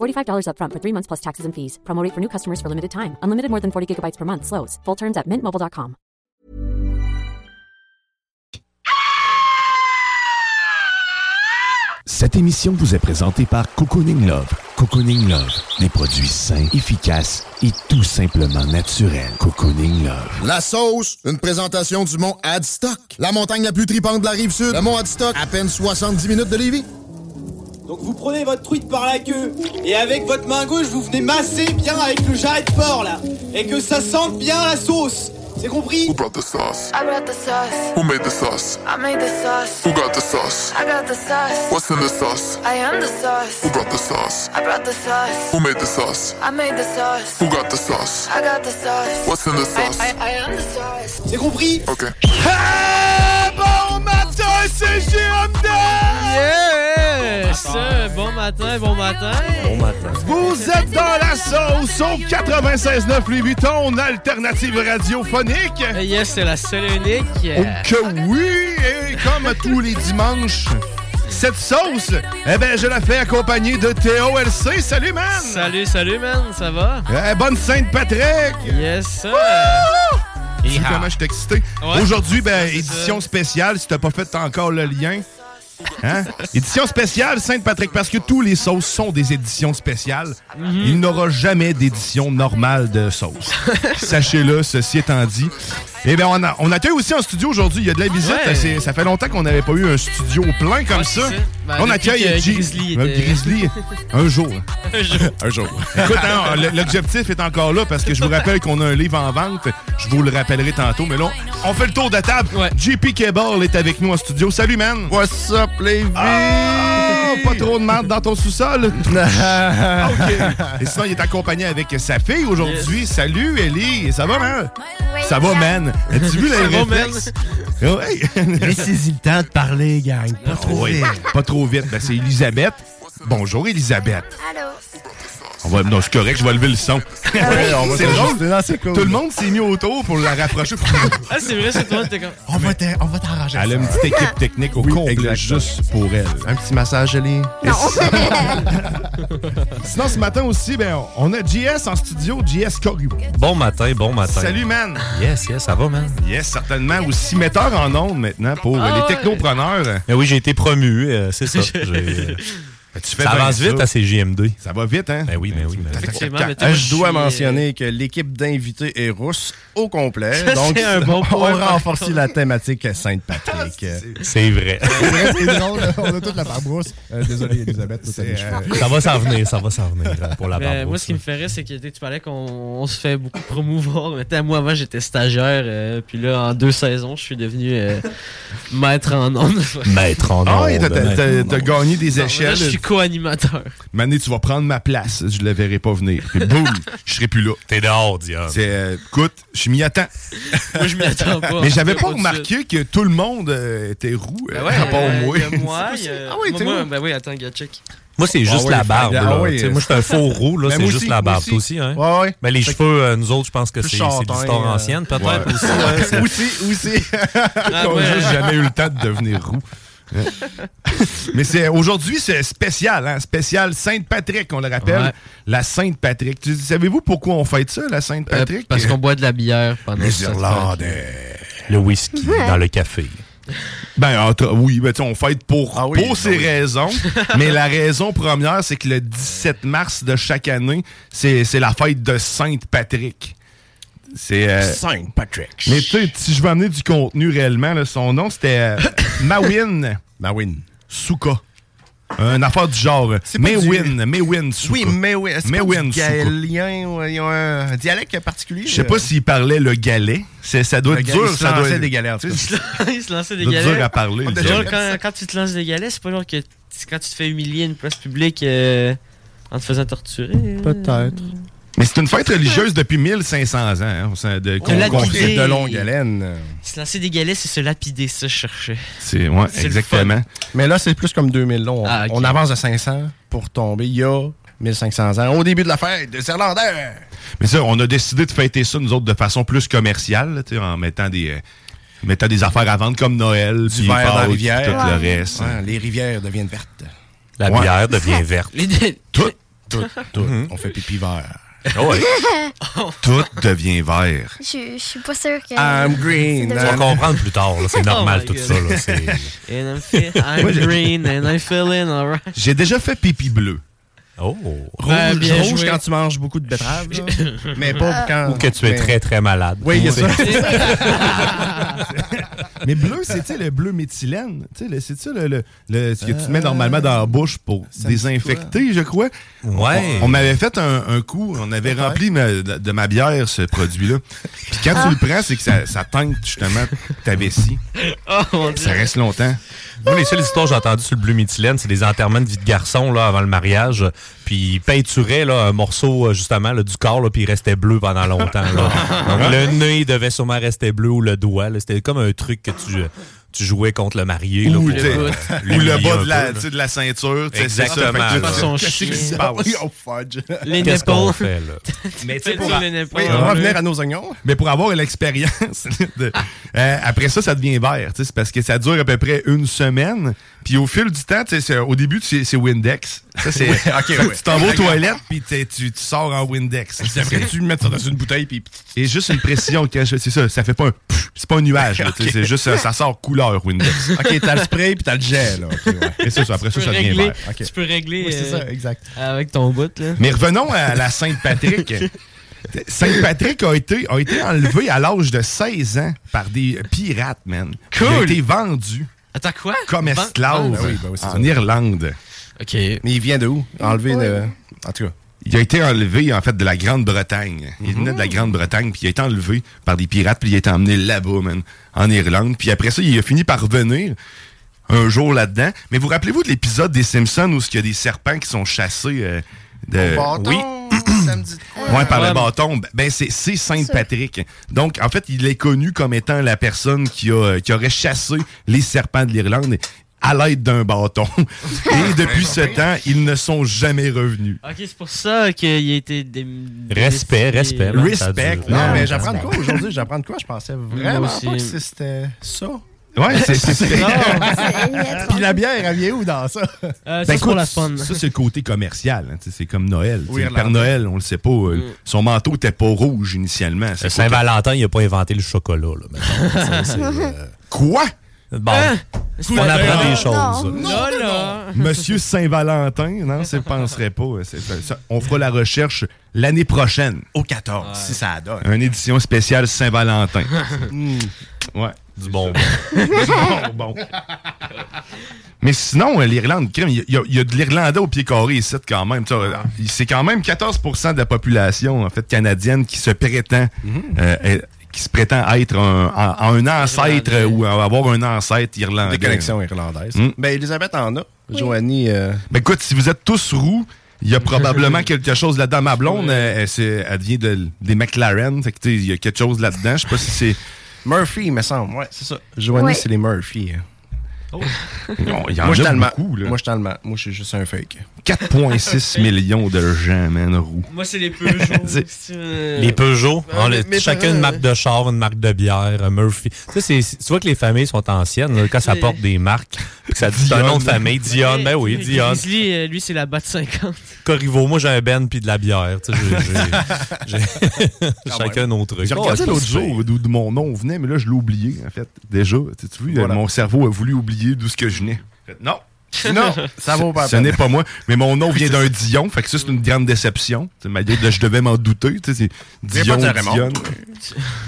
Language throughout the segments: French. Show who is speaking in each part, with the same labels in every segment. Speaker 1: $45 upfront for three months plus taxes and fees. Promo rate for new customers for limited time. Unlimited more than 40 gigabytes per month. Slows. Full terms at mintmobile.com.
Speaker 2: Cette émission vous est présentée par Cocooning Love. Cocooning Love, des produits sains, efficaces et tout simplement naturels. Cocooning Love.
Speaker 3: La sauce, une présentation du mont Adstock, la montagne la plus tripante de la rive sud. Le mont Adstock, à peine 70 minutes de Lévis.
Speaker 4: Donc vous prenez votre truite par la queue et avec votre main gauche vous venez masser bien avec le jarret de porc là et que ça sente bien la sauce. C'est compris
Speaker 5: Who brought the sauce?
Speaker 6: I brought the sauce.
Speaker 5: Who made the sauce?
Speaker 6: I made the sauce.
Speaker 5: Who got the sauce?
Speaker 6: I got the sauce.
Speaker 5: What's in the sauce?
Speaker 6: I am the
Speaker 5: Who
Speaker 6: sauce.
Speaker 5: brought the sauce?
Speaker 6: I brought the sauce.
Speaker 5: Who made the sauce?
Speaker 6: I made the sauce.
Speaker 5: Who got the sauce?
Speaker 6: I got the sauce.
Speaker 5: What's in the
Speaker 6: I,
Speaker 5: sauce?
Speaker 6: I, I am the sauce.
Speaker 4: C'est compris
Speaker 5: Okay.
Speaker 4: Bon matin, c'est
Speaker 7: Yes! Bon matin, bon matin! Bon matin.
Speaker 8: Vous êtes dans la sauce au 96.9 Louis Vuitton, alternative radiophonique.
Speaker 7: Eh Yes, c'est la seule et unique.
Speaker 8: Oh que oui, et comme tous les dimanches, cette sauce, eh ben je la fais accompagnée de Théo LC. Salut, man!
Speaker 7: Salut, salut, man, ça va?
Speaker 8: Eh, bonne Sainte-Patrick!
Speaker 7: Yes, sir.
Speaker 8: Tu sais comment je suis excité.
Speaker 7: Ouais.
Speaker 8: Aujourd'hui, ben,
Speaker 7: Ouais, c'est
Speaker 8: édition spéciale, si t'as pas fait encore le lien. Hein? Édition spéciale Sainte-Patrick, parce que tous les sauces sont des éditions spéciales.
Speaker 7: Mhm.
Speaker 8: Il n'aura jamais d'édition normale de sauce. Sachez-le, ceci étant dit. Eh bien, on, a- on accueille aussi un studio aujourd'hui. Il y a de la visite.
Speaker 7: Ouais.
Speaker 8: C'est- Ça fait longtemps qu'on n'avait pas eu un studio plein comme
Speaker 7: Ouais,
Speaker 8: ça.
Speaker 7: c'est ça. Ben,
Speaker 8: on
Speaker 7: depuis
Speaker 8: accueille
Speaker 7: que
Speaker 8: G-
Speaker 7: Grizzly
Speaker 8: euh,
Speaker 7: était-
Speaker 8: Grizzly, un jour.
Speaker 7: Un jour.
Speaker 8: Un jour. Écoute, hein, le- l'objectif est encore là parce que je vous rappelle qu'on a un livre en vente. Je vous le rappellerai tantôt, mais là, on fait le tour de la table.
Speaker 7: Ouais.
Speaker 8: JP Cable est avec nous en studio. Salut, man!
Speaker 3: What's up, les
Speaker 8: Ah, pas trop de merde dans ton sous-sol. Ah, OK. Et sinon, il est accompagné avec sa fille aujourd'hui. Salut, Ellie. Ça va, man? ça va, man. As-tu vu les
Speaker 7: Ça va,
Speaker 8: réflexes? Ah Ouais. Ah
Speaker 9: Laissez-y le temps de parler, gang. Pas trop
Speaker 8: Oui,
Speaker 9: vite.
Speaker 8: pas trop vite. Ben, c'est Elisabeth. Bonjour, Elisabeth.
Speaker 6: Allô.
Speaker 8: On va, non, c'est correct, je vais lever le son.
Speaker 10: Ah
Speaker 8: Ah c'est drôle.
Speaker 9: Non, c'est cool.
Speaker 8: Tout le monde s'est mis autour pour la rapprocher.
Speaker 7: Ah, c'est vrai, c'est toi, t'es comme.
Speaker 9: On va t'en- on va t'arranger.
Speaker 8: Elle a une petite équipe technique au complet
Speaker 9: exactement.
Speaker 8: juste pour elle.
Speaker 3: Un petit massage, les.
Speaker 8: Sinon, ce matin aussi, ben, on a JS en studio, JS Corriveau.
Speaker 9: Bon matin, bon matin.
Speaker 8: Salut, man!
Speaker 9: Yes, yes, ça va, man?
Speaker 8: Yes, certainement. Aussi metteur en ondes maintenant pour euh, les
Speaker 7: Ah ouais.
Speaker 8: technopreneurs.
Speaker 9: oui, j'ai été promu, euh, c'est ça. J'ai, euh,
Speaker 8: Ben, tu fais
Speaker 9: ça
Speaker 8: bien
Speaker 9: avance vite à ces JMD.
Speaker 8: Ça va vite, hein?
Speaker 9: Ben oui, ben oui. ben oui.
Speaker 7: Effectivement, mais toi,
Speaker 3: je dois
Speaker 7: suis, euh,
Speaker 3: mentionner que l'équipe d'invités est rousse au complet.
Speaker 7: Ça,
Speaker 3: donc,
Speaker 7: c'est un bon
Speaker 3: on
Speaker 7: point.
Speaker 3: renforce la thématique Sainte-Patrick.
Speaker 9: C'est vrai.
Speaker 3: c'est drôle, on a toute la barbrousse.
Speaker 8: Euh,
Speaker 3: désolé, Elisabeth,
Speaker 8: C'est, euh,
Speaker 9: Ça va s'en venir, ça va s'en venir euh, pour la
Speaker 7: Ben,
Speaker 9: barbe.
Speaker 7: moi, ce qui me ferait, c'est que tu sais, tu parlais qu'on on se fait beaucoup promouvoir. Mais t'sais, moi, avant, j'étais stagiaire. euh, puis là, en deux saisons, je suis devenu euh, maître en ondes.
Speaker 9: Maître en
Speaker 8: Ah,
Speaker 9: ondes,
Speaker 8: et t'as- t'as t'as-
Speaker 9: maître en
Speaker 8: t'as
Speaker 9: ondes.
Speaker 8: gagné des
Speaker 7: Là, je
Speaker 8: échelles.
Speaker 7: suis co-animateur.
Speaker 8: Mané, tu vas prendre ma place. Je le verrai pas venir. Puis boum, je serai plus là.
Speaker 9: T'es dehors, diable.
Speaker 8: C'est, euh, écoute, je m'y attends.
Speaker 7: Moi, je m'y attends pas.
Speaker 8: Mais j'avais pas
Speaker 7: de suite.
Speaker 8: remarqué que tout le monde euh, était roux,
Speaker 7: Ben
Speaker 8: euh,
Speaker 7: ouais,
Speaker 8: à part
Speaker 7: euh,
Speaker 8: moi.
Speaker 7: il y a moi, il y a-
Speaker 8: Ah oui,
Speaker 7: moi,
Speaker 8: t'es
Speaker 7: moi,
Speaker 8: où?
Speaker 7: Ben oui, attends, gars, check.
Speaker 9: Moi, c'est
Speaker 3: Ah
Speaker 9: juste
Speaker 3: ouais,
Speaker 9: la barbe.
Speaker 3: ah
Speaker 9: là.
Speaker 3: ouais,
Speaker 9: Tu sais,
Speaker 3: euh,
Speaker 9: moi, je suis un faux roux. Là,
Speaker 8: Ben,
Speaker 9: c'est
Speaker 8: moi
Speaker 9: juste
Speaker 8: aussi,
Speaker 9: la
Speaker 8: moi
Speaker 9: barbe.
Speaker 8: aussi.
Speaker 9: Toi aussi, hein?
Speaker 3: Ouais, ouais.
Speaker 9: Ben, les cheveux, euh, nous autres, je pense que c'est
Speaker 3: Plus
Speaker 9: c'est de
Speaker 3: châtain,
Speaker 9: l'histoire
Speaker 3: euh,
Speaker 9: ancienne, peut-être aussi. hein, c'est-
Speaker 8: Aussi, aussi.
Speaker 7: Ah,
Speaker 8: Qu'on
Speaker 7: ouais.
Speaker 8: a juste jamais eu le temps de devenir roux. Mais c'est aujourd'hui, c'est spécial, hein? Spécial Sainte-Patrick, on le rappelle.
Speaker 7: Ouais.
Speaker 8: La Sainte-Patrick. Tu- Savez-vous pourquoi on fête ça, la Sainte-Patrick?
Speaker 7: Euh, parce qu'on boit de la bière Ah, pendant
Speaker 8: Les Irlandais.
Speaker 9: Le whisky dans le café.
Speaker 8: Ben, entre- oui, ben, tu sais, on fête pour,
Speaker 3: Ah oui,
Speaker 7: ben
Speaker 8: pour ces raisons. mais la raison première, c'est que le 17 mars de chaque année, c'est c'est la fête de Sainte-Patrick. C'est. euh,
Speaker 10: Saint Patrick.
Speaker 8: Mais tu sais, si je veux amener du contenu réellement, là, son nom, c'était euh, Mawin. Mawin. Souka. Une affaire du genre.
Speaker 10: pas
Speaker 8: Maywin.
Speaker 10: du-
Speaker 8: Maywin Souka.
Speaker 10: Oui, mais oui. Est-ce mais
Speaker 8: Maywin Souka.
Speaker 10: gaélien, ou euh, ils ont un dialecte particulier. euh,
Speaker 8: Je sais pas s'il parlait le galet. C'est, ça doit
Speaker 10: Le
Speaker 8: être
Speaker 10: galet,
Speaker 8: dur.
Speaker 10: il se
Speaker 8: ça doit
Speaker 10: lançait
Speaker 8: être-
Speaker 10: des galets, en tout
Speaker 8: Tu sais,
Speaker 7: il se lançait des
Speaker 8: Dur
Speaker 7: galets.
Speaker 8: à parler,
Speaker 7: Tu
Speaker 8: le
Speaker 7: vois,
Speaker 8: gars.
Speaker 7: quand, quand tu te lances des galets, c'est pas genre que t- quand tu te fais humilier à une place publique euh, en te faisant torturer.
Speaker 8: Peut-être. Mais c'est une fête religieuse depuis 1500 ans, hein, on s'en- de, qu'on- qu'on
Speaker 7: lapider.
Speaker 8: fait de longue haleine.
Speaker 7: Se lancer des galets, c'est se lapider, ça, je cherchais.
Speaker 8: C'est, ouais,
Speaker 7: le
Speaker 8: exactement.
Speaker 10: Mais là, c'est plus comme 2000. là. On,
Speaker 7: Ah,
Speaker 10: on avance de 500 pour tomber il y a 1500 ans. Au début de la fête, des Irlandais.
Speaker 8: Mais ça, on a décidé de fêter ça, nous autres, de façon plus commerciale, là, tu sais, en mettant des, euh, mettant des affaires à vendre comme
Speaker 10: Du
Speaker 8: Noël, puis
Speaker 10: verre dans la
Speaker 8: Pâques, puis
Speaker 10: rivière.
Speaker 8: tout le reste.
Speaker 10: Ouais, les rivières deviennent vertes.
Speaker 9: La
Speaker 8: Ouais.
Speaker 9: bière devient verte.
Speaker 8: Tout,
Speaker 10: tout, tout.
Speaker 9: Hum.
Speaker 10: On fait pipi vert.
Speaker 9: Ah
Speaker 8: tout devient vert.
Speaker 11: Je, je suis pas sûre que.
Speaker 10: I'm green. Oh
Speaker 9: Tu vas comprendre plus tard, là, c'est normal
Speaker 8: Ah,
Speaker 7: my
Speaker 9: tout
Speaker 7: God.
Speaker 9: ça. là, c'est-
Speaker 7: And I'm, fe- I'm
Speaker 8: Moi, j'ai-
Speaker 7: green and I'm feeling alright.
Speaker 8: J'ai déjà fait pipi bleu.
Speaker 9: Oh.
Speaker 10: Rouge,
Speaker 7: Ben,
Speaker 10: rouge quand tu manges beaucoup de betteraves. là. mais pas quand.
Speaker 9: Ou que tu es
Speaker 10: mais-
Speaker 9: très, très malade.
Speaker 10: Oui, il y a
Speaker 9: C'est-
Speaker 10: ça.
Speaker 8: Mais bleu, c'est tu sais, le bleu méthylène. Tu sais, le- C'est ça le, le- le- ce que tu
Speaker 10: Euh,
Speaker 8: mets normalement dans la bouche pour désinfecter, je crois.
Speaker 9: Ouais.
Speaker 8: On, on m'avait fait un, un coup, on avait rempli ma- de, de ma bière ce produit-là. Puis quand
Speaker 10: Ah.
Speaker 8: tu le prends, c'est que ça, ça teinte justement ta vessie.
Speaker 7: Oh, mon
Speaker 8: Ça reste longtemps.
Speaker 9: Moi, les seules histoires que j'ai entendues sur le bleu méthylène, c'est des enterrements de vie de garçon là, avant le mariage. Puis ils peinturaient là, un morceau euh, justement là, du corps, là, puis il restait bleu pendant longtemps. là. Donc le nez devait sûrement rester bleu ou le doigt. là. C'était comme un truc que tu, euh, tu jouais contre le marié. là,
Speaker 8: Ou,
Speaker 9: pour,
Speaker 8: t'sais,
Speaker 9: euh,
Speaker 8: ou le
Speaker 9: l'humilier
Speaker 8: bas
Speaker 9: un
Speaker 8: de la,
Speaker 9: peu, là.
Speaker 8: tu sais, de la ceinture. tu sais, c'est ça.
Speaker 9: Exactement.
Speaker 8: Fait
Speaker 9: là.
Speaker 8: que là, tu- qu'est-ce qui se passe?
Speaker 7: Les
Speaker 8: Qu'est-ce
Speaker 7: nipples.
Speaker 8: qu'on fait, là?
Speaker 9: Mais
Speaker 7: tu sais,
Speaker 8: pour-
Speaker 7: les nipples.
Speaker 8: Oui,
Speaker 10: On va revenir à nos oignons.
Speaker 8: Mais pour avoir l'expérience, de- euh, après ça, ça devient vert. tu sais, C'est parce que ça dure à peu près une semaine. Puis au fil du temps, tu sais, c'est- au début, tu- c'est Windex. Ça, c'est,
Speaker 10: Oui, ok,
Speaker 8: fait que
Speaker 10: oui.
Speaker 8: Tu t'en vas aux
Speaker 10: D'accord.
Speaker 8: toilettes, puis t'es- tu, tu sors en Windex.
Speaker 10: après, tu mets ça dans une bouteille, puis...
Speaker 8: Et juste une pression, quand je- c'est ça, ça fait pas un... pff, C'est pas un nuage, là, tu sais,
Speaker 10: Ok.
Speaker 8: c'est juste, euh, ça sort couleur Windex.
Speaker 10: Ok, t'as le spray, puis t'as le gel. là. Ok, ouais.
Speaker 8: Et ça, ça, après ça,
Speaker 7: Tu peux
Speaker 8: ça devient
Speaker 7: régler-
Speaker 8: vert. Ok.
Speaker 7: Tu peux régler.
Speaker 10: Oui, c'est
Speaker 7: euh,
Speaker 10: ça, exact.
Speaker 7: Avec ton bout, là.
Speaker 8: Mais revenons à la Sainte-Patrick. Sainte-Patrick a été, a été enlevé à l'âge de 16 ans par des pirates, man.
Speaker 7: Cool.
Speaker 8: Il a été vendu
Speaker 7: Attends, quoi?
Speaker 8: comme
Speaker 7: Ban- ban-
Speaker 8: esclave
Speaker 10: Ben oui, ben oui, c'est
Speaker 8: en
Speaker 10: ça.
Speaker 8: Irlande.
Speaker 7: OK.
Speaker 10: Mais il vient de où? Enlevé de... En tout cas.
Speaker 8: Il a été enlevé, en fait, de la Grande-Bretagne. Il venait de la Grande-Bretagne, puis il a été enlevé par des pirates, puis il a été emmené là-bas, man, en Irlande. Puis après ça, il a fini par revenir un jour là-dedans. Mais vous rappelez-vous de l'épisode des Simpsons où il y a des serpents qui sont chassés euh, de...
Speaker 10: Bâton,
Speaker 8: Oui.
Speaker 10: ça me dit de quoi?
Speaker 8: Ouais, par
Speaker 7: Ouais,
Speaker 8: le
Speaker 7: mais-
Speaker 8: bâton. Ben, Ben, c'est c'est Sainte-Patrick. Donc, en fait, il est connu comme étant la personne qui, a, qui aurait chassé les serpents de l'Irlande à l'aide d'un bâton. Et depuis ce temps, ils ne sont jamais revenus.
Speaker 7: OK, c'est pour ça qu'il a été... Des...
Speaker 9: Respect,
Speaker 7: des-
Speaker 9: respect. man, ça
Speaker 8: Respect.
Speaker 9: dure.
Speaker 10: Non,
Speaker 8: Ouais,
Speaker 10: mais
Speaker 8: ouais,
Speaker 10: j'apprends de
Speaker 8: ouais.
Speaker 10: quoi aujourd'hui? J'apprends de quoi? Je pensais vraiment
Speaker 7: aussi.
Speaker 10: pas que c'était ça.
Speaker 8: Ouais, c'est c'est-
Speaker 10: Puis la bière, elle vient où dans ça?
Speaker 7: Euh, ça,
Speaker 8: Ben,
Speaker 7: c'est pour
Speaker 8: écoute,
Speaker 7: la fun.
Speaker 8: Ça, c'est le côté commercial. hein, tu sais, c'est comme Noël. tu
Speaker 10: Oui,
Speaker 8: sais, le Père
Speaker 10: Irlandais.
Speaker 8: Noël, on le sait pas. euh,
Speaker 7: Mm.
Speaker 8: Son manteau était pas rouge initialement. C'est
Speaker 9: Le
Speaker 8: quoi que-
Speaker 9: Euh, Saint-Valentin, il n'a pas inventé le chocolat. Là, mettons. Ça, c'est, euh,
Speaker 8: Quoi?
Speaker 9: Bon,
Speaker 7: Hein?
Speaker 9: on apprend des choses.
Speaker 7: Là, là.
Speaker 8: Monsieur Saint-Valentin, non, ça ne penserait pas. C'est- ça- ça- on fera la recherche l'année prochaine.
Speaker 10: Au 14, si ça donne.
Speaker 8: Une édition spéciale Saint-Valentin.
Speaker 10: Hmm.
Speaker 8: Ouais.
Speaker 9: Du bon.
Speaker 8: bon. Mais sinon, euh, l'Irlande, crime, il y, a- il y a de l'Irlandais au pied carré ici quand même. Tu vois, C'est quand même 14 de la population en fait canadienne qui se prétend
Speaker 9: Mhm.
Speaker 8: euh, euh, qui se prétend être un, en- en un ancêtre
Speaker 7: Irlandais.
Speaker 8: euh, ou avoir un ancêtre irlandais.
Speaker 10: Des connexions irlandaises.
Speaker 8: Mm.
Speaker 10: Ben, Elisabeth en a. Joanie... euh,
Speaker 8: Mais Ben, écoute, si vous êtes tous roux, il y a probablement quelque chose là-dedans. Ma blonde, elle, elle, c'est- elle vient de, des McLaren. Fait que, tu sais, il y a quelque chose là-dedans. Je sais pas si c'est.
Speaker 10: Murphy, il me semble. Ouais, c'est ça. Joanie,
Speaker 11: Ouais.
Speaker 10: c'est les Murphy.
Speaker 7: Oh.
Speaker 8: Non, Il y en
Speaker 10: Moi, je suis
Speaker 8: a
Speaker 10: allemand.
Speaker 8: beaucoup. là.
Speaker 10: Moi, je suis allemand. Moi, je suis juste un fake.
Speaker 8: 4,6 millions de gens, man, roux.
Speaker 7: Moi, c'est les Peugeot.
Speaker 8: C'est-
Speaker 7: c'est, euh,
Speaker 9: Les Peugeot,
Speaker 7: Ben,
Speaker 9: on
Speaker 7: mes-
Speaker 9: le-
Speaker 7: mes
Speaker 9: chacun
Speaker 7: parents,
Speaker 9: une marque de char, une marque de bière, un Murphy. Ça, c'est- c'est- tu vois que les familles sont anciennes. là, quand ça
Speaker 7: Oui.
Speaker 9: porte des marques, puis que ça dit un
Speaker 8: Dionne.
Speaker 9: nom de famille, Dionne, ben oui,
Speaker 7: Grizzly,
Speaker 9: Dionne.
Speaker 7: Grizzly, euh, lui, c'est la batte 50.
Speaker 9: Corriveau, moi j'ai un Ben puis de la bière. tu sais, j'ai- j'ai- j'ai- chacun nos trucs.
Speaker 8: J'ai regardé
Speaker 9: Oh,
Speaker 8: l'autre
Speaker 9: c'est
Speaker 8: jour d'où d'où mon nom venait, mais là, je l'ai oublié, en fait, déjà. Tu tu vois,
Speaker 10: Voilà.
Speaker 8: mon cerveau a voulu oublier d'où ce que je venais. Fait, Non,
Speaker 10: Non, ça vaut pas la
Speaker 8: Ce
Speaker 10: peine.
Speaker 8: n'est pas moi. Mais mon nom vient d'un Dion, fait que ça, c'est une grande déception. Tu sais, Malgré que je devais m'en douter. tu sais, c'est
Speaker 9: Viens
Speaker 8: Dion,
Speaker 9: pas dire Raymond.
Speaker 8: Dion.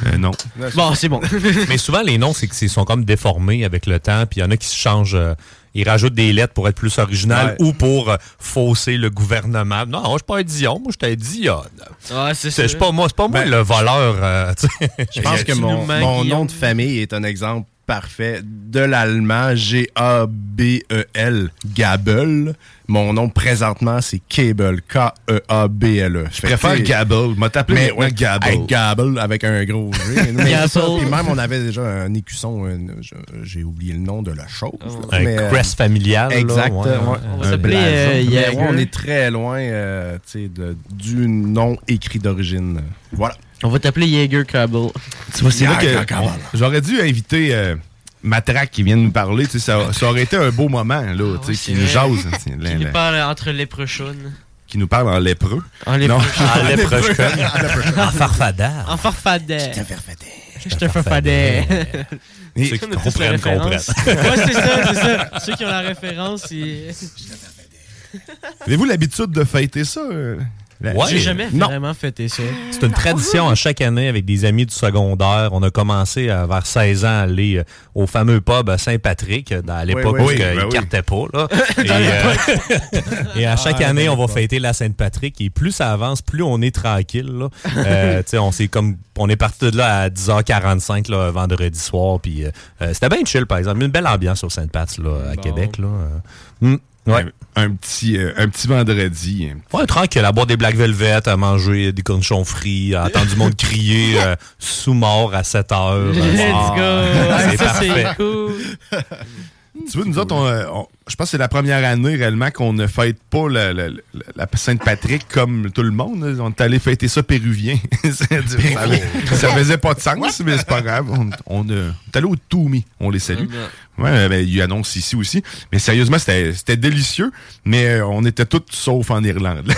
Speaker 8: Euh, non.
Speaker 7: Bon, c'est bon.
Speaker 9: Mais souvent, les noms, c'est qu'ils sont comme déformés avec le temps, puis il y en a qui se changent. euh, ils rajoutent des lettres pour être plus original
Speaker 7: Ouais.
Speaker 9: ou pour euh, fausser le gouvernement. Non, je suis pas un Dion, moi, je suis un Dionne.
Speaker 7: Ouais, c'est
Speaker 9: C'est
Speaker 7: ça.
Speaker 9: c'est pas moi, c'est pas moi
Speaker 10: Ben,
Speaker 9: le voleur. euh, tu sais.
Speaker 10: Je pense que mon, mon nom de famille est un exemple parfait de l'allemand G-A-B-E-L, E Gabel. Mon nom présentement, c'est E Cable, K-E-A-B-L-E. Je
Speaker 8: préfère Gabel. M'a t'appelé
Speaker 10: mais
Speaker 8: maintenant
Speaker 10: ouais,
Speaker 8: Gabel.
Speaker 10: hey, Gabel avec un gros G. Mais
Speaker 8: Gabel.
Speaker 10: ça, puis même, on avait déjà un écusson, un- je- j'ai oublié le nom de la chose. là,
Speaker 9: Un
Speaker 10: mais, euh,
Speaker 9: crest familial, là,
Speaker 10: Exact.
Speaker 9: ouais.
Speaker 10: euh, ouais.
Speaker 9: On va
Speaker 10: Un
Speaker 9: s'appeler,
Speaker 10: blason.
Speaker 9: euh,
Speaker 10: Mais ouais,
Speaker 9: Jaeger.
Speaker 10: On est très loin euh, tu sais, de- du nom écrit d'origine. Voilà.
Speaker 7: On va t'appeler Jaeger Cable.
Speaker 8: Tu vois, c'est vrai
Speaker 10: Jaeger
Speaker 8: que
Speaker 10: Cable.
Speaker 8: j'aurais dû inviter euh, Matraque qui vient de nous parler. tu sais, Ça, ça aurait été un beau moment, là, tu sais, qui nous
Speaker 7: Ah vrai.
Speaker 8: jase. hein, tu sais, la-
Speaker 7: Il
Speaker 8: la-
Speaker 7: parle entre les prochaines.
Speaker 8: Qui nous parle en lépreux. En
Speaker 7: lépreux.
Speaker 8: Ah,
Speaker 9: En Ah, lépreux. En lépreux. En farfadet.
Speaker 7: En farfadet. Je te farfadet. Je te farfadet.
Speaker 9: Et- Ceux qui
Speaker 7: On a tous la
Speaker 9: comprennent,
Speaker 7: référence.
Speaker 9: comprennent.
Speaker 7: Ouais, c'est ça, c'est ça. Ceux qui ont la référence, ils...
Speaker 8: Avez-vous l'habitude de fêter ça? euh, la-
Speaker 9: Ouais.
Speaker 7: Ben, J'ai jamais
Speaker 9: Non.
Speaker 7: vraiment fêté ça.
Speaker 9: C'est une tradition à chaque année avec des amis du secondaire. On a commencé à, vers 16 ans à aller euh, au fameux pub à Saint-Patrick, euh, dans- à l'époque
Speaker 8: oui,
Speaker 9: où
Speaker 8: oui,
Speaker 9: euh,
Speaker 8: ben
Speaker 9: ils
Speaker 8: oui.
Speaker 9: cartaient pas. là. et, euh, et à chaque
Speaker 8: Ah,
Speaker 9: année, on va
Speaker 8: d'accord.
Speaker 9: fêter la Sainte-Patrick. Et plus ça avance, plus on est tranquille. là. Euh, tu sais, on, s'est comme, on est parti de là à 10h45 là, vendredi soir. Puis, euh, euh, c'était bien chill, par exemple. Une belle ambiance au Sainte-Pat là, à Québec. Là. Euh, mm, ouais.
Speaker 8: Un, petit, euh, un petit vendredi. un
Speaker 9: Ouais, tranquille, à boire des Black Velvet, à manger des cornichons frits, à entendre du monde crier euh, sous-mort à 7 heures.
Speaker 8: Let's
Speaker 9: Ah,
Speaker 8: go!
Speaker 9: C'est
Speaker 8: Ça, c'est
Speaker 9: parfait.
Speaker 8: Tu vois, nous autres, on, euh, on- je pense que c'est la première année réellement qu'on ne fête pas la, la- la- la Sainte-Patrick comme tout le monde. là. On est allé fêter ça péruvien. C'est- ça, avait- ça faisait pas de sens, mais c'est pas grave. On, on, euh, on est allé au Toumi. On les salue. Ouais, euh, ben, ils annoncent ici aussi. Mais sérieusement, c'était c'était délicieux, mais euh, on était tous sauf en Irlande. là.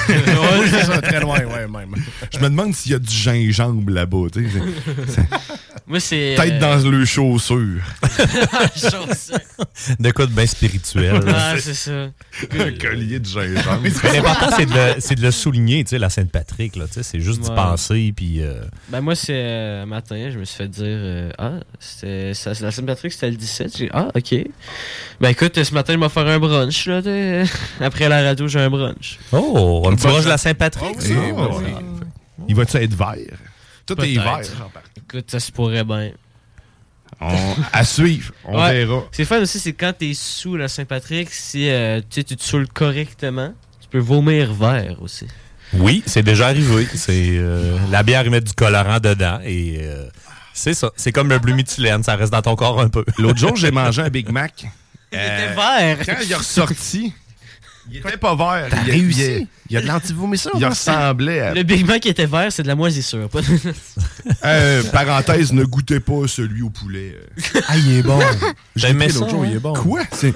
Speaker 10: C'est ça, très loin, ouais, même.
Speaker 8: je me demande s'il y a du gingembre là-bas. tu sais.
Speaker 7: Moi, c'est...
Speaker 8: Peut-être
Speaker 7: euh,
Speaker 8: dans le chaussure.
Speaker 7: Chaussure.
Speaker 9: De quoi de bien spirituel.
Speaker 7: Ah, c'est ça.
Speaker 8: Un collier de gingembre.
Speaker 9: Mais L'important, c'est de, le- c'est de le souligner, tu sais, la Sainte-Patrick, là, tu sais, c'est juste d'y
Speaker 7: Ouais.
Speaker 9: penser, puis... euh,
Speaker 7: Ben moi, c'est euh, un matin, je me suis fait dire euh, Ah, c'était ça- la Saint-Patrick, c'était le 17. J'ai dit, Ah, ok. Ben écoute, ce matin, il m'a faire un brunch. Là, t'es- Après la radio, j'ai un brunch.
Speaker 9: Oh, un petit
Speaker 7: Bon,
Speaker 9: brunch de la
Speaker 7: Oh,
Speaker 8: Ah
Speaker 9: Saint-Patrick,
Speaker 7: oui,
Speaker 9: ça.
Speaker 7: oui, oui.
Speaker 8: Il va-tu être vert? Tout est
Speaker 7: Ah. Peut-être.
Speaker 8: vert.
Speaker 7: Écoute, ça se pourrait bien.
Speaker 8: On- à suivre, on
Speaker 7: Ouais.
Speaker 8: verra.
Speaker 7: C'est fun aussi, c'est quand t'es sous la Saint-Patrick, si euh, tu sais, tu te saoules correctement, tu peux vomir vert aussi.
Speaker 9: Oui, c'est déjà arrivé. C'est euh, la bière, ils mettent du colorant dedans et euh, c'est ça. C'est comme le Blumitulène, ça reste dans ton corps un peu.
Speaker 8: L'autre jour, j'ai mangé un Big Mac. Euh,
Speaker 7: vert.
Speaker 8: Quand il est ressorti, il était pas vert.
Speaker 10: T'as
Speaker 8: Il-
Speaker 10: réussi.
Speaker 8: il- il-
Speaker 10: Il y a de hein? l'antivomisseur.
Speaker 8: Il ressemblait à-
Speaker 7: Le Big Mac était vert, c'est de la moisissure. Pas de...
Speaker 8: Euh, parenthèse, ne goûtez pas celui au poulet. euh.
Speaker 9: Ah, il est bon.
Speaker 8: J'ai
Speaker 9: J'aimais
Speaker 8: goûté
Speaker 9: ça,
Speaker 8: l'autre jour,
Speaker 9: hein?
Speaker 8: il est bon. Quoi? C'est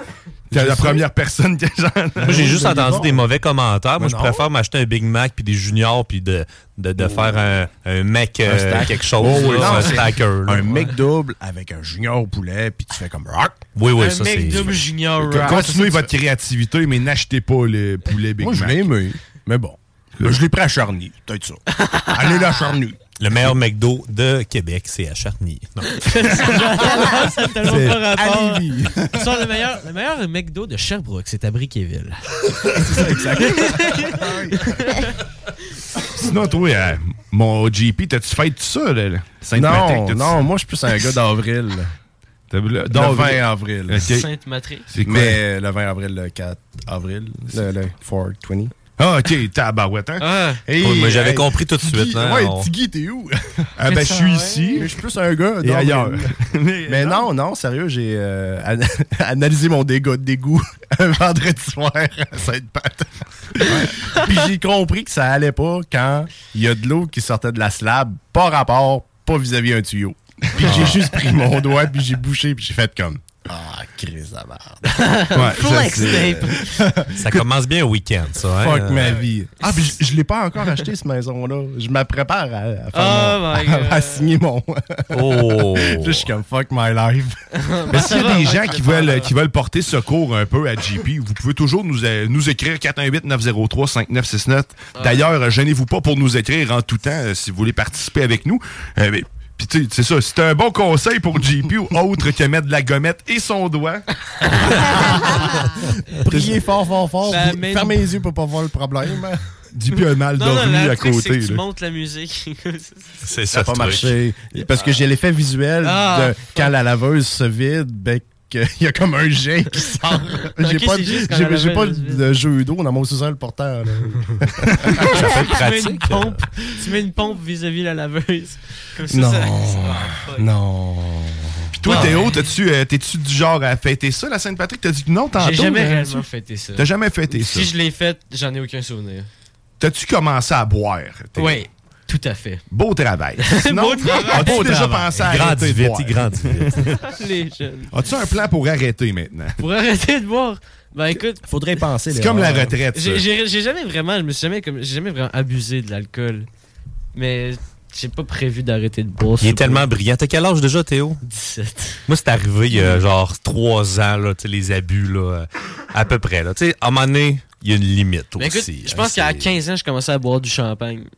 Speaker 8: t'es la première personne que j'en
Speaker 9: Moi, j'ai juste entendu des mauvais commentaires. Moi,
Speaker 8: Mais
Speaker 9: je
Speaker 8: non.
Speaker 9: préfère m'acheter un Big Mac puis des juniors puis de, de, de faire un, un mec euh, quelque chose,
Speaker 10: Oh, oui,
Speaker 9: là,
Speaker 10: non,
Speaker 9: un
Speaker 10: c'est
Speaker 9: stacker. là.
Speaker 10: Un mec double avec un junior au poulet, puis tu fais comme rock.
Speaker 9: Oui, oui,
Speaker 7: Un
Speaker 9: ça,
Speaker 7: mec
Speaker 9: c'est...
Speaker 7: double
Speaker 10: Ah,
Speaker 7: junior.
Speaker 8: Que-
Speaker 7: rock.
Speaker 8: Continuez votre créativité, mais n'achetez pas le poulet Big
Speaker 10: Moi, je
Speaker 8: Mac.
Speaker 10: l'ai aimé, mais bon. Ben, je l'ai pris à Charny, peut-être ça. Allez, la Charny.
Speaker 9: Le meilleur McDo de Québec, c'est à Charny. Non.
Speaker 7: ça n'a tellement
Speaker 9: C'est
Speaker 7: pas rapport.
Speaker 9: à Lévis.
Speaker 7: Ils sont le meilleur, le meilleur McDo de Sherbrooke, c'est à Briqueville.
Speaker 8: Sinon, toi, euh, mon GP, t'as-tu fait tout ça, là? là? Sainte-Patrick,
Speaker 10: Non,
Speaker 8: t'as-tu-
Speaker 10: non, moi, je suis plus un gars d'avril.
Speaker 8: T'as- le-
Speaker 10: Le
Speaker 8: d'avril.
Speaker 10: 20 avril.
Speaker 8: Ok.
Speaker 7: Sainte-Matrice.
Speaker 8: C'est quoi?
Speaker 10: Mais euh, le 20 avril, le 4 avril, le, le 420.
Speaker 8: Ah, ok, tabarouette, hein?
Speaker 7: Ah.
Speaker 8: Hey,
Speaker 9: Oui, mais j'avais
Speaker 8: hey,
Speaker 9: compris tout de
Speaker 8: Tiggy,
Speaker 9: suite. hein,
Speaker 8: ouais,
Speaker 9: on-
Speaker 8: Tiggy, t'es où? ah, ben, je suis ici.
Speaker 10: Mais je suis plus un gars
Speaker 8: Et
Speaker 10: d'avril.
Speaker 8: ailleurs.
Speaker 10: Mais, non. non, sérieux, j'ai euh, an- analysé mon dégât de dégoût un vendredi soir à Sainte-Pat. Puis j'ai compris que ça allait pas quand il y a de l'eau qui sortait de la slab, pas rapport, pas vis-à-vis un tuyau. Puis j'ai juste pris mon doigt, puis j'ai bouché, puis j'ai fait comme. Ah, crise la merde.
Speaker 8: Ouais, je
Speaker 10: Flex
Speaker 8: sais.
Speaker 10: tape.
Speaker 9: Ça commence bien au week-end, ça. hein?
Speaker 10: Fuck
Speaker 9: Euh,
Speaker 10: ma vie. Ah, puis je, je l'ai pas encore acheté, cette maison-là. Je me prépare à, à faire mon-
Speaker 9: Oh my God.
Speaker 10: à- à signer mon.
Speaker 9: Oh.
Speaker 10: je suis comme fuck my life.
Speaker 8: Mais s'il y a des gens qui veulent, qui veulent porter secours un peu à JP, vous pouvez toujours nous, euh, nous écrire 418-903-5969. D'ailleurs, euh, gênez-vous pas pour nous écrire en tout temps euh, si vous voulez participer avec nous. Euh, mais- puis tu sais, c'est ça, c'est un bon conseil pour JP ou autre que mettre de la gommette et son doigt.
Speaker 10: Priez fort, fort, fort.
Speaker 7: Ça
Speaker 10: Vous-
Speaker 7: amène-
Speaker 10: Fermez les yeux pour pas voir le problème. hein.
Speaker 8: JP a mal dormi
Speaker 7: la
Speaker 8: à
Speaker 7: truc, c'est
Speaker 8: côté.
Speaker 7: que Tu
Speaker 8: là.
Speaker 7: montes la musique.
Speaker 9: C'est
Speaker 10: Ça
Speaker 9: ça,
Speaker 10: n'a pas
Speaker 9: le truc.
Speaker 10: marché. Parce que j'ai l'effet visuel
Speaker 7: Ah,
Speaker 10: de quand la laveuse se vide, ben, qu'il y a comme un jet qui sort. J'ai
Speaker 7: Ah, Ok,
Speaker 10: pas,
Speaker 7: c'est
Speaker 10: de-
Speaker 7: juste quand
Speaker 10: j'ai-
Speaker 7: la
Speaker 10: j'ai pas
Speaker 7: laveuse se vide.
Speaker 10: de jeu d'eau dans mon sous-sol portant. là.
Speaker 7: tu, mets
Speaker 8: euh.
Speaker 7: une pompe, tu mets une pompe vis-à-vis la laveuse. Comme ça,
Speaker 10: Non.
Speaker 7: ça-
Speaker 10: Oh, Non.
Speaker 8: Puis toi,
Speaker 7: Ah,
Speaker 8: Théo, t'as-tu, euh, t'es-tu du genre à fêter ça, la Sainte-Patrick? T'as dit que non tantôt.
Speaker 7: J'ai jamais
Speaker 8: mais-
Speaker 7: réellement fêté ça.
Speaker 8: T'as jamais fêté ça?
Speaker 7: Si je l'ai fait, j'en ai aucun souvenir.
Speaker 8: T'as-tu commencé à boire? Théo?
Speaker 7: Oui, tout à fait.
Speaker 8: Beau travail. Sinon,
Speaker 7: Beau travail.
Speaker 8: As-tu
Speaker 7: Beau
Speaker 8: déjà
Speaker 7: travail.
Speaker 8: pensé
Speaker 9: Il
Speaker 8: à
Speaker 9: grandit
Speaker 8: arrêter de
Speaker 9: vite,
Speaker 8: boire?
Speaker 9: il grandit vite.
Speaker 7: Les jeunes.
Speaker 8: As-tu un plan pour arrêter maintenant?
Speaker 7: Pour arrêter de boire. Ben écoute,
Speaker 10: faudrait penser.
Speaker 8: C'est comme la retraite, ça.
Speaker 7: J'ai j'ai- j'ai jamais vraiment, je me suis jamais, comme, j'ai jamais vraiment abusé de l'alcool. Mais j'ai pas prévu d'arrêter de boire.
Speaker 9: Il
Speaker 7: c'est
Speaker 9: est tellement
Speaker 7: pas-
Speaker 9: brillant. T'as quel âge déjà, Théo?
Speaker 7: 17.
Speaker 9: Moi, c'est arrivé euh, il y a genre trois ans, là, tu sais, les abus, là, euh, à peu près. Là. Tu sais, à un moment donné, il y a une limite
Speaker 7: Mais écoute,
Speaker 9: aussi.
Speaker 7: je
Speaker 9: hein,
Speaker 7: pense qu'à
Speaker 9: c'est-
Speaker 7: 15 ans, je commençais à boire du champagne. Euh,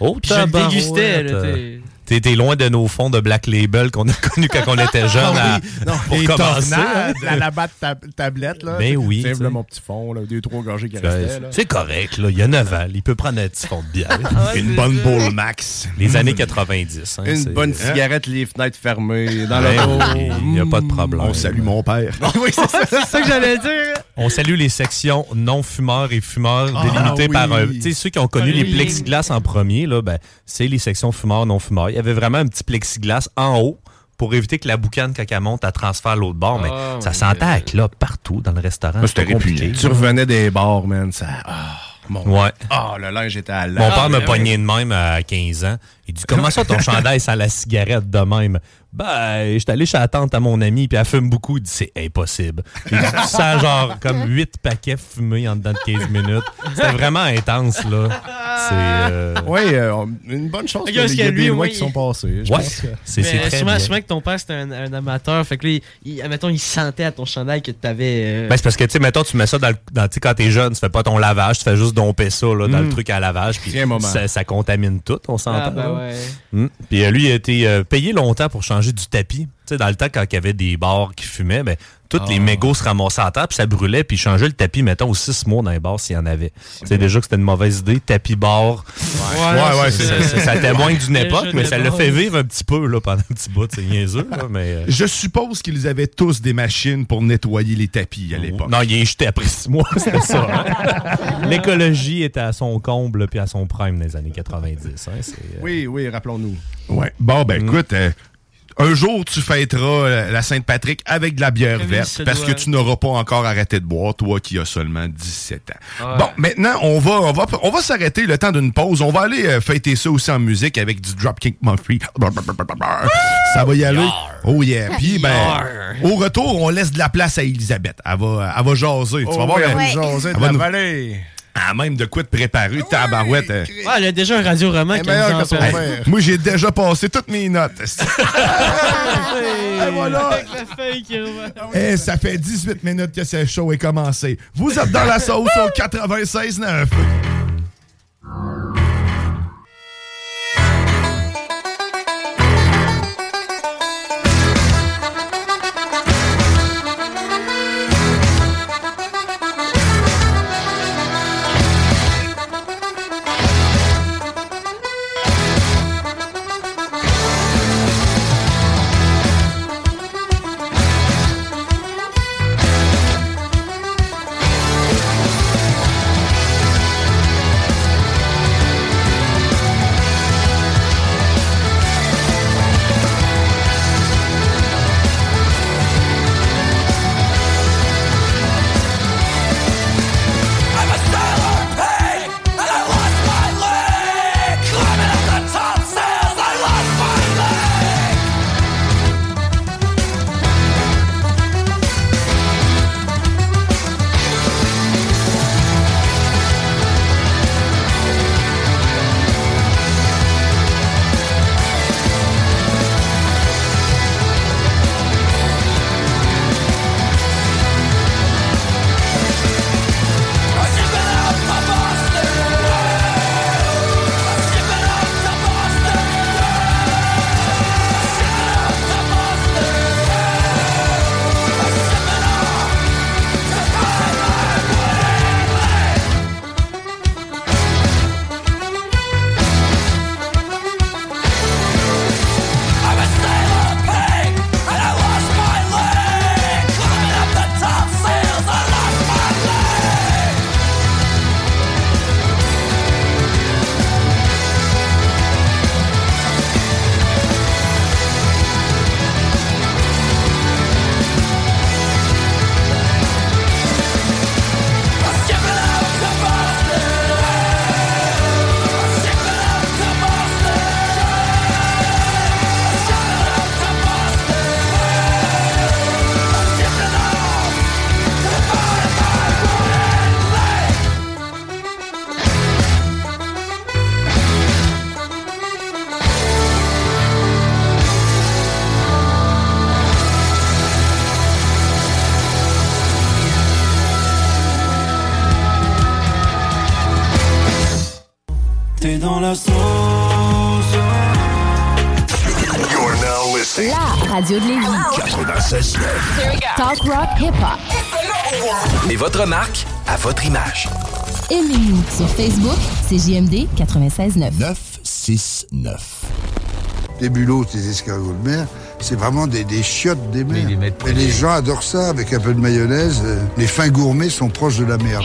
Speaker 9: Oh,
Speaker 7: Puis je le
Speaker 9: tabarouette.
Speaker 7: dégustais, là, t'sais.
Speaker 9: T'es t'es loin de nos fonds de Black Label qu'on a connus quand on était jeunes.
Speaker 10: Ah
Speaker 9: à-
Speaker 10: oui, non,
Speaker 9: pour
Speaker 10: les
Speaker 9: commencer.
Speaker 10: tornades,
Speaker 9: hein.
Speaker 10: la, la batte tab- tablette, là.
Speaker 9: Ben oui,
Speaker 10: Tu sais,
Speaker 9: tu sais.
Speaker 10: là, mon petit fond, là, deux, trois gorgées qui restaient,
Speaker 9: Ouais,
Speaker 10: là.
Speaker 9: C'est correct, là. Il y a 9 ans. Il peut prendre un petit fond de bière.
Speaker 10: Ah, ouais, Une c'est bonne ça. boule
Speaker 9: max. Les années 90. hein,
Speaker 10: Une
Speaker 9: c'est-
Speaker 10: bonne cigarette, les fenêtres fermées, dans
Speaker 9: Ben
Speaker 10: le
Speaker 9: oui, Il n'y a pas de problème.
Speaker 8: On salue mon père.
Speaker 10: Oui, c'est ça.
Speaker 7: C'est ça que j'allais dire.
Speaker 9: On salue les sections non-fumeurs et fumeurs
Speaker 10: Ah,
Speaker 9: délimitées
Speaker 10: oui.
Speaker 9: par un. Tu sais, ceux qui ont connu
Speaker 10: Oui.
Speaker 9: les plexiglas en premier, là, ben, c'est les sections fumeurs, non-fumeurs. Il y avait vraiment un petit plexiglas en haut pour éviter que la boucane, quand elle monte, elle transfère l'autre bord. Mais
Speaker 10: Ah,
Speaker 9: ça sentait à clope partout dans le restaurant. C'était compliqué.
Speaker 10: Tu revenais des bars, man. Ça. Ah, mon...
Speaker 9: Ouais.
Speaker 10: Ah, le linge était à Ah, la.
Speaker 9: Mon père me pogné de même à 15 ans. Il dit Comment ça ton chandail sent la cigarette de même Ben, j'étais allé chez la tante à mon ami, puis elle fume beaucoup. Il dit C'est impossible. Il dit Tu sens genre comme 8 paquets fumés en dedans de 15 minutes. C'était vraiment intense, là. C'est. euh,
Speaker 10: Oui, une bonne chose.
Speaker 7: Ok,
Speaker 10: qu'il y a
Speaker 7: parce
Speaker 10: des-
Speaker 7: qu'il y a
Speaker 10: il y a
Speaker 7: lui,
Speaker 10: des lois
Speaker 7: oui.
Speaker 10: qui sont passées. je
Speaker 9: Ouais.
Speaker 10: pense que-
Speaker 9: C'est- c'est
Speaker 7: Mais
Speaker 9: très
Speaker 7: sûrement,
Speaker 9: bien.
Speaker 7: sûrement que ton père, c'était un, un amateur. Fait que là, il, il- admettons, il sentait à ton chandail que t'avais... euh,
Speaker 9: Ben, c'est parce que, tu sais, mettons, tu mets ça dans le. dans- tu sais, quand t'es jeune, tu fais pas ton lavage, tu fais juste domper ça, là, dans
Speaker 7: Mm.
Speaker 9: le truc à lavage, puis
Speaker 7: Tiens, maman.
Speaker 9: ça, ça contamine tout, on s'entend.
Speaker 7: Ah, ben
Speaker 9: là.
Speaker 7: ouais.
Speaker 9: Mm. Puis euh, lui, il a été euh, payé longtemps pour changer du tapis. Tu sais, dans le temps, quand il y avait des bars qui fumaient, ben, tous
Speaker 8: Ah.
Speaker 9: les mégots se ramassaient à terre, puis ça brûlait, puis il changeait le tapis, mettons, aux six mois dans les bars s'il y en avait. Tu sais, déjà que c'était une mauvaise idée, tapis bar.
Speaker 8: Ouais, ouais, c'est-
Speaker 9: ça, ça- ça témoigne d'une
Speaker 8: Le
Speaker 9: époque,
Speaker 8: jeu
Speaker 9: mais
Speaker 8: de
Speaker 9: ça l'a
Speaker 8: base.
Speaker 9: fait vivre un petit peu là, pendant un petit bout, c'est niaiseux, là, mais. euh,
Speaker 8: Je suppose qu'ils avaient tous des machines pour nettoyer les tapis à l'époque.
Speaker 9: Non, Ah, il est jeté après six mois, c'était ça. hein. L'écologie était à son comble puis à son prime dans les années 90. hein, c'est, euh, Mm.
Speaker 10: Oui, oui, rappelons-nous.
Speaker 8: Ouais. Bon, ben écoute, euh, un jour, tu fêteras euh, la Sainte-Patrick avec de la bière
Speaker 9: Comme il
Speaker 8: verte
Speaker 9: se
Speaker 8: parce
Speaker 9: doit.
Speaker 8: que tu n'auras pas encore arrêté de boire, toi qui as seulement 17 ans.
Speaker 9: Ah Ouais.
Speaker 8: Bon, maintenant, on va, on va, on va s'arrêter le temps d'une pause. On va aller euh, fêter ça aussi en musique avec du Dropkick Murphy.
Speaker 9: Ah!
Speaker 8: Ça va y aller. Oh yeah. Puis, ben, au retour, on laisse de la place à Elisabeth. Elle va, elle va jaser.
Speaker 10: Oh
Speaker 8: tu vas voir,
Speaker 10: oui,
Speaker 8: elle,
Speaker 10: elle va nous
Speaker 8: elle
Speaker 10: jaser de
Speaker 8: va
Speaker 10: la
Speaker 8: nous-
Speaker 10: vallée.
Speaker 8: Ah, même de quoi te préparer, tabarouette. euh.
Speaker 7: Ah, elle a déjà un radio-roman qui
Speaker 8: meilleure
Speaker 7: nous en
Speaker 8: que son
Speaker 7: fait.
Speaker 8: père. Moi, j'ai déjà passé toutes mes notes.
Speaker 7: Hey,
Speaker 8: Et voilà.
Speaker 7: Avec la euh, feuille qui revient.
Speaker 8: Eh, ça fait 18 minutes que ce show est commencé. Vous êtes dans la sauce au 96.9.
Speaker 11: Thank
Speaker 7: Ah,
Speaker 11: est dans la sauce.
Speaker 12: You're now listening.
Speaker 13: La radio de Lévis.
Speaker 12: 96.9.
Speaker 13: Talk rock hip-hop.
Speaker 12: Mais votre marque, à votre image.
Speaker 13: Aimez-nous sur Facebook, c'est JMD 96.9.
Speaker 14: 6-9. Les bulots, les escargots de mer, c'est vraiment des, des chiottes des mers. Et les gens adorent ça avec un peu de mayonnaise. euh, Les fins gourmets sont proches de la merde.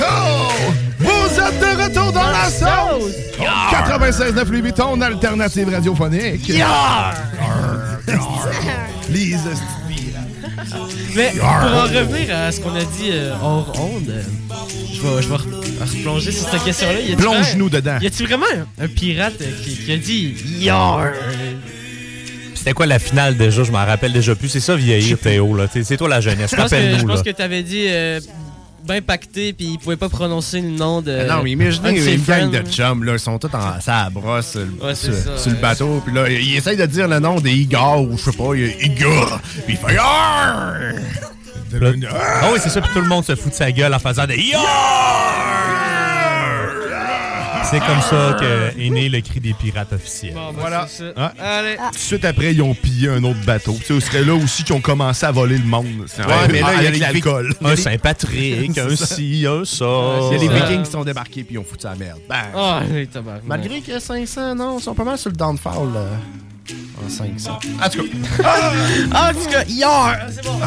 Speaker 8: Oh! Vous êtes de retour dans la sauce! 96.9 Louis Vuitton, alternative radiophonique.
Speaker 9: Ah,
Speaker 11: Yarr!
Speaker 7: ben,
Speaker 8: Lise,
Speaker 7: Mais pour en revenir à ce qu'on a dit euh, hors onde, euh, je vais, je vais re- replonger sur cette question-là. Y a-t-il
Speaker 8: Plonge-nous
Speaker 7: vraiment-
Speaker 8: dedans.
Speaker 7: Y a-t-il vraiment un, un pirate euh, qui, qui a dit Yar Euh,
Speaker 9: C'était quoi la finale déjà? Je m'en rappelle déjà plus. C'est ça, vieillir, Théo. là. C'est c'est toi la jeunesse.
Speaker 7: Je pense que, je
Speaker 9: Rappelle-nous.
Speaker 7: pense
Speaker 9: là.
Speaker 7: que t'avais dit euh, ben pacté, puis il pouvait pas prononcer le nom de.
Speaker 10: Mais
Speaker 8: Ah
Speaker 10: Ah non, mais
Speaker 7: Euh, un de ses
Speaker 10: imaginez une
Speaker 7: friends.
Speaker 10: gang de chums, là, ils sont tous en ça à la brosse euh,
Speaker 7: Ouais, c'est
Speaker 10: sur,
Speaker 7: ça,
Speaker 10: sur le
Speaker 7: ouais.
Speaker 10: bateau, puis là, ils essayent de dire le nom des Igor ou je sais pas, il y a Igor, puis il fait Yarr!
Speaker 9: Ah oui, c'est ça. Puis tout le monde se fout de sa gueule en faisant des Yarr! C'est comme ça que est né le cri des pirates officiels.
Speaker 8: Voilà.
Speaker 9: Ah.
Speaker 7: Allez.
Speaker 8: Tout de suite après, ils ont pillé un autre bateau. Tu sais, serait là aussi qu'ils ont commencé à voler le monde. C'est-
Speaker 9: Ouais, mais là, il y a
Speaker 8: avec
Speaker 9: des-
Speaker 8: l'alcool. Ah,
Speaker 9: un Saint-Patrick, un ci, un ça.
Speaker 10: Il y a des
Speaker 9: Ouais.
Speaker 10: Vikings qui sont débarqués, puis ils ont foutu la merde. Bang!
Speaker 7: Ah, les tabarnak.
Speaker 10: Malgré que 500, non, ils sont pas mal sur le downfall, là. En 500. En tout cas.
Speaker 7: Ah, en tout cas, Yar! C'est bon.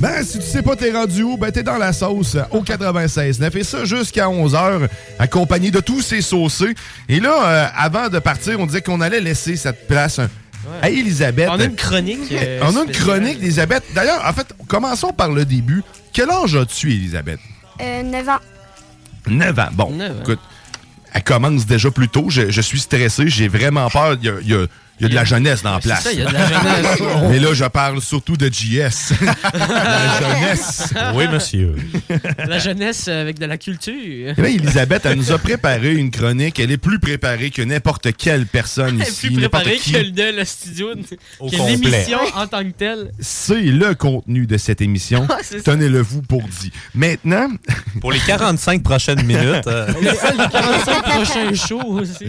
Speaker 8: Ben, si tu sais pas t'es rendu où, ben t'es dans la sauce euh, au 96.9 et ça jusqu'à 11h, accompagné de tous ces saucés. Et là, euh, avant de partir, on disait qu'on allait laisser cette place euh, à Elisabeth.
Speaker 7: On a une chronique, euh,
Speaker 8: on a une
Speaker 7: spéciale.
Speaker 8: chronique d'Elisabeth. D'ailleurs, en fait, commençons par le début. Quel âge as-tu, Elisabeth?
Speaker 15: Euh, 9 ans.
Speaker 8: 9 ans. Bon,
Speaker 15: Neuf ans.
Speaker 8: écoute, elle commence déjà plus tôt. Je, je suis stressé, j'ai vraiment peur. Il y a, il y a- il y a de la jeunesse dans la
Speaker 7: c'est
Speaker 8: place.
Speaker 7: ça, il y a de la jeunesse.
Speaker 8: Mais là, je parle surtout de JS. la jeunesse.
Speaker 9: Oui, monsieur.
Speaker 7: La jeunesse euh, avec de la culture.
Speaker 8: Eh bien, Elisabeth, elle nous a préparé une chronique. Elle est plus préparée que n'importe quelle personne
Speaker 7: Elle est
Speaker 8: ici.
Speaker 7: plus
Speaker 8: n'importe
Speaker 7: préparée
Speaker 8: qui.
Speaker 7: que le- de le studio, que
Speaker 8: complet.
Speaker 7: l'émission en tant que telle.
Speaker 8: C'est le contenu de cette émission.
Speaker 7: Ah, c'est ça.
Speaker 8: Tenez-le vous pour dit. Maintenant.
Speaker 9: Pour les 45 prochaines minutes. euh,
Speaker 7: Le 45 prochain show aussi.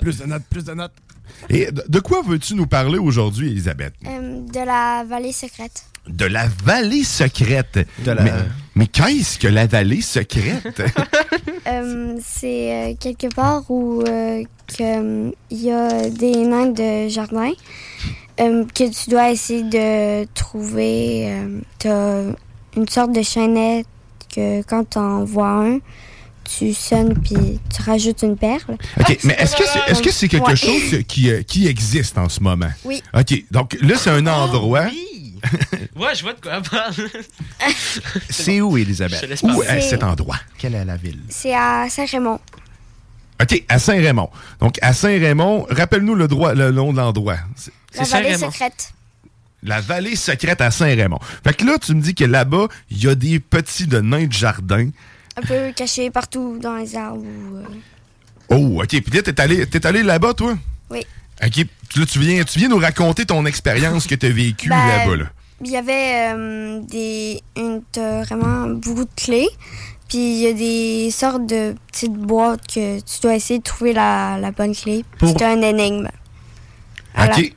Speaker 8: plus de notes, plus de notes. Et de- de quoi veux-tu nous parler aujourd'hui, Elisabeth?
Speaker 15: Euh, de la vallée secrète.
Speaker 8: De la vallée secrète.
Speaker 10: la-
Speaker 8: Mais, mais qu'est-ce que la vallée secrète?
Speaker 15: Euh, c'est euh, quelque part où euh, que, euh, il y a des nains de jardin euh, que tu dois essayer de trouver. euh, T'as une sorte de chaînette que quand t'en vois un, tu sonnes puis tu rajoutes une perle.
Speaker 8: OK, mais est-ce que c'est est-ce que c'est quelque
Speaker 15: Ouais.
Speaker 8: chose qui, euh, qui existe en ce moment?
Speaker 15: Oui. Ah,
Speaker 8: OK, donc là, c'est un endroit.
Speaker 7: Ouais, je vois de quoi elle parle.
Speaker 8: C'est où, Elisabeth?
Speaker 7: Je te laisse
Speaker 8: Où
Speaker 7: parler.
Speaker 8: est
Speaker 15: C'est-
Speaker 8: cet endroit? Quelle est la ville?
Speaker 15: C'est à Saint-Raymond.
Speaker 8: OK, à Saint-Raymond. Donc, à Saint-Raymond, rappelle-nous le, droit- le nom de l'endroit. C'est-
Speaker 15: La vallée secrète.
Speaker 8: La vallée secrète à Saint-Raymond. Fait que là, tu me dis que là-bas, il y a des petits de nains de jardin.
Speaker 15: Un peu cachée partout dans les arbres. ou, euh,
Speaker 8: Oh, OK. Puis là, t'es allé, t'es allé là-bas, toi?
Speaker 15: Oui.
Speaker 8: OK. Là, tu viens, tu viens nous raconter ton expérience que t'as vécue
Speaker 15: Ben,
Speaker 8: là-bas, là.
Speaker 15: Il y avait euh, des, une, t'as vraiment beaucoup de clés. Puis il y a des sortes de petites boîtes que tu dois essayer de trouver la, la bonne clé. Puis
Speaker 7: Pour-
Speaker 15: C'est un énigme. Voilà.
Speaker 7: Puis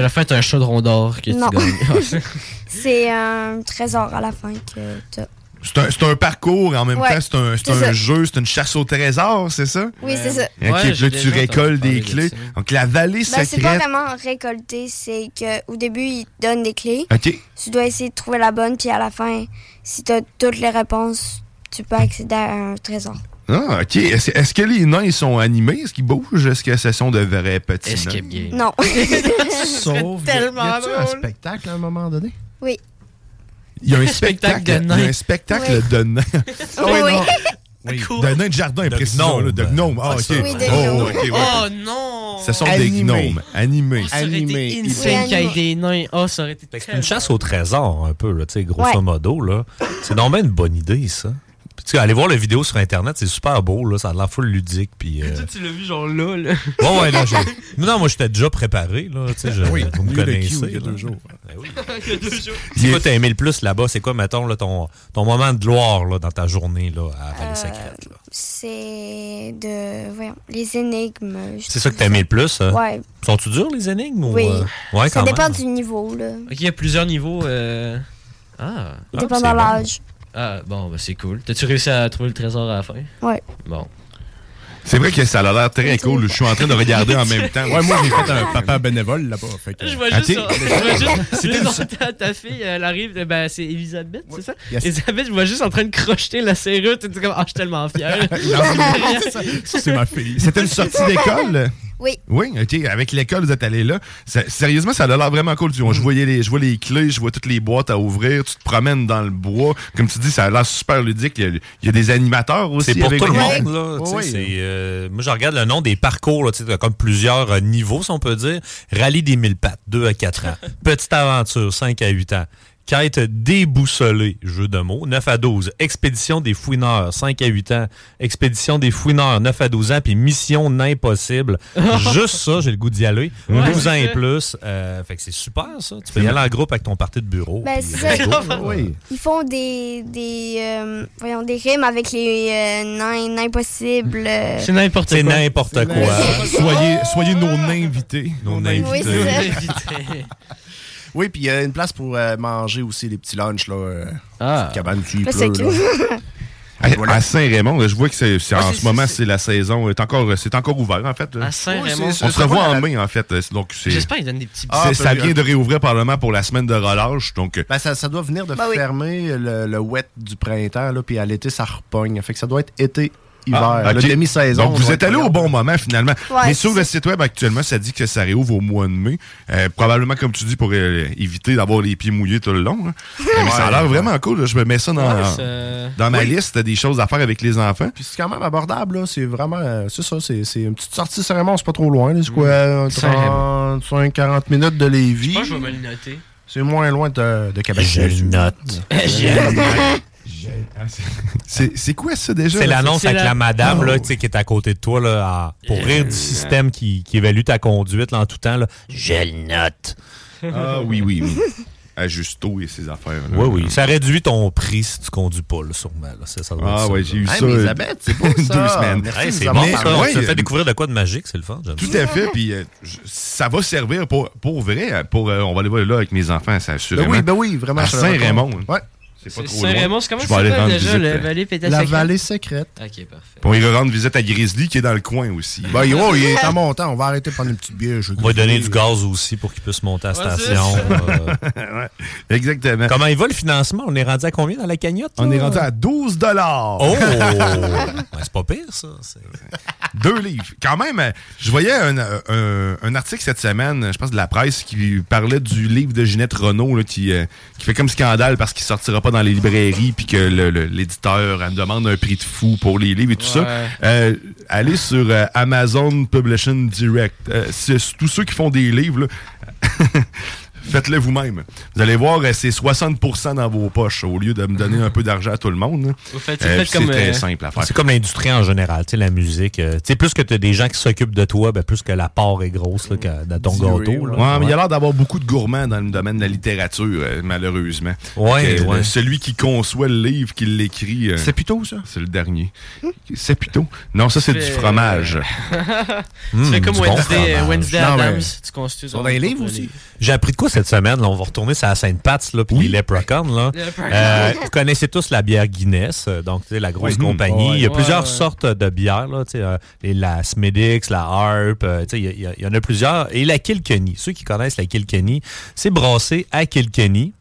Speaker 7: à la fin, t'as un chaudron d'or que
Speaker 15: Non.
Speaker 7: tu Ah, gagnes.
Speaker 15: C'est un trésor à la fin que t'as.
Speaker 8: C'est un, c'est un parcours, en même
Speaker 15: Ouais,
Speaker 8: temps, c'est un, c'est
Speaker 15: c'est
Speaker 8: un
Speaker 15: ça.
Speaker 8: jeu, c'est une chasse au trésor, c'est ça?
Speaker 15: Oui, c'est ça.
Speaker 8: OK,
Speaker 15: Ouais,
Speaker 8: puis
Speaker 15: j'ai
Speaker 8: là, tu
Speaker 15: déjà
Speaker 8: récoltes
Speaker 15: entendu
Speaker 8: des
Speaker 15: parler de
Speaker 8: clés. Donc, la vallée
Speaker 15: Ben, c'est pas
Speaker 8: secrète.
Speaker 15: vraiment récolté, c'est qu'au début, ils te donnent des clés.
Speaker 8: OK.
Speaker 15: Tu dois essayer de trouver la bonne, puis à la fin, si t'as toutes les réponses, tu peux accéder à un trésor.
Speaker 8: Ah, OK. Est-ce est-ce que les nains, ils sont animés? Est-ce qu'ils bougent? Est-ce que ce sont de vrais petits nains?
Speaker 15: Non.
Speaker 10: Sauf.
Speaker 15: C'est tellement
Speaker 10: y a-tu un
Speaker 15: drôle.
Speaker 10: spectacle à un moment donné?
Speaker 15: Oui.
Speaker 8: Il y a un
Speaker 10: Un
Speaker 8: spectacle,
Speaker 10: spectacle de
Speaker 8: Il y a
Speaker 10: nains.
Speaker 8: un spectacle de nains. Ah
Speaker 15: Oui.
Speaker 8: non. De nains de jardin, précisément. là, De gnomes. Ah,
Speaker 10: Ah,
Speaker 8: OK.
Speaker 10: ça. Oui, des
Speaker 8: Oh,
Speaker 10: gnomes.
Speaker 8: OK, ouais.
Speaker 7: Oh non!
Speaker 8: Ce sont des
Speaker 7: Animés.
Speaker 8: gnomes. Animés.
Speaker 7: Ça aurait été insane qu'il y ait des nains. Oh, ça aurait été
Speaker 9: C'est une chasse au trésor, un peu, là, tu sais, grosso
Speaker 7: Ouais.
Speaker 9: modo. là. C'est donc bien une bonne idée, ça. Puis, tu sais, allez voir la vidéo sur Internet, c'est super beau, là, ça a l'air full ludique. Puis, euh,
Speaker 7: Tu l'as vu genre là, là.
Speaker 9: Ouais, ouais, non, j'ai- Ben non, moi, j'étais déjà préparé, là, tu sais, je-
Speaker 7: Oui,
Speaker 9: vous me
Speaker 7: lui, le
Speaker 9: connaissez.
Speaker 7: Q, il y a
Speaker 9: là.
Speaker 7: deux jours.
Speaker 9: Ben oui.
Speaker 7: Il y a deux jours.
Speaker 9: C'est quoi t'as aimé le plus là-bas? C'est quoi, mettons, là, ton, ton moment de gloire là, dans ta journée là, à
Speaker 15: Euh,
Speaker 9: Valley Sacrée?
Speaker 15: C'est de. Voyons, les énigmes. je
Speaker 9: C'est ça que
Speaker 15: trouve
Speaker 9: t'as aimé le plus? hein?
Speaker 15: Ouais.
Speaker 9: Sont-tu durs, les énigmes?
Speaker 15: Oui.
Speaker 9: Ou, euh, Ouais,
Speaker 15: ça
Speaker 9: quand
Speaker 15: dépend
Speaker 9: même.
Speaker 15: du niveau, là.
Speaker 7: Ok, il y a plusieurs niveaux. euh, Ah.
Speaker 15: Il dépend de l'âge.
Speaker 7: Ah, bon, bah, c'est cool. T'as-tu réussi à trouver le trésor à la fin?
Speaker 15: Ouais.
Speaker 7: Bon.
Speaker 8: C'est vrai que ça a l'air très cool. Je suis en train de regarder en même temps.
Speaker 10: Ouais, moi, j'ai fait un papa bénévole là-bas. fait que-
Speaker 7: Je vois
Speaker 8: Ah,
Speaker 7: juste
Speaker 8: t'es-
Speaker 7: ça. Je vois juste-
Speaker 10: C'était
Speaker 7: je
Speaker 10: une-
Speaker 7: vois ta, ta fille, elle arrive, de- ben, c'est Elisabeth, c'est ça?
Speaker 10: Yes.
Speaker 7: Elisabeth, je vois juste en train de crocheter la serrure, t'es comme, ah, je suis tellement fier.
Speaker 8: C'est ma fille. C'était une sortie d'école?
Speaker 15: Oui.
Speaker 8: Oui, OK. Avec l'école, vous êtes allé là. Ça- sérieusement, ça a l'air vraiment cool. Tu vois, Je, voyais les, je vois les clés, je vois toutes les boîtes à ouvrir. Tu te promènes dans le bois. Comme tu dis, ça a l'air super ludique. Il y a, il y a des animateurs aussi.
Speaker 9: C'est pour
Speaker 8: avec
Speaker 9: tout le
Speaker 8: vous.
Speaker 9: monde. Là, tu sais,
Speaker 8: Oui.
Speaker 9: c'est, euh, moi, je regarde le nom des parcours. Là, tu sais, t'as comme plusieurs euh, niveaux, si on peut dire. Rallye des mille pattes, 2 à 4 ans. Petite aventure, 5 à 8 ans. Quête déboussolée, jeu de mots, 9 à 12. Expédition des fouineurs, 5 à 8 ans. Expédition des fouineurs, 9 à 12 ans. Puis mission impossible. Juste ça, j'ai le goût d'y aller.
Speaker 8: Ouais,
Speaker 9: 12 ans
Speaker 8: c'est
Speaker 9: et
Speaker 8: ça.
Speaker 9: plus. euh, fait que c'est super, ça. Tu peux y aller en groupe avec ton parti de bureau.
Speaker 15: Ben,
Speaker 9: puis,
Speaker 15: c'est
Speaker 9: euh,
Speaker 15: ça.
Speaker 9: let's go, là.
Speaker 15: Ils font des. des euh, voyons, des rimes avec les euh, nains impossibles. euh.
Speaker 7: C'est n'importe quoi.
Speaker 9: C'est n'importe quoi.
Speaker 8: Soyez, soyez nos invités.
Speaker 9: Nos
Speaker 15: Oui,
Speaker 9: invités.
Speaker 8: euh,
Speaker 15: c'est ça.
Speaker 10: Oui, puis il y a une place pour euh, manger aussi les petits lunchs, là. euh,
Speaker 9: Ah.
Speaker 10: petite cabane, tu y
Speaker 15: Là, c'est
Speaker 10: pleures,
Speaker 15: cool.
Speaker 10: là.
Speaker 8: À, à Saint-Raymond, je vois que c'est, c'est-
Speaker 10: Ah,
Speaker 8: en
Speaker 10: c'est-
Speaker 8: ce moment, c'est la saison. est encore, euh, c'est encore ouvert, en fait.
Speaker 7: À Saint-Raymond.
Speaker 8: On
Speaker 7: c'est-
Speaker 8: se
Speaker 7: c'est
Speaker 8: revoit
Speaker 7: pas
Speaker 8: en
Speaker 7: la-
Speaker 8: mai, en fait. Donc, c'est,
Speaker 7: J'espère qu'ils donnent des petits
Speaker 8: c'est- ça vient de réouvrir Parlement pour la semaine de relâche. Donc, euh,
Speaker 10: Ben, ça, ça doit venir de
Speaker 15: Bah
Speaker 7: Ben oui.
Speaker 10: fermer le, le wet du printemps, là, puis à l'été, ça repogne. Fait que ça doit être été. Hiver,
Speaker 8: Ah,
Speaker 10: là,
Speaker 8: ok.
Speaker 10: demi-saison.
Speaker 8: Donc,
Speaker 10: doit
Speaker 8: vous
Speaker 10: être
Speaker 8: êtes allé au bon moment, finalement.
Speaker 10: Ouais,
Speaker 8: Mais sur
Speaker 10: c'est
Speaker 8: le site web, actuellement, ça dit que ça réouvre au mois de mai. Euh, probablement, comme tu dis, pour euh, éviter d'avoir les pieds mouillés tout le long. hein. Euh, mais ça a l'air vraiment cool. là. Je me mets ça dans,
Speaker 10: Ouais, c'est-
Speaker 8: dans ma
Speaker 10: Oui.
Speaker 8: liste des choses à faire avec les enfants.
Speaker 10: Puis c'est quand même abordable, là. C'est vraiment. euh, c'est ça, c'est c'est une petite sortie, c'est vraiment, c'est pas trop loin, là. C'est quoi,
Speaker 8: Mmh.
Speaker 10: euh,
Speaker 7: Saint-Raymond.
Speaker 10: 35, 40 minutes de
Speaker 7: Je
Speaker 10: Lévis.
Speaker 7: pense que je vais me le noter.
Speaker 10: C'est moins loin de, de Québec.
Speaker 9: Je le note.
Speaker 8: C'est c'est quoi ça déjà?
Speaker 9: C'est
Speaker 8: là?
Speaker 9: l'annonce
Speaker 8: C'est
Speaker 9: avec
Speaker 8: la-
Speaker 9: la, madame
Speaker 8: Oh.
Speaker 9: là, tu sais, qui est à côté de toi là, à- pour
Speaker 10: Euh,
Speaker 9: rire du système qui, qui évalue ta conduite là, en tout temps. Là. Je le note.
Speaker 8: Ah oui, oui, oui. À Justo et ses affaires. là.
Speaker 9: Oui, oui. Ça réduit ton prix si tu conduis pas, là, sûrement. là. C'est- Ça, doit
Speaker 8: Ah
Speaker 9: être
Speaker 8: ouais,
Speaker 9: ça,
Speaker 8: j'ai eu
Speaker 9: là.
Speaker 8: ça, euh, deux semaines.
Speaker 9: Hey, c'est
Speaker 8: Mais-
Speaker 9: bon, ça.
Speaker 8: Ouais,
Speaker 9: Ça
Speaker 8: euh,
Speaker 9: fait découvrir de quoi de magique, c'est le fun. j'aime
Speaker 8: Tout
Speaker 9: ça.
Speaker 8: à fait, puis euh, j- ça va servir pour, pour vrai. Pour, euh, on va aller voir là avec mes enfants, ça assurément.
Speaker 10: Ben oui, ben oui, vraiment.
Speaker 8: À
Speaker 10: je te le recommande.
Speaker 8: Saint-Raymond.
Speaker 10: Ouais.
Speaker 8: C'est pas trop
Speaker 7: Saint-Raymond,
Speaker 8: loin.
Speaker 7: c'est comment
Speaker 8: Je
Speaker 7: ça
Speaker 8: vais aller
Speaker 7: s'appelle
Speaker 8: rendre
Speaker 7: déjà,
Speaker 8: visite,
Speaker 7: le
Speaker 8: euh,
Speaker 7: vallée pétasée?
Speaker 10: La vallée secrète.
Speaker 7: Ok, parfait.
Speaker 8: Pour y rendre visite à Grizzly qui est dans le coin aussi.
Speaker 10: Ben, yo, il
Speaker 7: Ah,
Speaker 10: est en montant. On va arrêter de prendre une petite bière.
Speaker 9: On va lui donner du gaz aussi pour qu'il puisse monter à la
Speaker 10: Ouais, c'est
Speaker 9: station. euh.
Speaker 10: ça.
Speaker 8: Exactement.
Speaker 9: Comment il va le financement? On est rendu à combien dans la cagnotte?
Speaker 8: On
Speaker 9: là?
Speaker 8: est rendu à 12
Speaker 9: Oh! Ben, c'est pas pire, ça. C'est-
Speaker 8: Deux livres. Quand même, euh, je voyais un, euh, un- un article cette semaine, je pense de la presse, qui parlait du livre de Ginette Renault là, qui, euh, qui fait comme scandale parce qu'il sortira pas dans les librairies puis que le- le- l'éditeur elle me demande un prix de fou pour les livres et tout
Speaker 7: Ouais.
Speaker 8: ça. Euh, allez sur euh, Amazon Publishing Direct. Euh, c'est- c'est tous ceux qui font des livres, là, faites-le vous-même. Vous allez voir, euh, c'est 60 dans vos poches au lieu de me donner un peu d'argent à tout le monde. là.
Speaker 9: Vous
Speaker 7: faites-
Speaker 9: vous faites
Speaker 8: puis c'est
Speaker 9: comme,
Speaker 8: très
Speaker 9: euh,
Speaker 8: simple à faire.
Speaker 9: C'est comme l'industrie en général, tu sais, la musique. euh, tu sais, plus que tu as des gens qui s'occupent de toi, ben, plus que la part est grosse là, que- dans ton gâteau. là.
Speaker 8: Ouais, mais il y
Speaker 9: Ouais.
Speaker 8: a l'air d'avoir beaucoup de gourmands dans le domaine de la littérature, euh, malheureusement.
Speaker 9: Ouais,
Speaker 8: Donc, euh,
Speaker 9: ouais.
Speaker 8: le- Celui qui conçoit le livre, qui l'écrit.
Speaker 10: C'est
Speaker 8: plutôt ça? C'est le dernier. C'est plutôt. Non, ça, c'est du fromage.
Speaker 9: Hmm,
Speaker 7: tu
Speaker 8: Mm,
Speaker 7: fais comme
Speaker 8: du bon
Speaker 7: Wednesday, euh,
Speaker 8: fromage.
Speaker 7: Wednesday
Speaker 8: Non, mais-
Speaker 7: Adams, tu construis ton- ton livre.
Speaker 9: J'ai appris de quoi cette semaine? là? on va retourner sur la Sainte-Pat's, là, puis les Leprechauns, là.
Speaker 7: Leprechaun.
Speaker 9: Euh, vous connaissez tous la bière Guinness, euh, donc, tu sais, la grosse
Speaker 8: Mhm.
Speaker 9: compagnie.
Speaker 8: Ouais.
Speaker 9: Il y a
Speaker 8: Ouais,
Speaker 9: plusieurs
Speaker 8: ouais.
Speaker 9: sortes de bières, là, tu sais, euh, les- la Smedix, la Harp, euh, tu sais, il y a- il y, a- il y en a plusieurs. Et la Kilkenny. Ceux qui connaissent la Kilkenny, c'est brassé à Kilkenny,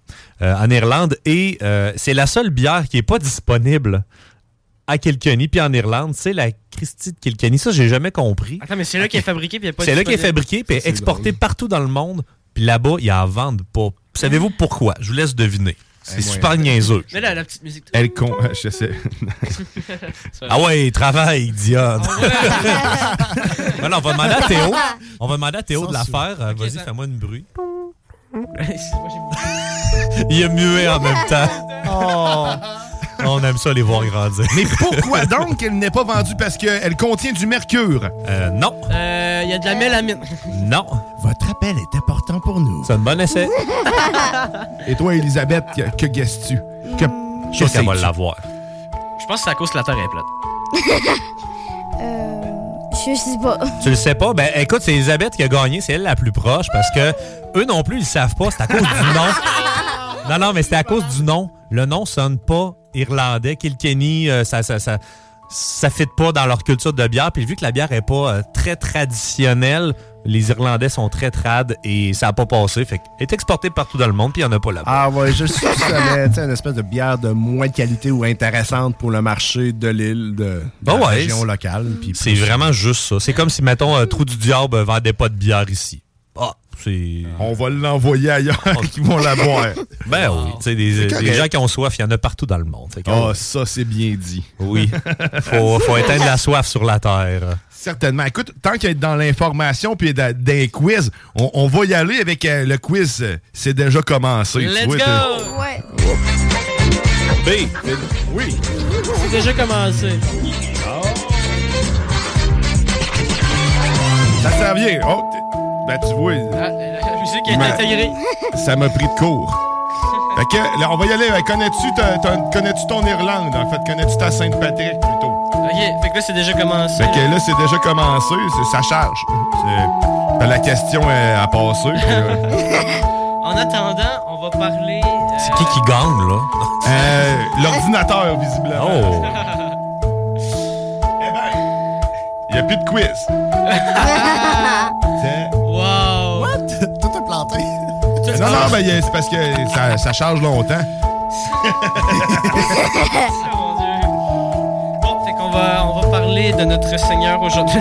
Speaker 9: euh, en Irlande, et euh, c'est la seule bière qui n'est pas disponible à Kilkenny, puis en Irlande, c'est la Christie de Kilkenny. Ça, j'ai jamais compris.
Speaker 7: Attends, mais c'est là qu'il est fabriqué, puis il y a pas
Speaker 9: C'est là
Speaker 7: disponible.
Speaker 9: qu'il est fabriqué puis
Speaker 7: Ça, c'est
Speaker 9: exporté partout dans le monde. Puis là-bas, ils en vendent pas. Savez-vous pourquoi? Je vous laisse deviner. C'est
Speaker 8: Eh, moi,
Speaker 9: super niaiseux.
Speaker 7: Mais là, la petite musique.
Speaker 8: Elle con. Je sais.
Speaker 9: Ah ouais, il travaille, Dion.
Speaker 7: Ah
Speaker 9: Voilà, on va demander à Théo. On va demander à Théo de la
Speaker 7: Censure.
Speaker 9: faire. Euh,
Speaker 7: Ok,
Speaker 9: Vas-y,
Speaker 7: ça-
Speaker 9: fais-moi une bruit.
Speaker 7: Excuse-moi, j'ai-
Speaker 9: Il est muet en même temps. On aime ça les voir grandir.
Speaker 8: Mais pourquoi donc elle n'est pas vendue parce qu'elle contient du mercure?
Speaker 9: Euh, non.
Speaker 7: Euh, Il y a de la mélamine.
Speaker 9: Non.
Speaker 8: Votre appel est important pour nous.
Speaker 9: C'est un bon essai.
Speaker 8: Et toi, Elisabeth, que, que guesses-tu? Que,
Speaker 9: Je suis sûr qu'elle va
Speaker 8: sais-tu?
Speaker 9: l'avoir.
Speaker 7: Je pense que c'est à cause que la terre est plate.
Speaker 15: Euh, je sais pas.
Speaker 9: Tu le sais pas? Ben écoute, c'est Elisabeth qui a gagné, c'est elle la plus proche parce que eux non plus, ils le savent pas, c'est à cause du nom. Non, non, mais c'est à cause du nom. Le nom sonne pas irlandais. Kilkenny, euh, ça, ça, ça, ça fit pas dans leur culture de bière. Puis vu que la bière est pas euh, très traditionnelle, les Irlandais sont très trad et ça a pas passé. Fait que est exporté partout dans le monde, puis il y en a pas là-bas.
Speaker 10: Ah ouais, je soupçonnais tu sais, une espèce de bière de moins de qualité ou intéressante pour le marché de l'île, de, de
Speaker 9: Bah
Speaker 10: la
Speaker 9: ouais,
Speaker 10: région
Speaker 9: c'est-
Speaker 10: locale. puis
Speaker 9: C'est
Speaker 10: plus.
Speaker 9: vraiment juste ça. C'est comme si, mettons, euh, Trou du Diable euh, vendait pas de bière ici. Ah, c'est.
Speaker 8: On va l'envoyer ailleurs qui vont la boire.
Speaker 9: Ben oui, tu sais, des,
Speaker 8: hein. correct.
Speaker 9: des gens qui ont soif, il y en a partout dans le monde. Fait que-
Speaker 8: Ah, ça, c'est bien dit.
Speaker 9: Oui. Faut, faut éteindre la soif sur la terre.
Speaker 8: Certainement. Écoute, tant qu'à être dans l'information puis dans des quiz, on, on va y aller avec euh, le quiz. euh, C'est déjà commencé. tu
Speaker 7: Let's
Speaker 8: vois, t'es-
Speaker 7: go!
Speaker 15: Ouais.
Speaker 8: B. Oui.
Speaker 7: C'est déjà commencé.
Speaker 8: Ça s'en vient. Oh, t- ben, tu vois.
Speaker 7: La musique est
Speaker 8: Ma-
Speaker 7: intégrée.
Speaker 8: Ça m'a pris de court. Fait que, là, on va y aller. Euh, Connais-tu ta- ta- connais-tu ton Irlande, en fait? Connais-tu ta Sainte-Patrick, plutôt?
Speaker 7: Ok, fait que là, c'est déjà commencé.
Speaker 8: Fait que là, c'est déjà commencé. c'est- Ça charge. C'est- ben, La question est à passer. puis, euh,
Speaker 7: En attendant, on va parler.
Speaker 9: C'est qui qui gagne, là?
Speaker 8: euh, L'ordinateur, visiblement.
Speaker 9: Oh!
Speaker 8: Il n'y ben, a plus de quiz. C'est-
Speaker 7: Wow!
Speaker 10: What? Tout est planté.
Speaker 8: Non, non, ben, il y a- c'est parce que ça, ça charge longtemps.
Speaker 7: Bon, fait qu'on va, on va parler de notre Seigneur aujourd'hui.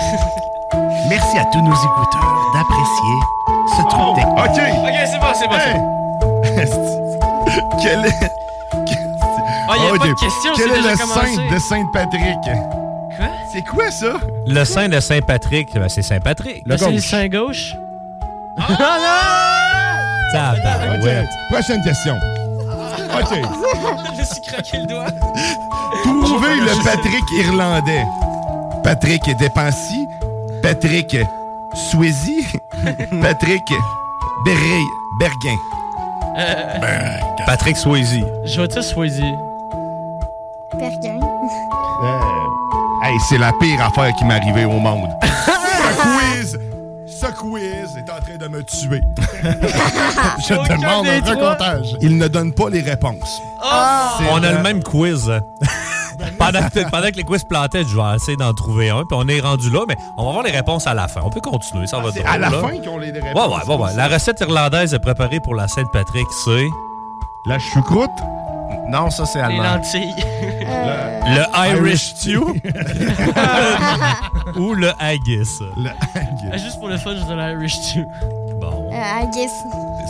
Speaker 11: Merci à tous nos écouteurs d'apprécier ce truc technique.
Speaker 8: Ah OK!
Speaker 7: Ok, c'est bon, c'est bon. c'est bon.
Speaker 8: Quel est. Oh,
Speaker 7: Ah, y a
Speaker 8: OK.
Speaker 7: pas de question,
Speaker 8: Quel
Speaker 7: c'est
Speaker 8: est
Speaker 7: déjà
Speaker 8: le
Speaker 7: commencé.
Speaker 8: saint de Sainte-Patrick? Quoi? C'est quoi ça?
Speaker 9: Le saint de Saint-Patrick, ben, c'est Saint-Patrick.
Speaker 7: Là, c'est le sein gauche. Ah
Speaker 9: Tabarouette.
Speaker 8: Prochaine question. OK.
Speaker 7: Je me suis craqué le doigt.
Speaker 8: Trouvez le Patrick irlandais. Patrick Dépensy. Patrick Souezy. Patrick Berry. Berguin.
Speaker 7: Euh,
Speaker 11: Ben.
Speaker 9: Patrick Swayze.
Speaker 7: je vais te choisir.
Speaker 15: Perquin.
Speaker 8: Euh, Hey, c'est la pire affaire qui m'est arrivée au monde. ce quiz, ce quiz est en train de me tuer. Je
Speaker 10: Ah, Aucun
Speaker 8: demande
Speaker 10: des
Speaker 8: un
Speaker 10: trois. Ah.
Speaker 8: recomptage. Il ne donne pas les réponses.
Speaker 7: Oh!
Speaker 8: C'est
Speaker 9: On a
Speaker 8: la-
Speaker 9: le même quiz. pendant, que, pendant que les quiz plantaient, je vais essayer d'en trouver un. Puis on est rendu là, mais on va voir les réponses à la fin. On peut continuer, ça va
Speaker 8: Ah, C'est
Speaker 9: drôle,
Speaker 8: à la
Speaker 9: là.
Speaker 8: fin qu'on les
Speaker 9: Ouais,
Speaker 8: réponses.
Speaker 9: ouais, ouais, ouais. La recette irlandaise préparée pour la Sainte-Patrick, c'est.
Speaker 8: La choucroute?
Speaker 10: Non, ça, c'est
Speaker 7: Les
Speaker 10: allemand.
Speaker 7: lentilles.
Speaker 15: Euh.
Speaker 9: Le Irish stew? Ou le haggis?
Speaker 8: Le
Speaker 7: Ah, Juste pour le fun, je donne l'Irish stew.
Speaker 9: Bon.
Speaker 15: Euh, I guess.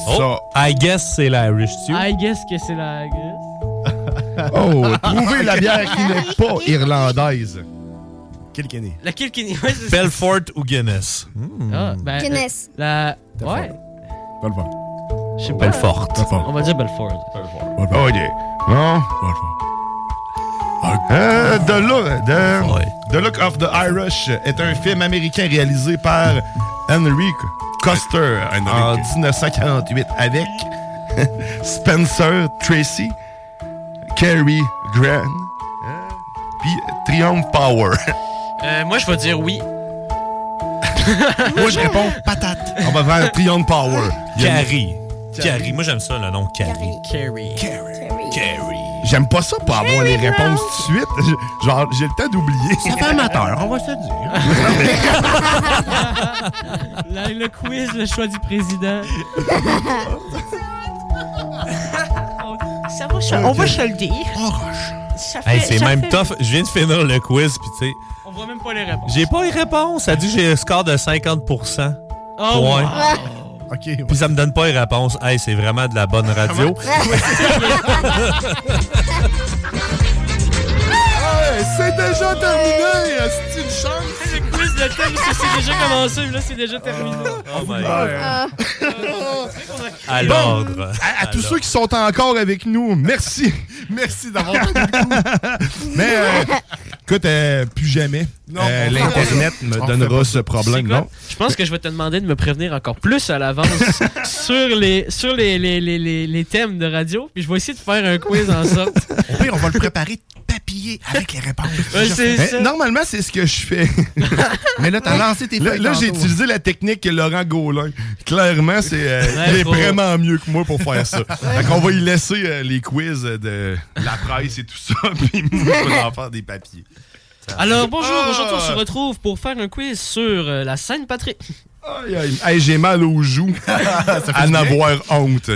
Speaker 9: Oh, I guess c'est l'Irish stew.
Speaker 7: I guess que c'est la guess.
Speaker 8: Oh, trouvez la bière qui n'est pas irlandaise. Kilkenny.
Speaker 7: Laquelle qui ouais, c'est ça.
Speaker 9: Belfort ou Guinness? Hmm.
Speaker 7: Ah, ben, euh,
Speaker 15: Guinness.
Speaker 7: La. Ouais.
Speaker 8: Belfort.
Speaker 7: Je sais pas.
Speaker 9: Belfort.
Speaker 7: On va dire Belfort.
Speaker 8: Oh, yeah. Non? Euh, the, Look, the, The Look of the Irish est un film américain réalisé par Henry Custer en 1948 avec Spencer Tracy, Cary Grant, hein, puis Triumph Power.
Speaker 7: Euh, moi, je vais dire oui.
Speaker 8: Moi, je réponds patate. On va faire Triumph Power. Il y a une-
Speaker 9: Carrie. Carrie. Moi, j'aime ça, le nom Carrie.
Speaker 7: Carrie.
Speaker 9: Carrie.
Speaker 8: J'aime pas ça pour avoir les réponses tout de suite. Genre, j'ai le temps d'oublier.
Speaker 11: Ça fait amateur, on va se le dire.
Speaker 7: La- le quiz, le choix du président.
Speaker 16: Ça va, ça- on va se le dire. Ça fait-
Speaker 9: Oh, Hey, c'est
Speaker 16: ça
Speaker 9: même
Speaker 16: fait-
Speaker 9: tough. Je viens de finir le quiz, puis tu sais.
Speaker 7: On voit même pas les réponses.
Speaker 9: J'ai pas les réponses. Ça dit que j'ai un score de 50
Speaker 7: Oh,
Speaker 9: Point.
Speaker 7: wow.
Speaker 8: OK.
Speaker 9: Puis ça me donne pas les réponses. Hey, c'est vraiment de la bonne radio.
Speaker 8: Hey, c'est déjà terminé! C'est une chance!
Speaker 7: Le quiz de thème, ça c'est déjà commencé, mais là c'est déjà terminé.
Speaker 9: Oh my
Speaker 8: Ah.
Speaker 9: À
Speaker 8: Bon,
Speaker 9: l'ordre.
Speaker 8: à, à tous ceux qui sont encore avec nous, merci. Merci d'avoir tenu le coup. Mais euh, écoute, euh, plus jamais. Euh,
Speaker 7: on
Speaker 8: L'Internet
Speaker 7: fait pas ça.
Speaker 8: me
Speaker 7: On fait
Speaker 8: donnera
Speaker 7: pas
Speaker 8: ce
Speaker 7: ça.
Speaker 8: problème,
Speaker 7: Tu sais quoi?
Speaker 8: non?
Speaker 7: Je pense que je vais te demander de me prévenir encore plus à l'avance sur, les, sur les, les, les, les, les thèmes de radio, puis je vais essayer de faire un quiz en sorte.
Speaker 10: Au pire, on va le préparer papillé avec les réponses.
Speaker 7: Ouais, c'est
Speaker 8: Mais
Speaker 7: ça.
Speaker 8: Normalement, c'est ce que je fais. Mais là,
Speaker 10: t'as lancé tes
Speaker 8: Là,
Speaker 10: feuilles
Speaker 8: j'ai
Speaker 10: tantôt.
Speaker 8: utilisé la technique que Laurent Gaulin. Clairement, c'est, euh,
Speaker 10: Ouais,
Speaker 8: il est
Speaker 10: faut-
Speaker 8: vraiment mieux que moi pour faire ça. fait qu'on va y laisser euh, les quiz de la presse et tout ça, puis moi, je vais en faire des papiers.
Speaker 7: Alors bonjour,
Speaker 8: Ah!
Speaker 7: aujourd'hui on se retrouve pour faire un quiz sur euh, la scène patrie.
Speaker 8: Aïe, aïe. Hey, j'ai mal aux joues. à en avoir honte.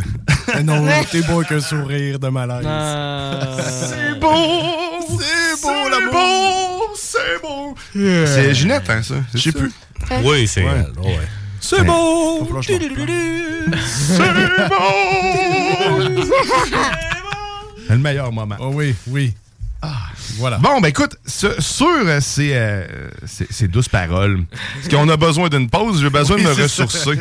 Speaker 10: non, Oh, t'es beau qu'un sourire de malaise.
Speaker 8: C'est beau! C'est beau, la beau! C'est beau! C'est Ginette, hein, ça? Je sais plus.
Speaker 9: Oui, c'est
Speaker 8: Ouais.
Speaker 9: elle, oh ouais.
Speaker 8: C'est beau! C'est Le meilleur moment. Oh oui, oui. voilà. Bon, ben écoute, ce- sur euh, ces, euh, ces- ces douces paroles, parce qu'on a besoin d'une pause, j'ai besoin de me ressourcer.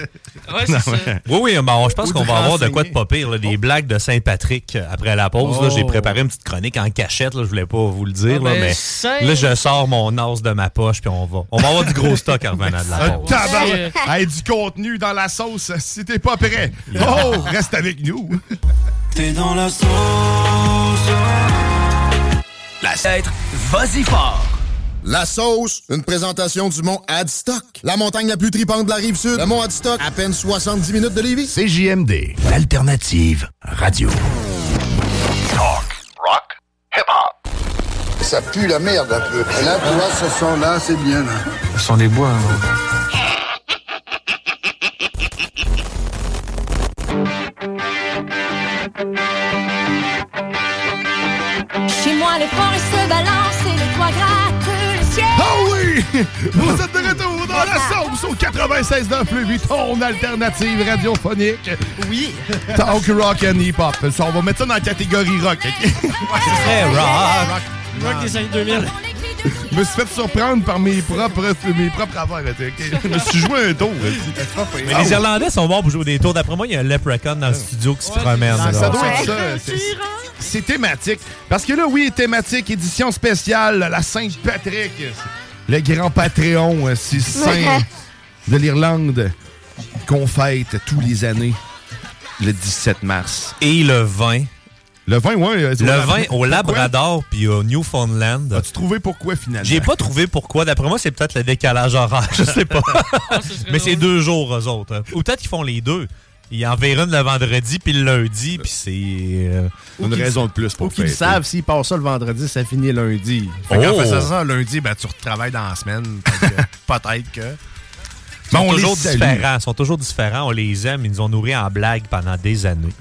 Speaker 8: Non, ouais.
Speaker 9: Oui, oui, ben, on- je pense
Speaker 8: Ou
Speaker 9: qu'on
Speaker 8: de
Speaker 9: va avoir de quoi de
Speaker 8: renseigner.
Speaker 9: pas pire. là, des blagues de Saint-Patrick euh, après la pause. là. J'ai
Speaker 8: Oh.
Speaker 9: préparé une petite chronique en cachette. Là, je voulais pas vous le dire.
Speaker 8: Ah,
Speaker 9: là,
Speaker 8: ben,
Speaker 9: mais
Speaker 8: Saint-
Speaker 9: là, je sors mon os de ma poche puis on va. On va avoir du gros stock en revenant de la
Speaker 8: Ah,
Speaker 9: pause.
Speaker 8: tabarnak! Hey, du contenu dans la sauce, si t'es pas prêt. Oh, reste avec nous.
Speaker 4: T'es dans la sauce.
Speaker 12: La scène, vas-y fort.
Speaker 3: La sauce, une présentation du mont Adstock, la montagne la plus tripante de la rive sud. Le mont Adstock, à peine 70 minutes de Lévis.
Speaker 11: CJMD, l'alternative radio.
Speaker 14: Talk, rock, hip-hop. Ça pue la merde un peu. Et là, tu vois, ce son-là, c'est bien. Là.
Speaker 12: Ce sont des bois, hein.
Speaker 17: Chez moi, les forêts se balancent et le toit gratte le ciel.
Speaker 8: Oh oui! Vous êtes de retour dans la sauce au 96 plus 8, ton alternative radiophonique. Oui. Talk rock and hip hop. Ça, on va mettre ça dans la catégorie rock. ok?
Speaker 9: Très rock.
Speaker 7: Rock des années 2000.
Speaker 8: Je me suis fait surprendre par mes propres, mes propres affaires. ok? Je me suis joué un tour. ok?
Speaker 9: Mais les Irlandais sont bons pour jouer des tours. D'après moi, il y a un leprechaun dans le studio qui se promène.
Speaker 8: Ça,
Speaker 9: là.
Speaker 8: ça doit être ça. C'est- C'est thématique. Parce que là, oui, thématique, édition spéciale, la Saint-Patrick. Le grand Patreon, euh, c'est saint de l'Irlande qu'on fête tous les années le 17 mars.
Speaker 9: Et le vin.
Speaker 8: Le vin, ouais. euh,
Speaker 9: Le vin
Speaker 8: Pourquoi?
Speaker 9: au Labrador puis au Newfoundland.
Speaker 8: As-tu trouvé pourquoi finalement?
Speaker 9: J'ai pas trouvé pourquoi. D'après moi, c'est peut-être le décalage horaire. Je sais pas. Mais c'est deux jours, eux autres. hein. Ou peut-être qu'ils font les deux. Ils enverront le vendredi puis le lundi, puis c'est. euh,
Speaker 8: Une raison de plus
Speaker 10: Faut
Speaker 9: pour
Speaker 10: qu'ils le
Speaker 9: fêter.
Speaker 10: savent, s'ils passent ça le vendredi, ça finit lundi. Fait qu'en
Speaker 9: Oh!
Speaker 10: faisant ça lundi, ben, tu retravailles dans la semaine. Fait que Peut-être que.
Speaker 9: Ils sont
Speaker 10: on les
Speaker 9: toujours
Speaker 10: salue.
Speaker 9: différents. Ils sont toujours différents. On les aime. Ils nous ont nourris en blagues pendant des années.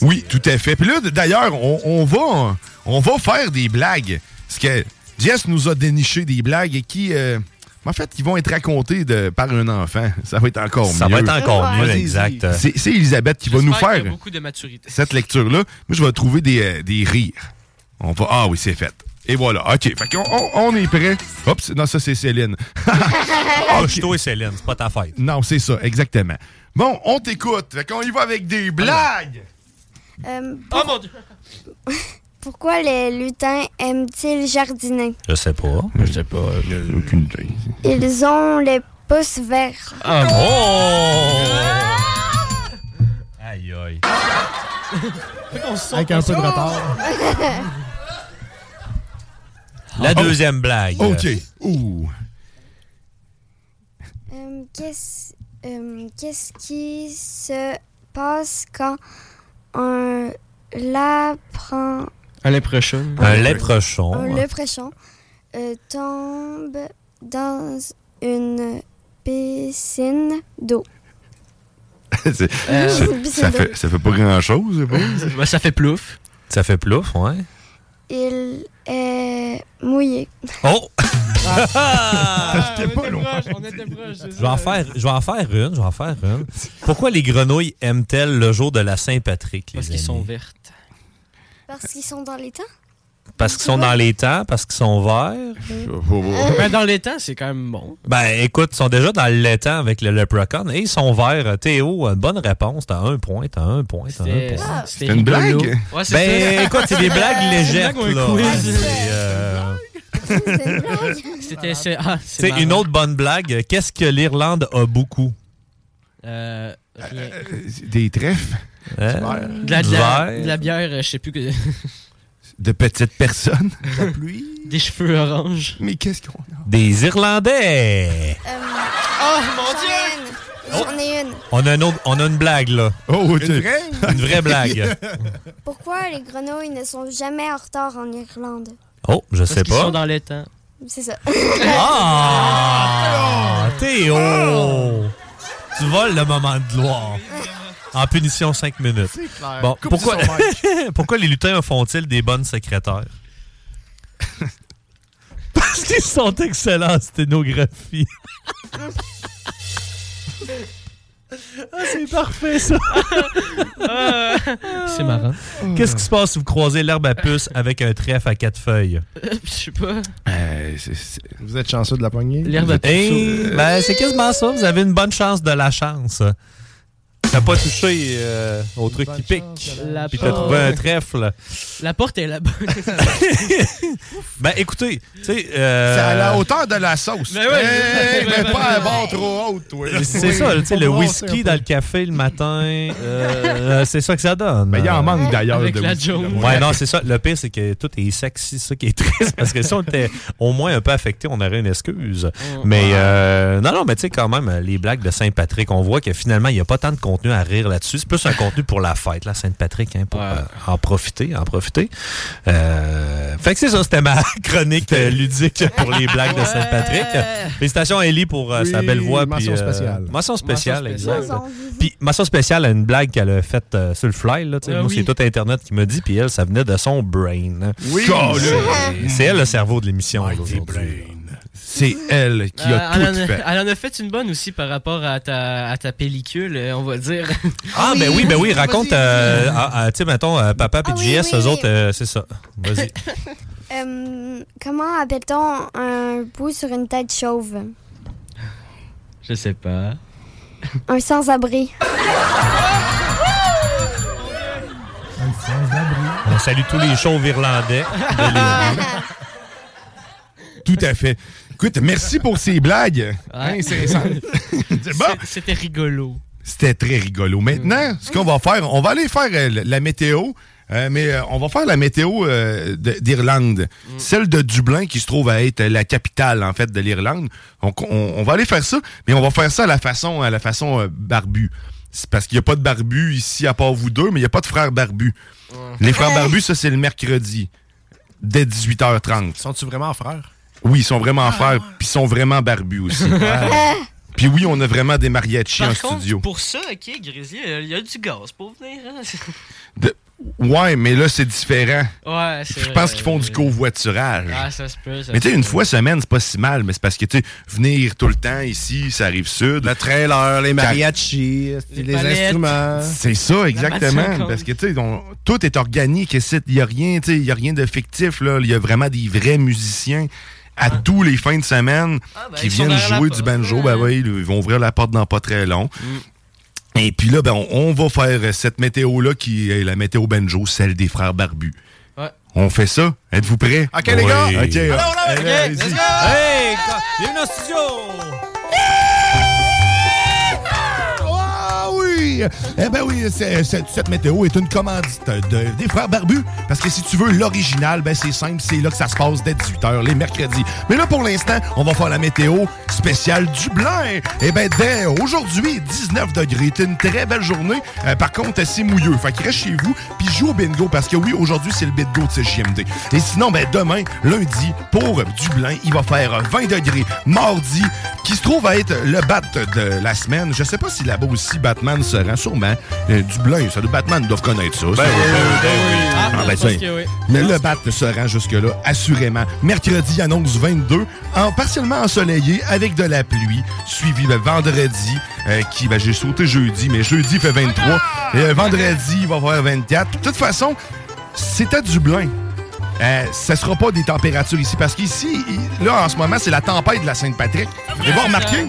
Speaker 8: Oui, tout à fait. Puis là, d'ailleurs, on, on va, on va faire des blagues. Parce que Jess nous a déniché des blagues et qui, euh, en fait, qui vont être racontées de, par un enfant. Ça va être encore
Speaker 9: Ça
Speaker 8: mieux.
Speaker 9: va être encore mieux,
Speaker 8: Vas-y,
Speaker 9: exact.
Speaker 8: C'est c'est Elisabeth qui va nous
Speaker 7: J'espère qu'il
Speaker 8: faire
Speaker 7: y a beaucoup de maturité.
Speaker 8: cette lecture-là. Moi, je vais trouver des, euh, des rires. On va... Ah oui, c'est fait. Et voilà. OK. Fait qu'on on- on est prêt. Oups. Non, ça, c'est Céline.
Speaker 9: Ah, je suis toi et Céline. C'est pas ta fête.
Speaker 8: non, c'est ça. Exactement. Bon, on t'écoute. Fait qu'on y va avec des blagues.
Speaker 15: Euh,
Speaker 7: Oh
Speaker 15: pour- Pourquoi les lutins aiment-ils jardiner?
Speaker 9: Je sais pas. Euh,
Speaker 8: Je sais pas. Aucune idée.
Speaker 15: Ils ont les pouces verts.
Speaker 9: Ah bon! Aïe aïe.
Speaker 10: Avec un peu de retard.
Speaker 9: La deuxième blague.
Speaker 8: Oh! OK. Ouh.
Speaker 15: Euh, Qu'est-ce euh, qu'est-ce qui se passe quand un lapin,
Speaker 7: Un léprechaun.
Speaker 9: Un léprechaun.
Speaker 15: un leprechaun euh, tombe dans une piscine d'eau?
Speaker 8: C'est-
Speaker 15: Euh,
Speaker 8: ça,
Speaker 15: c'est
Speaker 8: ça fait, ça fait pas grand-chose, c'est pas?
Speaker 7: Ben, ça fait plouf.
Speaker 9: Ça fait plouf, ouais.
Speaker 15: Il est mouillé. Ah,
Speaker 9: Oh!
Speaker 8: J'étais pas loin.
Speaker 9: Je vais, en faire, je vais en faire une, je vais en faire une. Pourquoi les grenouilles aiment-elles le jour de la Saint-Patrick? Parce
Speaker 7: qu'ils sont vertes.
Speaker 15: Parce qu'ils sont dans les temps?
Speaker 9: Parce qu'ils sont dans les temps, parce qu'ils sont verts.
Speaker 7: Mais Ben, dans les temps, c'est quand même bon.
Speaker 9: Ben écoute, ils sont déjà dans le temps avec le leprechaun et ils sont verts. Théo, euh, bonne réponse. T'as un point, t'as un point, t'as un
Speaker 7: C'était-
Speaker 9: point.
Speaker 7: c'était C'était une rigolo. blague? Ouais, c'est
Speaker 9: ben
Speaker 7: ça.
Speaker 9: écoute, c'est des blagues
Speaker 7: C'est une
Speaker 9: légères.
Speaker 7: blague ou un
Speaker 9: là.
Speaker 7: quiz?
Speaker 9: C'est, euh,
Speaker 7: C'était c'est- ah, c'est
Speaker 9: c'est
Speaker 7: marrant.
Speaker 9: une autre bonne blague. Qu'est-ce que l'Irlande a beaucoup?
Speaker 7: Euh, rien.
Speaker 9: Euh,
Speaker 8: Des trèfles.
Speaker 9: Hein?
Speaker 7: Euh, de, la, de la-
Speaker 9: Vert.
Speaker 7: de la bière, euh, je sais plus que.
Speaker 8: De petites personnes.
Speaker 7: Des cheveux orange.
Speaker 8: Mais qu'est-ce qu'on a
Speaker 9: Des Irlandais.
Speaker 16: Oh mon dieu!
Speaker 15: J'en ai une.
Speaker 9: On a, un autre- on a une blague, là.
Speaker 8: Oh,
Speaker 9: une
Speaker 8: vraie?
Speaker 9: Une vraie blague.
Speaker 15: Pourquoi les grenouilles ne sont jamais en retard en Irlande?
Speaker 9: Oh, je
Speaker 7: Parce
Speaker 9: sais
Speaker 7: qu'ils
Speaker 9: pas.
Speaker 7: sont dans les temps.
Speaker 15: C'est ça.
Speaker 9: Ah! Théo! Tu voles le moment de gloire. En punition 5 minutes.
Speaker 8: C'est clair.
Speaker 9: Bon,
Speaker 8: Coupe
Speaker 9: pourquoi,
Speaker 8: du sondage.
Speaker 9: pourquoi les lutins font-ils des bonnes secrétaires? Parce qu'ils sont excellents en sténographie. Ah, c'est parfait, ça!
Speaker 7: c'est marrant.
Speaker 9: Qu'est-ce qui se passe si vous croisez l'herbe à puce avec un trèfle à quatre feuilles?
Speaker 7: Euh, Je sais pas.
Speaker 10: Vous êtes chanceux de la poignée?
Speaker 9: L'herbe à puce. ben, c'est quasiment ça. Vous avez une bonne chance de la chance. T'as pas touché euh, au truc qui pique.
Speaker 7: La
Speaker 9: Puis t'as
Speaker 7: porte.
Speaker 9: trouvé un trèfle.
Speaker 7: La porte est là-bas.
Speaker 9: Ben, écoutez, tu sais.
Speaker 8: C'est à la
Speaker 9: Euh,
Speaker 8: hauteur de la sauce.
Speaker 7: Mais ouais, je-
Speaker 8: Hey, mais pas un bord trop haut, toi. là.
Speaker 9: c'est ça, tu sais, le whisky dans le café le matin, euh, c'est ça que ça donne.
Speaker 8: Mais il en manque d'ailleurs
Speaker 9: Avec
Speaker 8: de
Speaker 9: la
Speaker 8: whisky, là,
Speaker 9: jaune.
Speaker 8: moi.
Speaker 9: Ouais, non, c'est ça. Le pire, c'est que tout est sexy, c'est ça qui est triste. Parce que si on était au moins un peu affecté, on aurait une excuse. Mais euh, non, non, mais tu sais, quand même, les blagues de Saint-Patrick, on voit que finalement, il n'y a pas tant de contenu à rire là-dessus. C'est plus un contenu pour la fête, là, Saint-Patrick, hein, pour euh, en profiter, en profiter. Euh, fait que c'est ça, c'était ma chronique euh, ludique pour les blagues de Saint-Patrick. Félicitations à Ellie pour euh, sa
Speaker 10: Oui,
Speaker 9: belle voix.
Speaker 10: mention
Speaker 9: puis, euh,
Speaker 10: spéciale.
Speaker 9: Mention spéciale,
Speaker 10: Mention spéciale.
Speaker 9: exact. Puis, mention spéciale à une blague qu'elle a faite euh, sur le fly. Là, tu sais.
Speaker 10: Ah
Speaker 9: Moi,
Speaker 10: oui.
Speaker 9: c'est tout Internet qui m'a dit, puis elle, ça venait de son brain.
Speaker 8: Oui.
Speaker 9: C'est- C'est elle le cerveau de l'émission. aujourd'hui.
Speaker 8: C'est elle qui a
Speaker 7: Euh,
Speaker 8: tout
Speaker 7: elle, en a,
Speaker 8: fait.
Speaker 7: elle en a fait une bonne aussi par rapport à ta, à ta pellicule, euh, on va dire.
Speaker 9: Ah, ben oui, ben oui, raconte, euh, ah, ah, tu sais, mettons, euh, papa et JS, eux autres, euh, c'est ça. Vas-y.
Speaker 15: Euh, comment appelle-t-on un bout sur une tête chauve?
Speaker 7: Je sais pas.
Speaker 15: Un sans-abri.
Speaker 9: On salue tous les chauves irlandais.
Speaker 8: Tout à fait. Écoute, merci pour ces blagues. Hein, c'est- ça- C'est bon.
Speaker 7: Ah, C'est- C'était rigolo.
Speaker 8: C'était très rigolo. Maintenant, ce qu'on va faire, on va aller faire euh, la- la météo, euh, mais euh, on va faire la météo euh, de- d'Irlande. Celle de Dublin, qui se trouve à être la capitale, en fait, de l'Irlande. Donc, on, on va aller faire ça, mais on va faire ça à la façon, à la façon euh, barbu. C'est parce qu'il n'y a pas de barbu ici, à part vous deux, mais il n'y a pas de frères barbus. Les frères barbus, ça, c'est le mercredi, dès 18h30.
Speaker 10: Sont-tu vraiment frères?
Speaker 8: Oui, ils sont vraiment
Speaker 7: Ah.
Speaker 8: frères, puis ils sont vraiment barbus aussi. Puis oui, on a vraiment des mariachis
Speaker 7: Par
Speaker 8: en
Speaker 7: contre,
Speaker 8: studio.
Speaker 7: pour ça, OK, Grésier, euh, il y a du gaz pour venir. hein.
Speaker 8: De- Ouais, mais là, c'est différent.
Speaker 7: Ouais, c'est
Speaker 8: Je
Speaker 7: vrai,
Speaker 8: pense qu'ils font du covoiturage.
Speaker 7: Ah, ça se peut. ça
Speaker 8: mais tu sais,
Speaker 7: se
Speaker 8: une
Speaker 7: peut.
Speaker 8: fois semaine, c'est pas si mal, mais c'est parce que, tu sais, venir tout le temps ici, ça arrive sud. Le trailer, les
Speaker 10: mariachis, les,
Speaker 8: palettes.
Speaker 10: instruments.
Speaker 8: C'est ça, exactement.
Speaker 10: maçon.
Speaker 8: Parce que, tu sais, on- tout est organique ici. Il n'y a rien, tu sais, il y a rien de fictif, là. Il y a vraiment des vrais musiciens à tous les fins de semaine qui
Speaker 7: Ah. ben, ils sont
Speaker 8: viennent
Speaker 7: derrière la hein.
Speaker 8: jouer du banjo. Ben oui, ils vont ouvrir la porte dans pas très long.
Speaker 7: Mm.
Speaker 8: Et puis là, ben, on, on va faire euh, cette météo-là qui est la météo banjo, celle des frères barbus.
Speaker 7: Ouais.
Speaker 8: On fait ça? Êtes-vous prêts?
Speaker 10: OK, les gars.
Speaker 8: OK.
Speaker 10: Alors, là,
Speaker 8: Allez,
Speaker 10: OK,
Speaker 8: allez-y.
Speaker 10: let's go.
Speaker 9: Hey, bienvenue au studio!
Speaker 8: Ah oui! Eh ben oui, c'est- c'est- cette météo est une commandite de- des frères barbus. Parce que si tu veux l'original, ben c'est simple, c'est là que ça se passe dès 18h, les mercredis. Mais là, pour l'instant, on va faire la météo spéciale Dublin. Eh ben, dès aujourd'hui, 19 degrés. C'est une très belle journée. Euh, par contre, c'est mouilleux. Fait que reste chez vous, puis joue au bingo. Parce que oui, aujourd'hui, c'est le bingo de CJMD. Et sinon, ben demain, lundi, pour Dublin, il va faire 20 degrés. Mardi, qui se trouve à être le bat de la semaine. Je sais pas si là-bas aussi Batman se rend, sûrement. Euh, Dublin, ça, doit- Batman doivent connaître ça. ça. Ah, ben,
Speaker 7: je pense
Speaker 8: tiens.
Speaker 7: que oui.
Speaker 8: Mais le bat se rend jusque-là, assurément. Mercredi annonce 22, en partiellement ensoleillé avec de la pluie, suivi le vendredi, euh, qui, ben, j'ai sauté jeudi, mais jeudi fait 23. Et euh, vendredi, il va faire 24. De toute façon, c'est à Dublin. euh, ça sera pas des températures ici. Parce qu'ici, il- là, en ce moment, c'est la tempête de la Sainte-Patrick. Vous avez remarqué?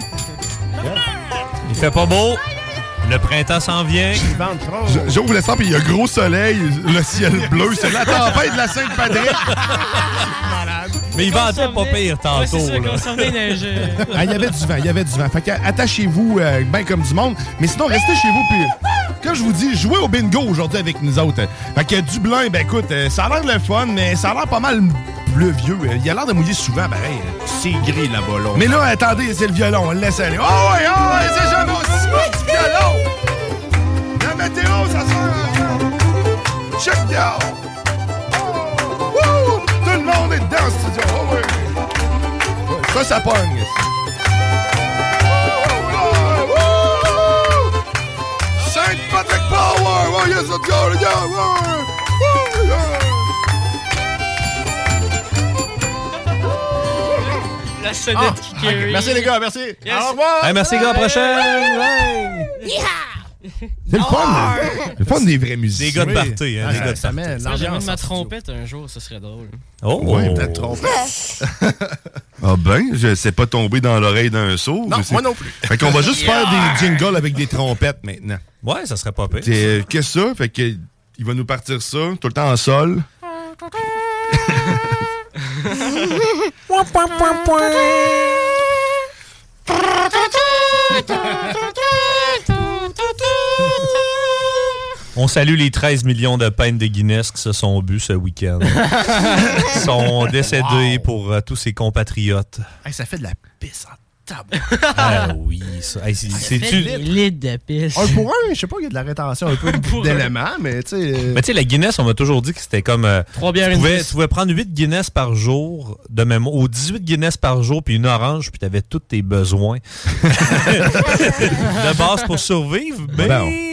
Speaker 9: Il fait pas beau. Le printemps s'en vient.
Speaker 8: J- J'ouvre le sang, puis il y a gros soleil, le ciel bleu. C'est la tempête de la Sainte-Patrick.
Speaker 9: Mais il vendait pas pire tantôt. là.
Speaker 8: Ah, il y avait du vent, il y avait du vent. Fait que attachez-vous euh, ben comme du monde. Mais sinon, restez chez vous. Puis, quand je vous dis, jouez au bingo aujourd'hui avec nous autres. Fait que Dublin, ben écoute, euh, ça a l'air de le fun, mais ça a l'air pas mal bleu vieux. Euh, Il a l'air de mouiller souvent, pareil. euh, C'est gris là-bas, là. Mais là, attendez, c'est le violon, on le laisse aller. Oh ouais, oh ouais, c'est jamais aussi beau du violon! La météo, ça sert à rien. Check it out! Oh, wouh! Tout le monde est dans le studio. Oh, ouais. Ouais, Ça, ça pogne. Saint Patrick Power! Oh, yes, let's go! let's go, oh, oh, yeah.
Speaker 16: La sonnette
Speaker 10: Ah,
Speaker 16: qui
Speaker 10: ok.
Speaker 16: guérit.
Speaker 10: Merci, les gars, merci.
Speaker 16: Yes.
Speaker 10: Au revoir.
Speaker 9: Hey, merci, gars, à la prochaine.
Speaker 8: C'est le fun! Le fun des vrais musiciens.
Speaker 9: Ah Des gars de party,
Speaker 10: Ah,
Speaker 9: hein, des gars de
Speaker 8: ça
Speaker 9: party.
Speaker 8: met
Speaker 7: Si j'avais
Speaker 8: l'ambiance
Speaker 7: de ma
Speaker 8: en studio.
Speaker 7: trompette un jour, ce serait drôle.
Speaker 9: Oh!
Speaker 8: Ouais, peut-être trompette. Ah ben, je sais pas tomber dans l'oreille d'un sourd.
Speaker 10: Non,
Speaker 8: je sais-
Speaker 10: moi non plus.
Speaker 8: Fait qu'on va juste
Speaker 10: Yeah.
Speaker 8: faire des jingles avec des trompettes maintenant.
Speaker 9: Ouais, ça serait pas pire.
Speaker 8: C'est- Qu'est-ce que ça? Fait que il va nous partir ça, tout le temps en sol.
Speaker 9: On salue les 13 millions de peines de Guinness qui se sont bu ce week-end. Ils sont décédés pour euh, tous ses compatriotes.
Speaker 10: Hey, ça fait de la pisse en table.
Speaker 9: Ah oui, ça. Hey, c'est- c'est-tu-
Speaker 10: de pisse. Un pour un, je sais pas, il y a de la rétention un peu d'éléments, mais tu sais. euh,
Speaker 9: Mais tu sais, la Guinness, on m'a toujours dit que c'était comme. euh,
Speaker 7: Trois bières,
Speaker 9: tu
Speaker 7: une
Speaker 9: pouvais,
Speaker 7: pisse.
Speaker 9: tu pouvais prendre 8 Guinness par jour, de même, ou 18 Guinness par jour, puis une orange, puis tu avais tous tes besoins de base pour survivre. Mais
Speaker 10: Ben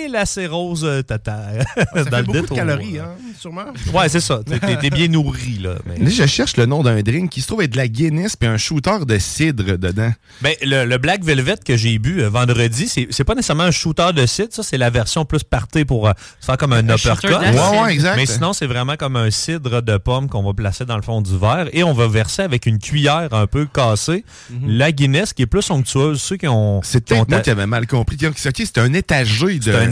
Speaker 8: Bon.
Speaker 9: la cirrhose euh, totale. Dans
Speaker 10: ça fait
Speaker 9: le
Speaker 10: beaucoup de
Speaker 9: détour.
Speaker 10: calories, hein, sûrement.
Speaker 9: Ouais, c'est ça. T'es- T'es t'es bien nourri, là. mais-
Speaker 8: Là, je cherche le nom d'un drink qui se trouve être de la Guinness puis un shooter de cidre dedans.
Speaker 9: Ben, le, le Black Velvet que j'ai bu euh, vendredi, c'est c'est pas nécessairement un shooter de cidre, ça, c'est la version plus partée pour euh, se faire comme un,
Speaker 8: Un
Speaker 9: uppercut.
Speaker 8: shooter d'acide. Ouais, ouais, exact.
Speaker 9: Mais sinon, c'est vraiment comme un cidre de pomme qu'on va placer dans le fond du verre et on va verser avec une cuillère un peu cassée la Guinness qui est plus onctueuse. Ceux qui ont.
Speaker 8: Mhm. C'est
Speaker 9: qui ont
Speaker 8: peut-être moi
Speaker 9: ta-
Speaker 8: qui avais mal compris. Qui ont dit, OK, c'est un étagé de.
Speaker 9: c'est un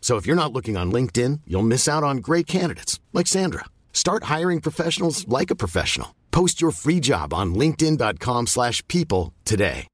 Speaker 18: So if you're not looking on LinkedIn, you'll miss out on great candidates like Sandra. Start hiring professionals like a professional. Post your free job on linkedin.com/people slash people today.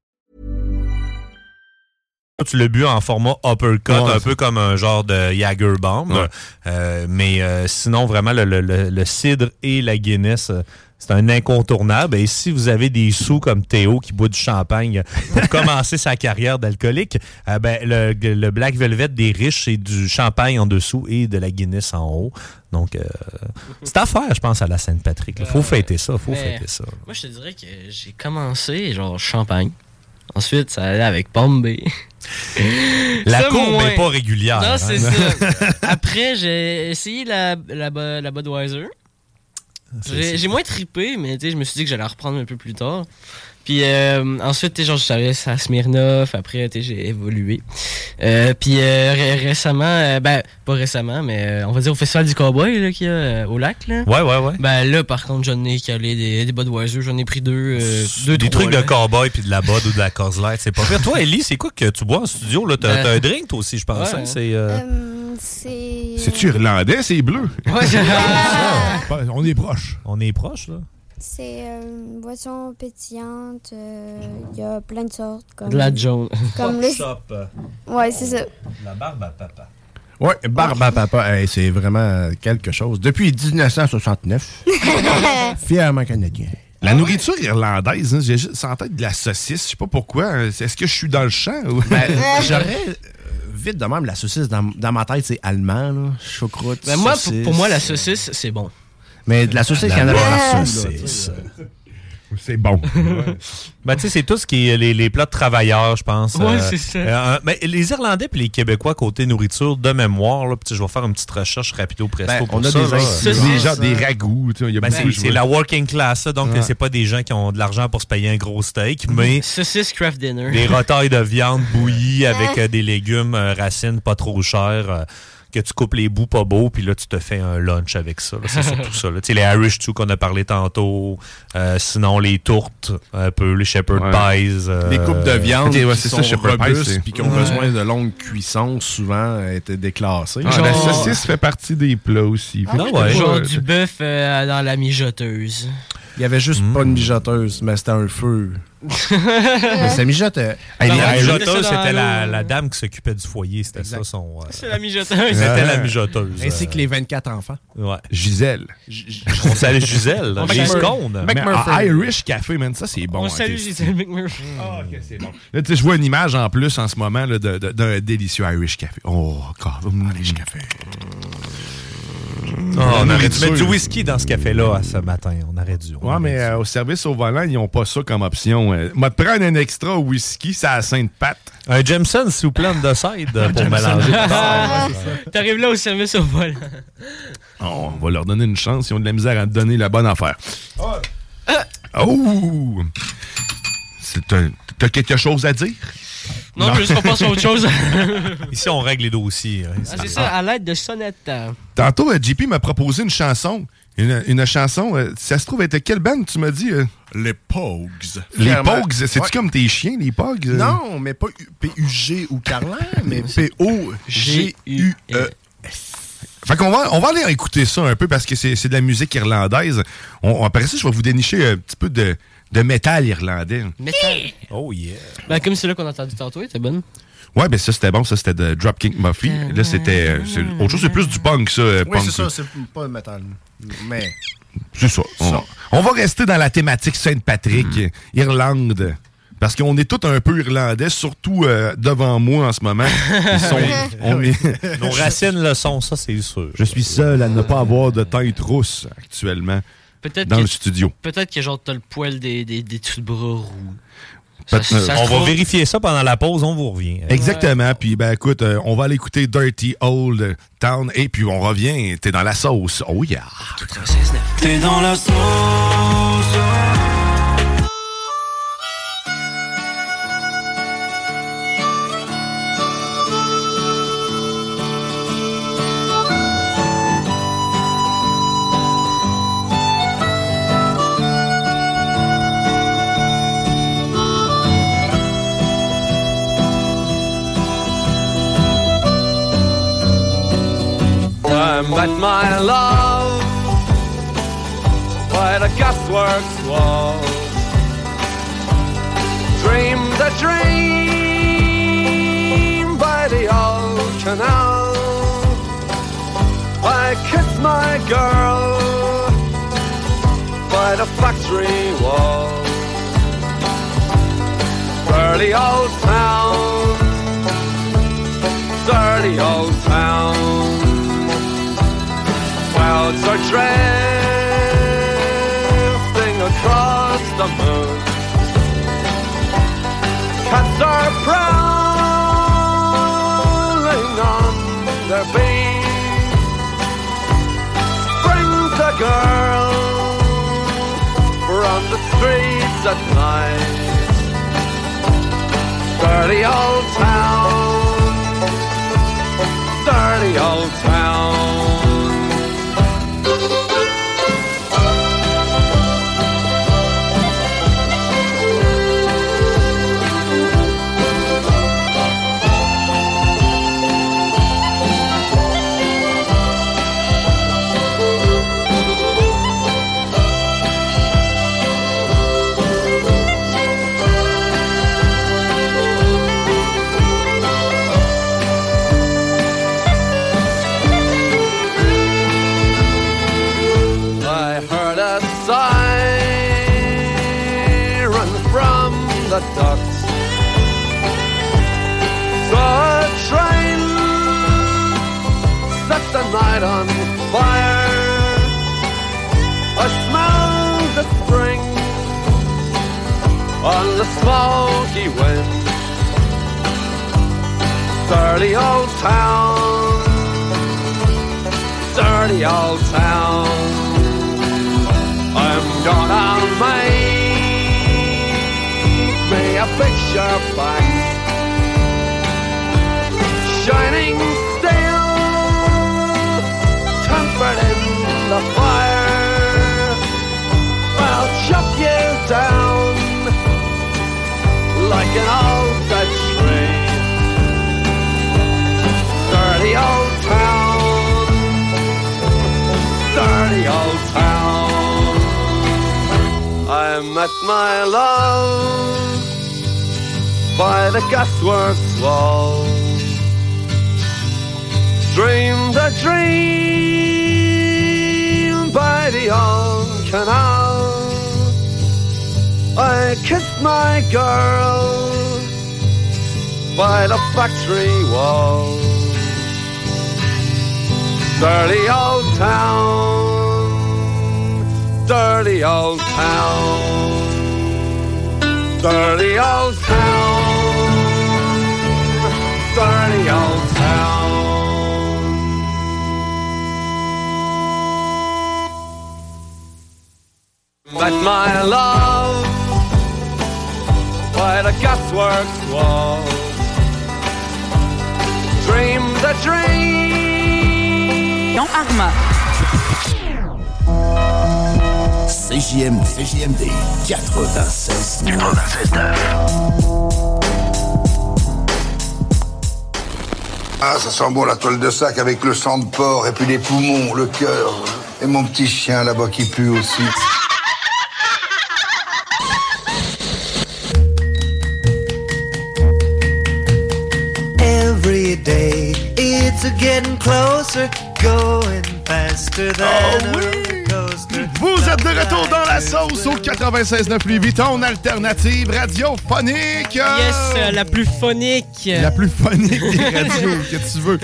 Speaker 9: tu l'as bu en format uppercut,
Speaker 18: Ouais,
Speaker 9: un
Speaker 18: c'est-
Speaker 9: peu comme un genre de Jagerbomb. Euh, mais euh, sinon, vraiment, le, le- le- le cidre et la Guinness, euh, c'est un incontournable. Et si vous avez des sous comme Théo qui boit du champagne pour commencer sa carrière d'alcoolique, euh, ben, le, le Black Velvet des riches, c'est du champagne en dessous et de la Guinness en haut. Donc, euh, c'est à faire, je pense, à la Sainte-Patrick. Il faut fêter ça, faut
Speaker 7: Mais
Speaker 9: fêter ça.
Speaker 7: Moi, je te dirais que j'ai commencé genre champagne. Ensuite, ça allait avec Bombay.
Speaker 9: La
Speaker 7: Ça,
Speaker 9: courbe
Speaker 7: moins.
Speaker 9: est pas régulière,
Speaker 7: Non, c'est
Speaker 9: hein.
Speaker 7: ça. Après, j'ai essayé la, la, Bo- la Budweiser.
Speaker 9: C'est-
Speaker 7: J'ai
Speaker 9: c'est-
Speaker 7: j'ai moins trippé, mais tu sais, je me suis dit que j'allais reprendre un peu plus tard. Puis euh, ensuite, tu sais, genre, je savais à Smirnoff. Après, tu sais, j'ai évolué. Euh, puis euh, ré- récemment, euh, ben, pas récemment, mais euh, on va dire au Festival du Cowboy, là, qu'il y a euh, au lac, là.
Speaker 9: Ouais,
Speaker 8: Ah
Speaker 9: ouais, ouais.
Speaker 7: Ben là, par contre, j'en ai calé des, des Budweiser, j'en ai pris deux. euh, deux
Speaker 9: des
Speaker 7: trois,
Speaker 9: trucs
Speaker 7: là.
Speaker 9: de cowboy puis de la bod ou de la coslight, c'est pas pire. Toi, Ellie, c'est quoi que tu bois en studio? là? T'as
Speaker 7: Ben-
Speaker 9: t'as un drink, toi aussi, je pense.
Speaker 7: Ouais.
Speaker 9: hein? C'est. euh,
Speaker 8: C'est-tu irlandais, c'est bleu?
Speaker 7: Ouais,
Speaker 8: Ah!
Speaker 10: Ah!
Speaker 8: On est proche.
Speaker 9: On est proche, là.
Speaker 15: C'est euh, une boisson pétillante. euh, Il y a plein de sortes. Comme,
Speaker 7: De la jaune.
Speaker 15: Comme les... Ouais, c'est ça.
Speaker 9: euh, La barbe à papa.
Speaker 10: Ouais, barbe à papa, hey, c'est vraiment quelque chose. Depuis 1969, fièrement canadien.
Speaker 8: La nourriture irlandaise, hein, j'ai juste en tête de la saucisse. Je sais pas pourquoi. hein. Est-ce que je suis dans le champ? ou-
Speaker 10: Ben, J'aurais euh, vite de même la saucisse dans, dans ma tête, c'est allemand, là. choucroute.
Speaker 7: Ben, moi, pour,
Speaker 10: saucisse.
Speaker 7: pour moi, la saucisse, c'est bon.
Speaker 10: Mais de la saucisse, il y en
Speaker 7: La
Speaker 10: a partout.
Speaker 7: saucisse.
Speaker 8: C'est bon.
Speaker 9: Ben, tu sais, c'est tout ce qui est les, les plats de travailleurs, je pense.
Speaker 7: Ouais, c'est ça.
Speaker 9: euh, ben, les Irlandais puis les Québécois, côté nourriture, de mémoire, là, puis tu sais, je vais faire une petite recherche rapido presto
Speaker 8: Ben,
Speaker 9: pour
Speaker 8: on a
Speaker 9: ça.
Speaker 8: des
Speaker 9: là.
Speaker 8: saucisses, euh, Des gens, des ragouts, tu sais, il y a
Speaker 9: Ben,
Speaker 8: beaucoup
Speaker 9: c'est-
Speaker 8: de
Speaker 9: c'est
Speaker 8: jouets.
Speaker 9: la working class, là, donc
Speaker 8: Ouais.
Speaker 9: c'est pas des gens qui ont de l'argent pour se payer un gros steak,
Speaker 7: Mm.
Speaker 9: mais
Speaker 7: Saucisse craft dinner.
Speaker 9: des rotailles de viande bouillie avec euh, des légumes, euh, racines pas trop chères, euh, que tu coupes les bouts pas beaux, puis là, tu te fais un lunch avec ça. là. C'est surtout ça. là. Tu sais, les Irish stew qu'on a parlé tantôt, euh, sinon les tourtes, euh, un peu, les shepherd pies. euh,
Speaker 10: Les coupes de viande
Speaker 9: ok, ouais,
Speaker 10: qui
Speaker 9: c'est
Speaker 10: sont
Speaker 9: shepherd pie,
Speaker 10: robustes
Speaker 9: c'est-
Speaker 10: puis qui ont
Speaker 9: Ouais.
Speaker 10: besoin de longues cuissons souvent étaient déclassées. Ah,
Speaker 8: Ah, La saucisse fait partie des plats
Speaker 7: Ah,
Speaker 8: aussi. Fait que je sais
Speaker 7: Genre
Speaker 8: pas,
Speaker 7: du bœuf euh, dans la mijoteuse.
Speaker 10: Il y avait juste
Speaker 9: Hmm.
Speaker 10: pas une mijoteuse, mais c'était un feu. mais Ah, ça mijotait.
Speaker 9: Hey,
Speaker 10: Non,
Speaker 9: la
Speaker 10: on
Speaker 9: mijoteuse,
Speaker 10: mettait ça hein. dans
Speaker 9: c'était la,
Speaker 10: l'eau.
Speaker 9: la dame qui s'occupait du foyer. C'était ça son. euh,
Speaker 7: C'est la mijoteuse.
Speaker 9: C'était la mijoteuse.
Speaker 10: Ainsi
Speaker 9: euh,
Speaker 10: que les 24 enfants.
Speaker 9: Ouais. Oh,
Speaker 8: Gisèle.
Speaker 9: On salue Gisèle,
Speaker 8: On
Speaker 9: les
Speaker 8: salue-
Speaker 9: scones.
Speaker 8: Mais en Irish café, man, ça c'est bon.
Speaker 7: On
Speaker 8: hein,
Speaker 7: salue
Speaker 8: Christy.
Speaker 7: Gisèle McMurphy.
Speaker 8: Ah, ok, c'est bon. Là, tu sais, je vois une image en plus en ce moment là, de- de- d'un délicieux Irish café. Oh, God. Irish café. Ah,
Speaker 9: Oh, on aurait dû mettre du whisky dans ce café-là hein, ce matin. On aurait dû.
Speaker 8: Ouais, mais euh, au service au volant, ils n'ont pas ça comme option. Euh, moi, te prendre un extra whisky, ça a sainte patte.
Speaker 9: Un Jameson, s'il vous plaît, on the side pour mélanger.
Speaker 7: Ah, T'arrives là au service au volant.
Speaker 8: Oh, on va leur donner une chance. Ils ont de la misère à te donner la bonne affaire.
Speaker 7: Ah!
Speaker 8: Oh! C'est un- T'as quelque chose à dire?
Speaker 7: Non, je veux juste qu'on passe à autre chose.
Speaker 9: Ici, on règle les dossiers. hein.
Speaker 7: Ah, c'est ça, à l'aide de sonnettes.
Speaker 8: Tantôt, euh, JP m'a proposé une chanson. Une, une chanson, euh, ça se trouve, était quelle bande tu m'as dit? euh?
Speaker 10: Les Pogs.
Speaker 8: Les
Speaker 10: Clairement.
Speaker 8: Pogs, c'est-tu
Speaker 10: Ouais.
Speaker 8: comme tes chiens, les Pogs? euh?
Speaker 10: Non, mais pas U- P-U-G ou Carlin, mais P-O-G-U-E.
Speaker 8: Fait qu'on va, on va aller écouter ça un peu parce que c'est c'est de la musique irlandaise. On, on- après ça, je vais vous dénicher un petit peu de, de métal irlandais.
Speaker 7: Métal.
Speaker 9: Oh yeah.
Speaker 7: Ben, comme celui-là qu'on a entendu tantôt, il était bonne.
Speaker 8: Ouais, ben ça c'était bon, ça c'était de Dropkick Murphy. Là c'était euh, c'est autre chose, c'est plus du punk ça. euh,
Speaker 10: Oui,
Speaker 8: punk,
Speaker 10: c'est ça, c'est pas le métal. Mais.
Speaker 8: C'est ça. On, on va rester dans la thématique Sainte-Patrick,
Speaker 9: Hmm.
Speaker 8: euh, Irlande. Parce qu'on est tous un peu irlandais, surtout euh, devant moi en ce moment. Ils sont- on est-
Speaker 9: Nos racines le sont, ça, c'est sûr.
Speaker 8: Je suis seul à ne pas avoir de tête rousse actuellement
Speaker 7: Peut-être
Speaker 8: dans
Speaker 7: que-
Speaker 8: le studio.
Speaker 7: Peut-être que genre t'as le poil des, des, des dessous de bras roux.
Speaker 8: Peut-
Speaker 7: Ça- ça se
Speaker 9: on va
Speaker 7: trouve-
Speaker 9: vérifier ça pendant la pause, on vous revient.
Speaker 8: Exactement. Puis, ben, écoute, euh, on va aller écouter Dirty Old Town et puis on revient. T'es dans la sauce. Oh yeah.
Speaker 19: T'es dans la sauce.
Speaker 20: I met my love by the gasworks wall. Dreamed a dream by the old canal. I kissed my girl by the factory wall. Dirty old town, dirty old town clouds are drifting across the moon. Cats are prowling on their beat. Brings a girl from the streets at night. Dirty old town, dirty old town. the docks. The train set the night on fire. I smell the spring on the smoky wind. Dirty old town, dirty old town. I'm gonna make me a picture back. Shining steel, comfort in the fire. I'll chop you down like an old dead tree. Dirty old town, dirty old town. I met my love by the gasworks wall. Dreamed a dream by the old canal. I kissed my girl by the factory wall. Dirty old town, dirty old town, dirty old town, dirty old town. But my love by the gasworks wall dreamed a dream.
Speaker 21: Non, Arma.
Speaker 12: CJMD. CJMD 96. 96.
Speaker 14: Ah, ça sent bon la toile de sac avec le sang de porc et puis les poumons, le cœur. Et mon petit chien là-bas qui pue aussi.
Speaker 2: Every day it's a getting closer, going faster
Speaker 7: Oh,
Speaker 8: Ah,
Speaker 2: than a roller coaster.
Speaker 8: Vous êtes de retour dans la sauce au 96.9 Louis Vuitton, alternative radiophonique.
Speaker 7: Yes, euh, la plus phonique.
Speaker 8: La plus phonique des radios que tu veux.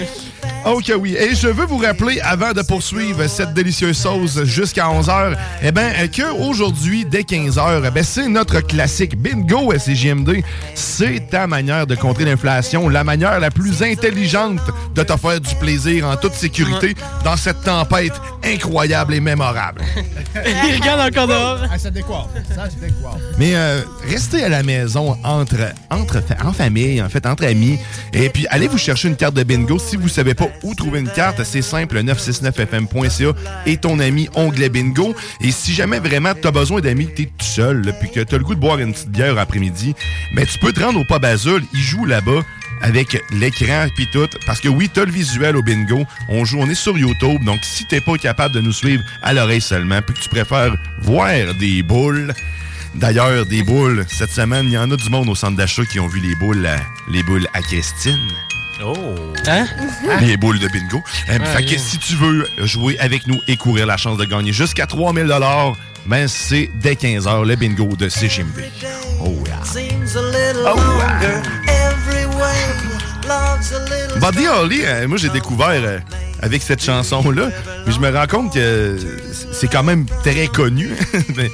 Speaker 8: Ok, oui. Et je veux vous rappeler, avant de poursuivre cette délicieuse sauce jusqu'à 11h, eh bien, qu'aujourd'hui, dès 15h, eh ben, c'est notre classique bingo SCJMD. C'est ta manière de contrer l'inflation, la manière la plus intelligente de te faire du plaisir en toute sécurité dans cette tempête incroyable et mémorable.
Speaker 7: Il regarde encore dehors.
Speaker 21: Ah, ça décoiffe. Ça, je décoiffe.
Speaker 8: Mais euh, restez à la maison entre, entre fa- en famille, en fait, entre amis. Et puis, allez vous chercher une carte de bingo. Si vous ne savez pas où trouver une carte, c'est simple, 969fm.ca et ton ami onglet bingo. Et si jamais vraiment tu as besoin d'amis, que tu es tout seul, là, puis que tu as le goût de boire une petite bière après-midi, mais tu peux te rendre au Pub Azul. Ils jouent là-bas avec l'écran puis tout. Parce que oui, t'as le visuel au bingo. On joue, on est sur YouTube. Donc, si t'es pas capable de nous suivre à l'oreille seulement, puis que tu préfères voir des boules, d'ailleurs, des boules, cette semaine, il y en a du monde au centre d'achat qui ont vu les boules à, les boules à Christine.
Speaker 9: Oh!
Speaker 7: Hein?
Speaker 8: Les boules de bingo. Euh,
Speaker 9: Ah,
Speaker 8: fait que
Speaker 9: yeah.
Speaker 8: si tu veux jouer avec nous et courir la chance de gagner jusqu'à 3000 ben c'est dès 15h le bingo de CGMD. Oh yeah.
Speaker 2: Seems a little
Speaker 7: Oh,
Speaker 2: longer. Every wave loves a little.
Speaker 8: Buddy Holly, euh, moi j'ai découvert euh, avec cette chanson-là, mais je me rends compte que c'est quand même très connu. Mais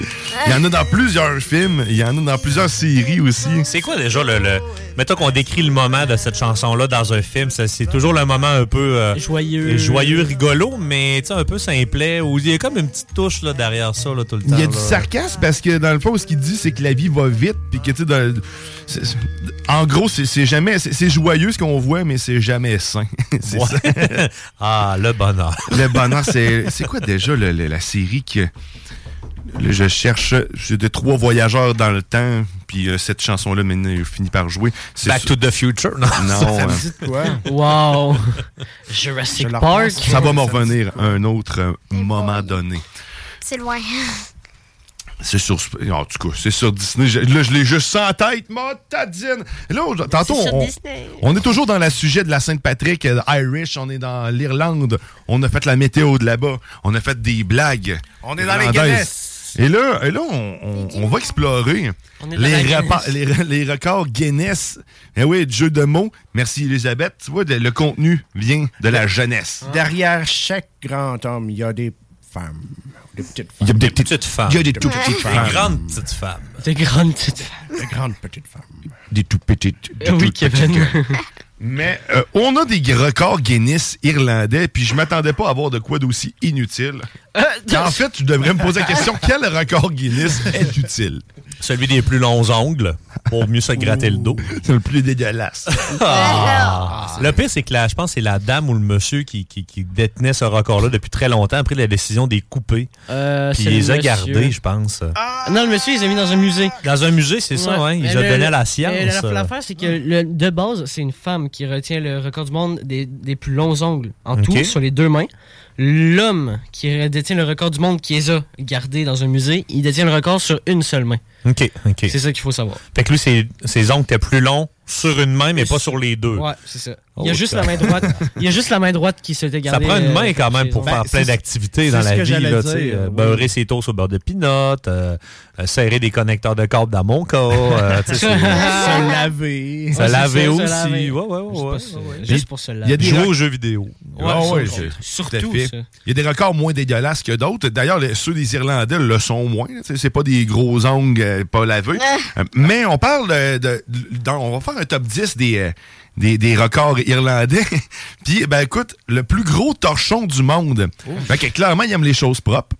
Speaker 8: Il y en a dans plusieurs films, il y en a dans plusieurs séries aussi.
Speaker 9: C'est quoi déjà le. le- Mettons qu'on décrit le moment de cette chanson-là dans un film, ça, c'est toujours le moment un peu. euh,
Speaker 7: Joyeux.
Speaker 9: Joyeux, rigolo, mais tu sais, un peu simplet, où il y a comme une petite touche là, derrière ça là, tout le temps.
Speaker 8: Il y
Speaker 9: là.
Speaker 8: a du sarcasme parce que dans le fond, ce qu'il dit, c'est que la vie va vite, puis que tu sais, dans- c'est- c'est- en gros, c'est c'est jamais, c'est c'est joyeux ce qu'on voit, mais c'est jamais sain. C'est
Speaker 9: Ouais.
Speaker 8: ça.
Speaker 9: ah, le bonheur.
Speaker 8: Le bonheur, c'est c'est quoi déjà le- le- la série que le- je cherche C'est de trois voyageurs dans le temps, puis euh, cette chanson-là maintenant elle finit par jouer. C'est
Speaker 9: Back
Speaker 8: sur-
Speaker 9: to the Future? Non.
Speaker 8: Non.
Speaker 9: Ça me
Speaker 8: euh,
Speaker 9: dit de
Speaker 7: Wow. Jurassic Park.
Speaker 8: Ça va me revenir à un autre euh, moment donné.
Speaker 15: C'est loin.
Speaker 8: C'est sur. En tout cas, c'est sur Disney. Je- là, je l'ai juste sans tête, ma tadine. Là, on- tantôt,
Speaker 15: sur
Speaker 8: on,
Speaker 15: Disney.
Speaker 8: on est toujours dans le sujet de la Sainte-Patrick, euh, Irish, on est dans l'Irlande, on a fait la météo de là-bas, on a fait des blagues.
Speaker 10: On est dans les
Speaker 8: irlandaises.
Speaker 10: Guinness.
Speaker 8: Et là, et là on, on- on va explorer
Speaker 10: On est dans la
Speaker 8: les,
Speaker 10: Guinness.
Speaker 8: repas- les, re- les records Guinness. Eh oui, jeu de mots. Merci, Elisabeth. Tu vois, le, le contenu vient de la jeunesse.
Speaker 10: Derrière chaque grand homme, il y a des femmes. Des petites femmes.
Speaker 8: Il y a des petites
Speaker 9: femmes.
Speaker 8: Il y a des tout petites
Speaker 9: Des
Speaker 8: femmes.
Speaker 9: grandes petites femmes.
Speaker 7: Des grandes petites femmes.
Speaker 10: Des grandes petites femmes.
Speaker 8: Des tout petites. des
Speaker 7: Eh oui,
Speaker 8: toutes petites
Speaker 7: Kevin.
Speaker 8: gueules. Mais euh, on a des records Guinness irlandais, puis je m'attendais pas à avoir de quoi d'aussi inutile. en fait, tu devrais me poser la question quel record Guinness est utile
Speaker 9: Celui des plus longs ongles pour mieux se gratter le dos.
Speaker 8: C'est le plus dégueulasse.
Speaker 9: Ah. Le pire, c'est que la, je pense que c'est la dame ou le monsieur qui, qui- qui détenait ce record-là depuis très longtemps a pris la décision des couper.
Speaker 7: Euh,
Speaker 9: Puis
Speaker 7: c'est
Speaker 9: il les a
Speaker 7: le monsieur.
Speaker 9: gardés, je pense.
Speaker 7: Non, le monsieur, il les a mis dans un musée.
Speaker 9: Dans un musée, c'est ça, hein, il
Speaker 7: Mais
Speaker 9: les a
Speaker 7: le-
Speaker 9: donné à la
Speaker 7: mais
Speaker 9: science. euh.
Speaker 7: la- L'affaire, c'est que le- de base, c'est une femme qui retient le record du monde des, des plus longs ongles en
Speaker 9: Ok.
Speaker 7: tout sur les deux mains. L'homme qui détient le record du monde qui les a gardés dans un musée, il détient le record sur une seule main.
Speaker 9: OK, OK.
Speaker 7: C'est ça qu'il faut savoir.
Speaker 9: Fait que lui, ses, ses ongles étaient plus longs sur une main, mais pas sur les deux.
Speaker 7: Ouais, c'est ça. Il y
Speaker 9: Oh,
Speaker 7: a juste
Speaker 9: ça.
Speaker 7: la main droite. Il y a juste la main droite qui s'était
Speaker 9: Ça
Speaker 7: gardée.
Speaker 9: prend une
Speaker 7: euh,
Speaker 9: main quand même pour
Speaker 7: chez-
Speaker 9: faire
Speaker 7: Ben,
Speaker 9: plein
Speaker 7: c'est-
Speaker 9: d'activités
Speaker 7: c'est
Speaker 9: dans
Speaker 7: ce
Speaker 9: la
Speaker 7: que
Speaker 9: vie.
Speaker 7: j'allais
Speaker 9: Là,
Speaker 7: dire,
Speaker 9: tu sais, euh,
Speaker 7: oui.
Speaker 9: Beurrer ses toasts au beurre de pinot, euh, euh, serrer des connecteurs de câbles dans mon cas. euh, tu sais, c'est-
Speaker 10: Se laver.
Speaker 9: Se laver aussi. Ouais, ouais, ouais.
Speaker 7: Juste pour se
Speaker 8: Il y a
Speaker 7: laver.
Speaker 8: des
Speaker 9: Jouer
Speaker 8: rec-
Speaker 9: aux jeux vidéo.
Speaker 8: Ouais,
Speaker 9: Ouais,
Speaker 8: ouais,
Speaker 9: surtout.
Speaker 8: c'est-
Speaker 7: Surtout
Speaker 8: tout à fait.
Speaker 7: ça.
Speaker 8: Il y a des records moins dégueulasses que d'autres. D'ailleurs, les- ceux des Irlandais le sont moins. là. Tu sais, C'est pas des gros ongles euh, pas lavés. Euh, Mais on parle euh, de. de- dans- on va faire un top 10 des, euh, des, des records irlandais. Puis, ben écoute, le plus gros torchon du monde. Fait que clairement, ils aiment les choses propres.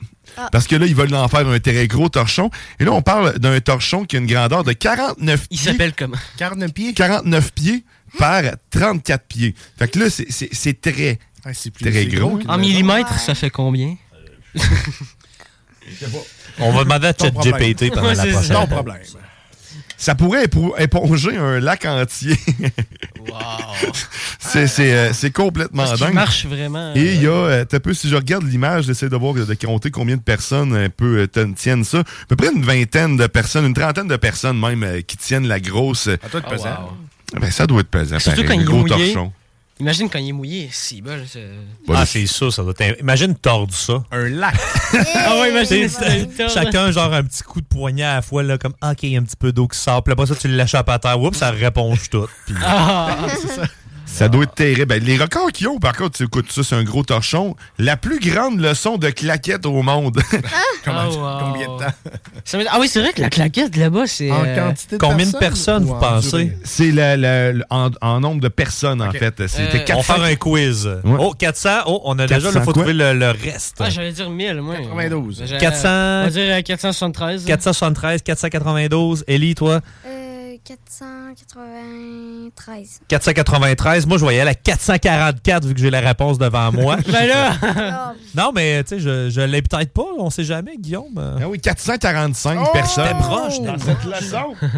Speaker 8: Parce que là, ils veulent en faire un très gros torchon. Et là, on parle d'un torchon qui a une grandeur de 49
Speaker 7: Il s'appelle comment
Speaker 8: 49 pieds. 49 pieds par 34 pieds. Fait que là, c'est- c'est c'est très, très gros.
Speaker 7: En millimètres, ça fait combien
Speaker 9: On va demander à ChatGPT pendant la prochaine.
Speaker 8: Non problème. Ça pourrait épo- éponger un lac entier. C'est- C'est euh, c'est complètement
Speaker 7: Parce qu'il
Speaker 8: dingue.
Speaker 7: marche vraiment,
Speaker 8: Et il y a, euh, t'as peu, si je regarde l'image, j'essaie de voir, de compter combien de personnes un peu euh, ten- tiennent ça. À peu près une vingtaine de personnes, une trentaine de personnes même euh, qui tiennent la grosse.
Speaker 9: Ah,
Speaker 8: euh,
Speaker 10: toi de pesant.
Speaker 8: ben, ça doit être pesant.
Speaker 7: Ah, Surtout
Speaker 8: pareil,
Speaker 7: quand
Speaker 8: le
Speaker 7: il est
Speaker 8: gros
Speaker 7: mouillé.
Speaker 8: torchon.
Speaker 7: Imagine quand il est mouillé, si bol. c'est-
Speaker 9: Ah, c'est ça, ça doit être- Imagine tordre ça.
Speaker 10: Un lac.
Speaker 7: Ah ouais, imagine.
Speaker 9: C'est-
Speaker 7: c'est-
Speaker 9: Chacun, genre, un petit coup de poignet à la fois, là, comme, OK, il y a un petit peu d'eau qui sort. Puis après ça, tu l'échappes à terre. Oups, ça réponge tout. Puis-
Speaker 7: Ah, c'est ça.
Speaker 8: Ça doit être terrible. Ben, les records qu'ils ont, par contre, tu écoutes ça, c'est un gros torchon. La plus grande leçon de claquette au monde.
Speaker 9: Ah!
Speaker 7: Comment- Oh, wow. combien de temps? Ça m'étonne- Ah oui, c'est vrai que la claquette là-bas, c'est. euh,
Speaker 8: C'est la- la- le- en, en nombre de personnes, en
Speaker 9: Ok.
Speaker 8: fait.
Speaker 9: Euh,
Speaker 8: C'était
Speaker 9: on va
Speaker 8: 400.
Speaker 9: faire un quiz.
Speaker 8: Ouais.
Speaker 9: Oh, 400. Oh, on a déjà,
Speaker 8: 400
Speaker 9: il faut
Speaker 8: quoi?
Speaker 9: trouver le, le reste.
Speaker 7: Ah, j'allais dire 1000, moi.
Speaker 10: 92.
Speaker 7: J'allais-
Speaker 9: 400.
Speaker 7: On va dire euh, 473.
Speaker 9: 473, 492. Ellie, toi,
Speaker 15: Euh, 493.
Speaker 9: 493. Moi, je voyais la 444 vu que j'ai la réponse devant moi.
Speaker 7: Ben là!
Speaker 9: non, mais tu sais, je, je l'ai peut-être pas. On sait jamais, Guillaume. Ah
Speaker 8: oui, 445
Speaker 7: Oh!
Speaker 8: personnes.
Speaker 9: T'es proche,
Speaker 8: dans
Speaker 9: cette
Speaker 8: leçon.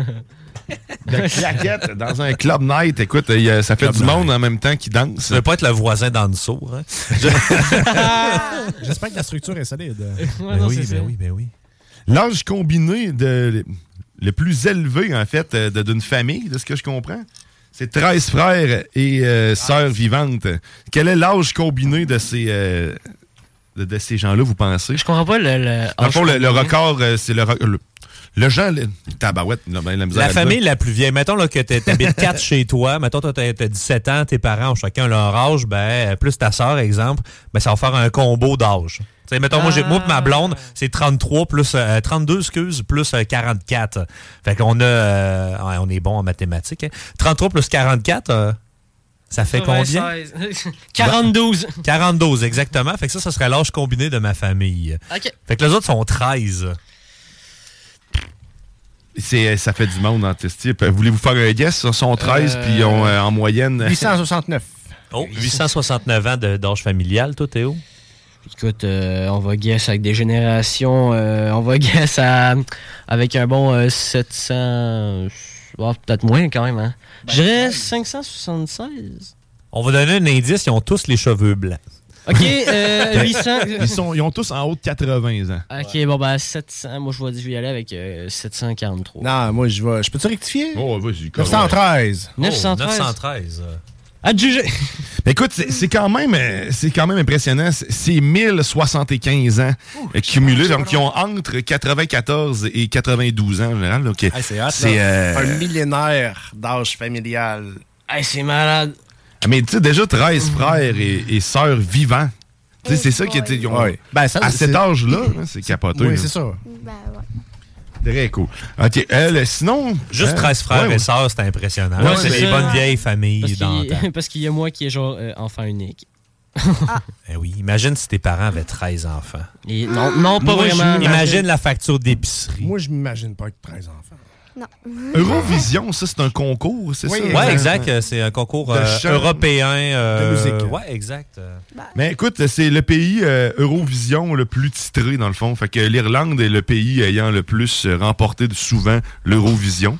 Speaker 8: De claquette dans un club night. Écoute, il y a- ça fait du monde en même temps qui danse.
Speaker 9: Tu veux pas être le voisin d'en dessous, hein?
Speaker 10: J'espère que la structure est solide.
Speaker 9: Ben non, oui, c'est ben ça. oui, ben oui.
Speaker 8: L'âge combiné de, le plus élevé, en fait, euh, de- d'une famille, de ce que je comprends, c'est 13 frères et euh, sœurs vivantes. Quel est l'âge combiné de ces, euh, de, de ces gens-là, vous pensez? Je
Speaker 7: comprends pas le... le
Speaker 8: Dans le fond,
Speaker 9: âge
Speaker 8: le, le
Speaker 9: combiné.
Speaker 8: record, euh, c'est le... ro- Le, le genre... le- tabarouette, non, ben, la, misère
Speaker 9: La
Speaker 8: là-dedans.
Speaker 9: famille la plus vieille. Mettons là, que t'es- t'habites 4 chez toi. Mettons, toi, t'as t'as 17 ans, tes parents ont chacun leur âge. Ben, plus ta sœur, exemple, ben, ça va faire un combo d'âge. Tu sais, mettons, moi, j'ai- moi, pis ma blonde, c'est 33 plus, euh, 32, excuse, plus euh, 44. Fait qu'on a, euh, ouais, on est bon en mathématiques. hein. 33 plus 44, euh, ça fait combien?
Speaker 7: 96. 42.
Speaker 9: 42, exactement. Fait que ça, ça serait l'âge combiné de ma famille.
Speaker 7: OK.
Speaker 9: Fait que les autres sont 13.
Speaker 8: C'est, euh, ça fait du monde en testier. Voulez-vous faire un guess? Ils sont 13,
Speaker 9: Euh,
Speaker 8: puis ils ont euh, en moyenne...
Speaker 10: 869.
Speaker 9: Oh, 869 ans de- d'âge familial, toi, Théo?
Speaker 7: Écoute, euh, on va guess avec des générations. euh, on va guess à, avec un bon euh, 700. euh, bon, Peut-être moins quand même. Hein.
Speaker 8: Ben,
Speaker 7: Je dirais 576.
Speaker 9: On va donner un indice, ils ont tous les cheveux blancs.
Speaker 7: OK, euh, 800.
Speaker 8: ben. Ils, sont, ils ont tous en haut de 80 ans.
Speaker 7: OK, bon, bah 700. Moi, je vais- je vais y aller avec euh, 743.
Speaker 10: Non, moi, je vais. Je peux-tu rectifier?
Speaker 8: Oh, vas-y,
Speaker 10: 913.
Speaker 7: 913.
Speaker 9: 913.
Speaker 7: À te juger.
Speaker 8: Ben écoute, c'est- c'est quand même euh, c'est quand même impressionnant. C'est- C'est 1075 ans euh, cumulés, donc qui ont entre 94 et 92 ans en général. là, qui-
Speaker 10: Hey, c'est hot,
Speaker 8: c'est,
Speaker 10: là.
Speaker 8: euh,
Speaker 10: Un millénaire d'âge familial.
Speaker 7: c'est malade.
Speaker 8: Mais tu sais, déjà 13 frères et, et sœurs vivants. Tu sais, c'est ça qui était. ils ont-
Speaker 10: Ouais. Ben, ça,
Speaker 8: à
Speaker 10: c'est-
Speaker 8: cet âge-là, hein, c'est capoteux.
Speaker 10: Oui,
Speaker 8: là.
Speaker 10: c'est ça.
Speaker 8: Très cool. OK. elle, sinon.
Speaker 9: Juste
Speaker 8: hein,
Speaker 9: 13 frères
Speaker 8: ouais,
Speaker 9: et
Speaker 8: ouais.
Speaker 9: sœurs, c'est impressionnant.
Speaker 8: Ouais,
Speaker 9: c'est
Speaker 8: c'est
Speaker 9: des
Speaker 8: ça.
Speaker 9: bonnes vieilles familles
Speaker 7: Parce
Speaker 9: dans le temps.
Speaker 7: qu'il parce qu'il y a moi qui est genre euh, enfant unique.
Speaker 8: Ah. Eh
Speaker 9: Ben oui, imagine si tes parents avaient 13 enfants.
Speaker 7: non, non, pas
Speaker 9: Moi, je
Speaker 7: vraiment.
Speaker 9: m'imagine la facture d'épicerie.
Speaker 10: Moi, je m'imagine pas être 13 enfants.
Speaker 8: Eurovision, ça, c'est un concours, c'est
Speaker 9: Oui,
Speaker 8: ça?
Speaker 9: exact. Ouais, exact, euh, c'est un concours,
Speaker 8: De
Speaker 9: euh,
Speaker 8: chant,
Speaker 9: européen, euh,
Speaker 8: de musique.
Speaker 9: ouais, exact. euh.
Speaker 15: Bah.
Speaker 8: Mais écoute, c'est le pays euh, Eurovision le plus titré, dans le fond. Fait que l'Irlande est le pays ayant le plus euh, remporté de- souvent l'Eurovision.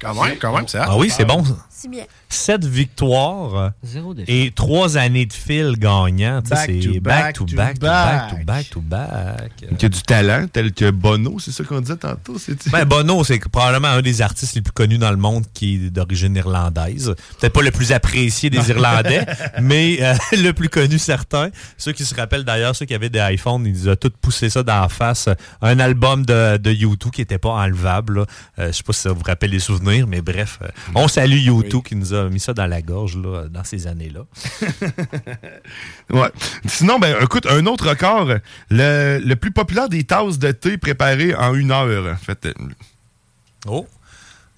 Speaker 10: Quand même, quand même, c'est hot.
Speaker 9: Ah oui, c'est bon. ça.
Speaker 15: C'est bien.
Speaker 9: Sept victoires
Speaker 7: Zéro défaite.
Speaker 9: et trois années de fil gagnant. Tu sais,
Speaker 8: Back
Speaker 9: c'est
Speaker 8: to
Speaker 9: back
Speaker 8: back
Speaker 9: to
Speaker 8: to
Speaker 9: back to back
Speaker 8: back.
Speaker 9: to back to back.
Speaker 8: Il y a du talent, tel que Bono, c'est ça qu'on disait tantôt. c'est
Speaker 9: Ben, Bono, c'est probablement un des artistes les plus connus dans le monde qui est d'origine irlandaise. Peut-être pas le plus apprécié des Irlandais, mais euh, le plus connu, certain. Ceux qui se rappellent d'ailleurs, ceux qui avaient des iPhones, ils ont tous poussé ça dans la face. Un album de, de U2 qui n'était pas enlevable. là. Euh, je sais pas si ça vous rappelle les souvenirs, mais bref. euh, on salue U2 qui nous a mis ça dans la gorge là, dans ces années-là.
Speaker 8: Ouais. Sinon, ben, écoute, un autre record, le, le plus populaire des tasses de thé préparées en une heure. En fait, euh,
Speaker 9: Oh!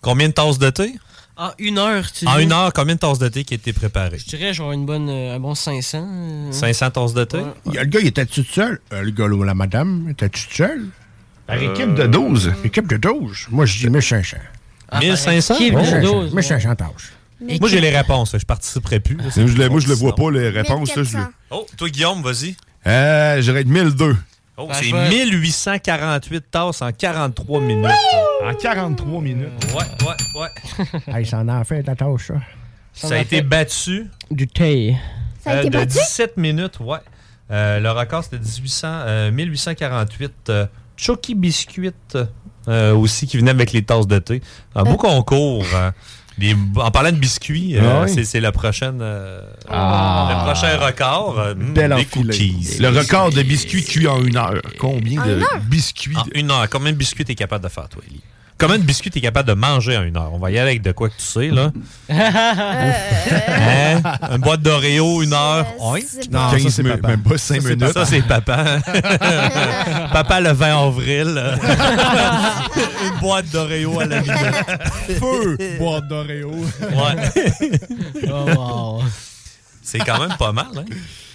Speaker 9: Combien de tasses de thé?
Speaker 7: En Ah, une heure, tu
Speaker 9: En
Speaker 7: dis?
Speaker 9: une heure, combien de tasses de thé qui étaient préparées?
Speaker 7: Je dirais genre une bonne, euh, un bon 500. euh,
Speaker 9: 500 tasses de thé?
Speaker 7: Ouais.
Speaker 10: Il y a Le gars, il était tout seul. Euh, le gars ou la madame, était tout seul.
Speaker 8: Par équipe de 12.
Speaker 10: Équipe de 12. Moi, je dis 1500. Ah, ben,
Speaker 9: 1500?
Speaker 10: Ouais,
Speaker 9: Ah, Équipe de 12,
Speaker 10: 1500
Speaker 8: Oh.
Speaker 10: 1500 tâches.
Speaker 9: Moi, j'ai les réponses. Je participerai plus. là,
Speaker 8: je
Speaker 9: c'est
Speaker 8: le-
Speaker 9: trop
Speaker 8: moi, je le vois
Speaker 9: sinon.
Speaker 8: pas, les réponses. là, je le-
Speaker 9: Oh, toi, Guillaume, vas-y.
Speaker 8: Euh, J'aurais dit 1002.
Speaker 9: Oh,
Speaker 8: Ben,
Speaker 9: c'est
Speaker 8: je vais-
Speaker 9: 1848 tasses en 43 minutes.
Speaker 8: En 43 minutes.
Speaker 9: Ouais, ouais, ouais.
Speaker 10: hey, ça en a fait, la tâche, ça.
Speaker 9: Ça a été battu.
Speaker 7: Du thé.
Speaker 9: euh, de 17 minutes, ouais. Euh, le record, c'était 1800, euh, 1848. euh, Chucky Biscuit euh, aussi, qui venait avec les tasses de thé. Un
Speaker 7: Euh.
Speaker 9: beau concours. hein. Les- en parlant de biscuits, euh,
Speaker 8: Ah oui.
Speaker 9: c'est- c'est la prochaine, euh,
Speaker 8: Ah.
Speaker 9: le prochain record. euh, mm,
Speaker 8: Belle
Speaker 9: des
Speaker 8: enfilée.
Speaker 9: cookies.
Speaker 8: Le record de biscuits cuits en une heure. Combien de biscuits?
Speaker 9: En une heure. Combien de biscuits t'es capable de faire, toi, Ellie? Combien de biscuits t'es capable de manger en une heure? On va y aller avec de quoi que tu sais, là. Hein? Une boîte d'Oreo, une heure. Oui.
Speaker 8: Non, ça, c'est papa. Même pas cinq
Speaker 9: Ça, c'est
Speaker 8: minutes.
Speaker 9: papa. Ça, c'est papa. papa le 20 avril. une boîte d'Oreo à la minute.
Speaker 10: Feu, boîte d'Oreo.
Speaker 9: Ouais.
Speaker 7: Oh, wow.
Speaker 9: C'est quand même pas mal, hein?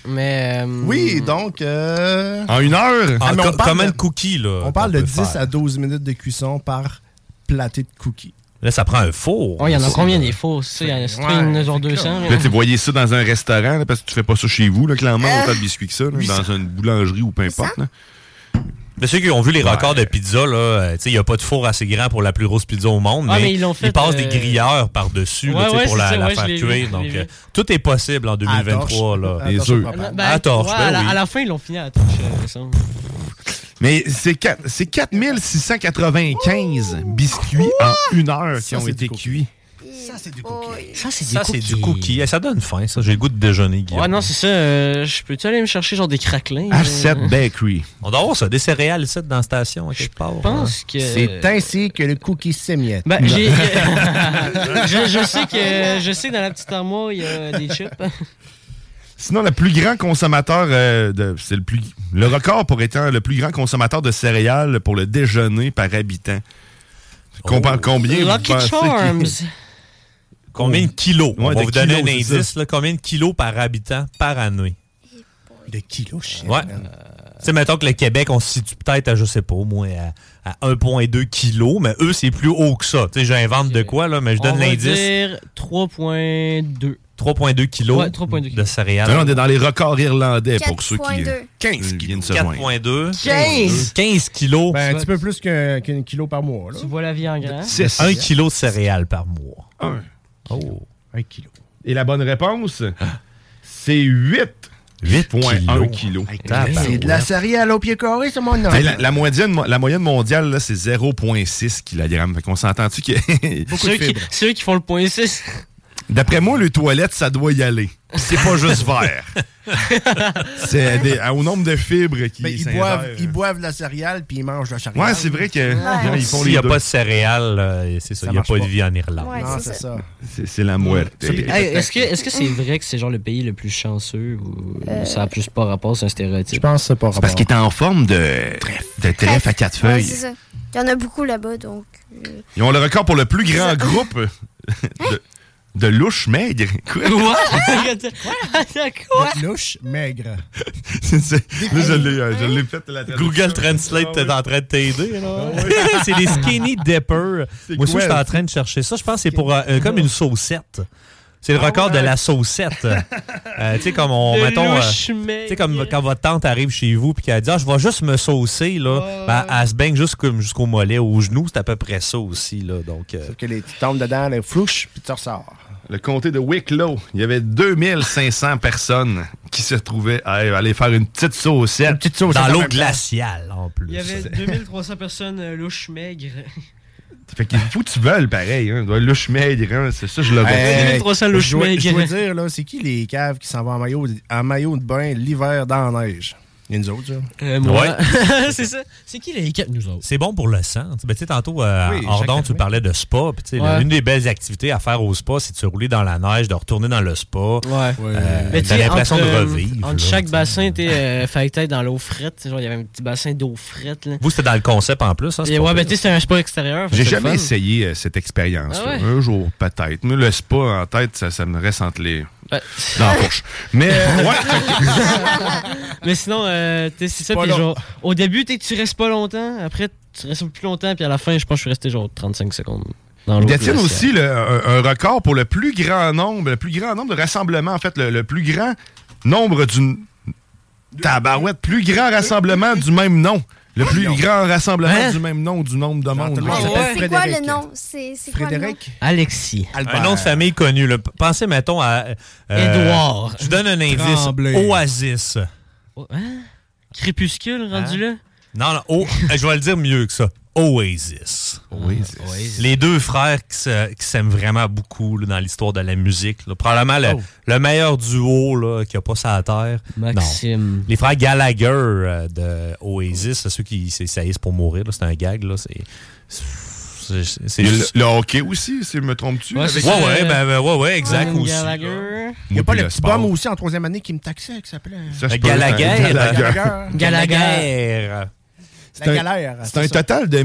Speaker 7: Mais.
Speaker 10: Oui, donc. euh,
Speaker 9: En une heure?
Speaker 10: Ah, mais
Speaker 9: En
Speaker 10: on
Speaker 9: co-
Speaker 10: parle
Speaker 9: comme
Speaker 10: de-
Speaker 9: un cookie, là,
Speaker 10: On parle
Speaker 9: qu'on
Speaker 10: de
Speaker 9: peut
Speaker 10: 10
Speaker 9: faire.
Speaker 10: à 12 minutes de cuisson par platé de cookies.
Speaker 9: Là, ça prend un four.
Speaker 7: Oh, il y en a combien des faux? Ça, il y en a c'est pas une, genre 200.
Speaker 8: Là, tu voyais ça dans un restaurant, là, parce que tu fais pas ça chez vous, là, clairement,
Speaker 7: Euh.
Speaker 8: autant de biscuits que ça, là, dans une boulangerie ou peu importe. là.
Speaker 9: Mais ceux qui ont vu les records de pizza, là, euh, tu sais, il n'y a pas de four assez grand pour la plus grosse pizza au monde,
Speaker 7: Ah,
Speaker 9: mais,
Speaker 7: mais ils l'ont fait,
Speaker 9: passent
Speaker 7: euh,
Speaker 9: des grilleurs par-dessus là,
Speaker 7: Ouais,
Speaker 9: tu sais,
Speaker 7: ouais,
Speaker 9: pour
Speaker 7: c'est
Speaker 9: la,
Speaker 7: ça,
Speaker 9: la
Speaker 7: ouais, je
Speaker 9: faire
Speaker 7: l'ai vu,
Speaker 9: cuire.
Speaker 7: je
Speaker 9: Donc,
Speaker 7: l'ai
Speaker 9: euh,
Speaker 7: vu.
Speaker 9: tout est possible en 2023. Là.
Speaker 8: À torche. Les œufs.
Speaker 7: Ben,
Speaker 9: À torche,
Speaker 7: ouais,
Speaker 9: ben
Speaker 7: à, la,
Speaker 9: oui.
Speaker 7: à la fin, ils l'ont fini à la touche, euh, il me semble.
Speaker 8: Mais c'est quatre- c'est 4695 biscuits en une heure qui ont été cuits.
Speaker 10: Ça, c'est du cookie.
Speaker 7: Ça, Ah, c'est du
Speaker 9: Ça, c'est du cookie. Eh, Ça donne faim, ça. J'ai le goût de déjeuner, Guillaume.
Speaker 7: Ouais, non, c'est ça. euh, je peux-tu aller me chercher genre des craquelins?
Speaker 9: Ah,
Speaker 7: euh?
Speaker 9: R7
Speaker 8: Bakery.
Speaker 9: On doit avoir ça, des céréales ici dans la station, à quelque part. Je
Speaker 7: pense que-
Speaker 10: C'est ainsi que le cookie s'émiette.
Speaker 7: Ben, j'ai- je, je sais que, je sais que dans la petite armoire, il y a des chips.
Speaker 8: Sinon, le plus grand consommateur euh, de. C'est le plus. Le record pour étant le plus grand consommateur de céréales pour le déjeuner par habitant.
Speaker 9: Oh.
Speaker 8: Compa- combien vous
Speaker 7: Lucky
Speaker 8: pensez qu'il-
Speaker 7: Charms.
Speaker 9: Combien de kilos?
Speaker 8: Ouais,
Speaker 9: On va
Speaker 8: de
Speaker 9: vous donner un
Speaker 8: kilos, c'est
Speaker 9: indice.
Speaker 8: ça.
Speaker 9: là. combien de kilos par habitant par année?
Speaker 10: De kilos,
Speaker 7: Euh,
Speaker 10: chien.
Speaker 9: Ouais. Tu sais, mettons que le Québec, on se situe peut-être à, je sais pas, au moins à, à 1,2 kilos, mais eux, c'est plus haut que ça. Tu sais, j'invente de quoi, là, mais je
Speaker 7: On
Speaker 9: donne
Speaker 7: va
Speaker 9: l'indice.
Speaker 7: dire 3.2.
Speaker 9: 3,2 kilos
Speaker 7: Ouais, 3,2
Speaker 9: de céréales.
Speaker 8: Non, on est dans les records irlandais pour ceux qui. euh, 15 viennent se joindre.
Speaker 9: 4,2.
Speaker 7: 15.
Speaker 9: 15 kilos.
Speaker 10: Ben, un petit peu plus qu'un qu'un kilo par mois. Là.
Speaker 7: Tu vois la vie en grand.
Speaker 8: Six.
Speaker 9: Un kilo de céréales par mois.
Speaker 8: Un.
Speaker 9: Oh.
Speaker 10: Un kilo.
Speaker 8: Et la bonne réponse, c'est 8.
Speaker 9: 8,1
Speaker 8: 8,1
Speaker 9: Ah. kilos.
Speaker 8: kilos.
Speaker 10: Ben, C'est de la céréale au pied carré,
Speaker 15: Ah.
Speaker 10: ça, mon nom.
Speaker 8: Hey, Ben, la, la moyenne, la moyenne mondiale, là, c'est 0,6 kg. Fait qu'on s'entend-tu que.
Speaker 7: Ceux qui, ceux qui font le point 6.
Speaker 8: D'après moi, les toilettes, ça doit y aller. C'est pas juste vert. C'est des- au nombre de fibres
Speaker 9: Ben,
Speaker 8: qui
Speaker 10: Mais Ben, ils
Speaker 8: s'ingèrent.
Speaker 10: boivent, ils boivent la céréale puis ils mangent la céréale.
Speaker 8: Ouais, c'est vrai que non, ils font
Speaker 9: S'il
Speaker 8: les
Speaker 9: n'y a
Speaker 8: deux.
Speaker 9: pas de céréales, euh, c'est ça.
Speaker 8: Ça
Speaker 9: Il n'y a
Speaker 8: marche
Speaker 9: pas de
Speaker 8: pas.
Speaker 9: vie en Irlande.
Speaker 10: Ouais, Non, c'est c'est ça. ça.
Speaker 8: C'est c'est la muerte.
Speaker 7: Hey, est-ce que est-ce que c'est vrai que c'est genre le pays le plus chanceux ou ça a plus pas rapport, c'est un stéréotype? Je pense
Speaker 10: que c'est pas
Speaker 7: parce qu'il
Speaker 8: est en forme de de trèfle à quatre
Speaker 15: Ouais,
Speaker 8: feuilles.
Speaker 15: c'est ça. Il y en a beaucoup là-bas, donc. euh,
Speaker 8: Ils ont le record pour le plus grand groupe
Speaker 15: Hein?
Speaker 8: de, de louches maigres. Quoi?
Speaker 7: Quoi?
Speaker 21: Louche maigre.
Speaker 8: C'est- c'est- Là, je l'ai, euh, je l'ai fait la traduction. Ah
Speaker 9: Google Translate t'es en train de t'aider. là. c'est des Skinny Dipper.
Speaker 8: C'est
Speaker 9: Moi aussi,
Speaker 8: quoi,
Speaker 9: je suis en
Speaker 8: ça?
Speaker 9: train de chercher ça. Je pense que c'est pour euh, euh, comme une saucette. C'est le record de la saucette. Euh, tu sais, comme on.
Speaker 7: Le
Speaker 9: mettons. euh,
Speaker 7: louche
Speaker 9: tu sais, comme quand votre tante arrive chez vous puis qu'elle dit Ah, je vais juste me saucer, là. Ben, elle se baigne juste comme jusqu'au mollet, au genou. C'est à peu près ça aussi, là. Donc. euh,
Speaker 10: Sauf que les, tu tombes dedans, les flouches, puis tu ressors.
Speaker 8: Le comté de Wicklow, il y avait 2500 personnes qui se trouvaient à aller faire une petite saucette.
Speaker 9: Dans l'eau glaciale, en plus.
Speaker 7: Il y avait 2300 personnes euh, louches maigres.
Speaker 8: Fait qu'il faut que tu veuilles, pareil. Hein. Louche maigre, hein. c'est ça, je le
Speaker 10: Hey,
Speaker 8: le
Speaker 10: Euh, je dois- Je dois dire, là, c'est qui les caves qui s'en vont en maillot, en maillot de bain l'hiver dans la neige? Il y a nous autres, ça.
Speaker 7: Euh,
Speaker 9: moi.
Speaker 7: c'est ça. C'est qui les quatre, nous autres?
Speaker 9: C'est bon pour le sang. Tu sais, ben, tu sais, tantôt, euh,
Speaker 7: Oui,
Speaker 9: Ordon,
Speaker 7: chaque
Speaker 9: tu parlais de spa. Puis, tu sais,
Speaker 7: Ouais.
Speaker 9: Une des belles activités à faire au spa, c'est de se rouler dans la neige, de retourner dans le spa. Ouais.
Speaker 7: Mais tu sais,
Speaker 9: ben, l'impression
Speaker 7: entre,
Speaker 9: de
Speaker 7: euh,
Speaker 9: revivre.
Speaker 7: Entre
Speaker 9: là.
Speaker 7: chaque bassin, t'es euh, fallait que t'ailles dans l'eau frette. Genre, il y avait un petit bassin d'eau frette. Là.
Speaker 9: Vous, c'était dans le concept en plus. Hein, c'est
Speaker 7: Et
Speaker 9: pas
Speaker 7: ouais, ben
Speaker 9: pire.
Speaker 7: tu sais, c'était un sport extérieur. fait
Speaker 8: J'ai
Speaker 7: que c'est le
Speaker 8: jamais
Speaker 7: fun.
Speaker 8: essayé euh, cette expérience.
Speaker 7: Ah ouais?
Speaker 8: Un jour, peut-être. Mais le spa en tête, ça, ça me reste entre les.
Speaker 7: Ouais.
Speaker 8: Dans la fourche. Mais, euh, ouais.
Speaker 7: Mais sinon, euh, tu sais, c'est ça.
Speaker 8: Pas
Speaker 7: Puis
Speaker 8: long.
Speaker 7: genre, au début, t'es- tu restes pas longtemps. Après, tu restes plus longtemps. Puis à la fin, je pense que je suis resté genre 35 secondes dans l'eau.
Speaker 8: Ils détiennent
Speaker 7: glaciale.
Speaker 8: aussi le- un, un record pour le plus grand nombre, le plus grand nombre de rassemblements, en fait, le, le plus grand nombre d'une tabarouette, plus grand rassemblement du même nom. Le plus grand rassemblement
Speaker 9: Hein?
Speaker 8: du même nom, du nombre de monde.
Speaker 9: monde
Speaker 8: Ah, Ouais.
Speaker 9: s'appelle
Speaker 15: C'est quoi le nom? C'est c'est quoi le nom?
Speaker 7: Alexis.
Speaker 9: Un nom de famille connu. là. Pensez, mettons, à. euh,
Speaker 7: Édouard.
Speaker 9: Je donne un indice.
Speaker 7: Tremblay.
Speaker 9: Oasis.
Speaker 7: Oh, hein? Crépuscule rendu là?
Speaker 9: Non, non. O- je vais le dire mieux que ça. Oasis. Les deux frères qui se- qui s'aiment vraiment beaucoup là, dans l'histoire de la musique. là. Probablement le,
Speaker 7: Oh.
Speaker 9: le meilleur duo là, qu'il n'y a pas sur la Terre.
Speaker 7: Maxime.
Speaker 9: Non. Les frères Gallagher euh, de Oasis, là, ceux qui s'essayent pour mourir, là, c'est un gag. Là, c'est, c'est, c'est- c'est
Speaker 8: Il y a
Speaker 9: juste-
Speaker 8: le, le hockey aussi, si je me trompe-tu.
Speaker 9: Ouais,
Speaker 8: avec-
Speaker 9: c'est ça, Ouais, ouais, euh, ben, ben, ouais, ouais, exact Liam aussi, Gallagher.
Speaker 10: Il n'y a
Speaker 8: Moi,
Speaker 10: pas
Speaker 8: puis
Speaker 10: le
Speaker 8: le
Speaker 10: petit
Speaker 8: sport.
Speaker 10: bum aussi en troisième année qui me taxait, qui s'appelait. euh,
Speaker 8: Ça, je peux-
Speaker 9: Gallagher.
Speaker 8: Gallagher.
Speaker 9: Gallagher.
Speaker 8: C'est un-
Speaker 10: galère,
Speaker 8: C'est
Speaker 10: c'est
Speaker 8: un
Speaker 10: ça.
Speaker 8: total de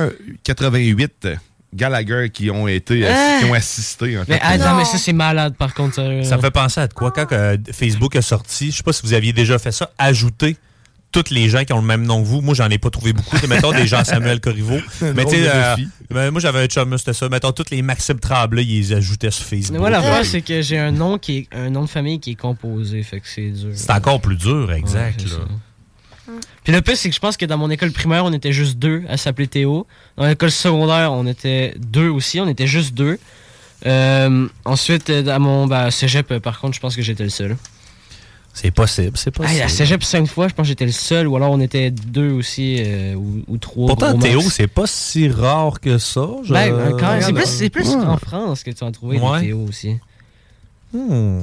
Speaker 8: 1488 Gallagher qui ont été euh,
Speaker 7: Hein?
Speaker 8: qui ont assisté. En
Speaker 7: Mais
Speaker 8: fait.
Speaker 7: attends, mais ça, c'est malade par contre. sérieux.
Speaker 9: Ça me fait penser à de quoi quand euh, Facebook a sorti, je sais pas si vous aviez déjà fait ça, ajouter toutes les gens qui ont le même nom que vous. Moi, j'en ai pas trouvé beaucoup. Tu sais, Mettons des gens Samuel Corriveau.
Speaker 8: Un
Speaker 9: Mais
Speaker 8: drôle
Speaker 9: tu sais,
Speaker 8: de
Speaker 9: euh,
Speaker 8: défi.
Speaker 9: ben, moi, j'avais un chum, c'était ça. Mettons toutes les Maxime Tremblay, ils les ajoutaient sur Facebook.
Speaker 7: Mais moi, l'affaire, c'est que j'ai un nom qui est un nom de famille qui est composé, fait que c'est dur.
Speaker 9: C'est encore plus dur, exact.
Speaker 7: Ouais, c'est
Speaker 9: là.
Speaker 7: Puis le pire, c'est que je pense que dans mon école primaire, on était juste deux à s'appeler Théo. Dans l'école secondaire, on était deux aussi, on était juste deux. Euh, ensuite, euh, à mon bah, cégep, euh, par contre, je pense que j'étais le seul.
Speaker 9: C'est possible, c'est
Speaker 7: Ah,
Speaker 9: possible.
Speaker 7: à cégep, cinq fois, je pense que j'étais le seul, ou alors on était deux aussi, euh, ou, ou trois.
Speaker 9: Pourtant,
Speaker 7: gros max.
Speaker 9: Théo, c'est pas si rare que ça. je- Ah.
Speaker 7: Ben, quand même, c'est plus, c'est plus
Speaker 9: Ouais.
Speaker 7: en France que tu vas trouver
Speaker 9: Ouais.
Speaker 7: des Théo aussi.
Speaker 9: Hmm.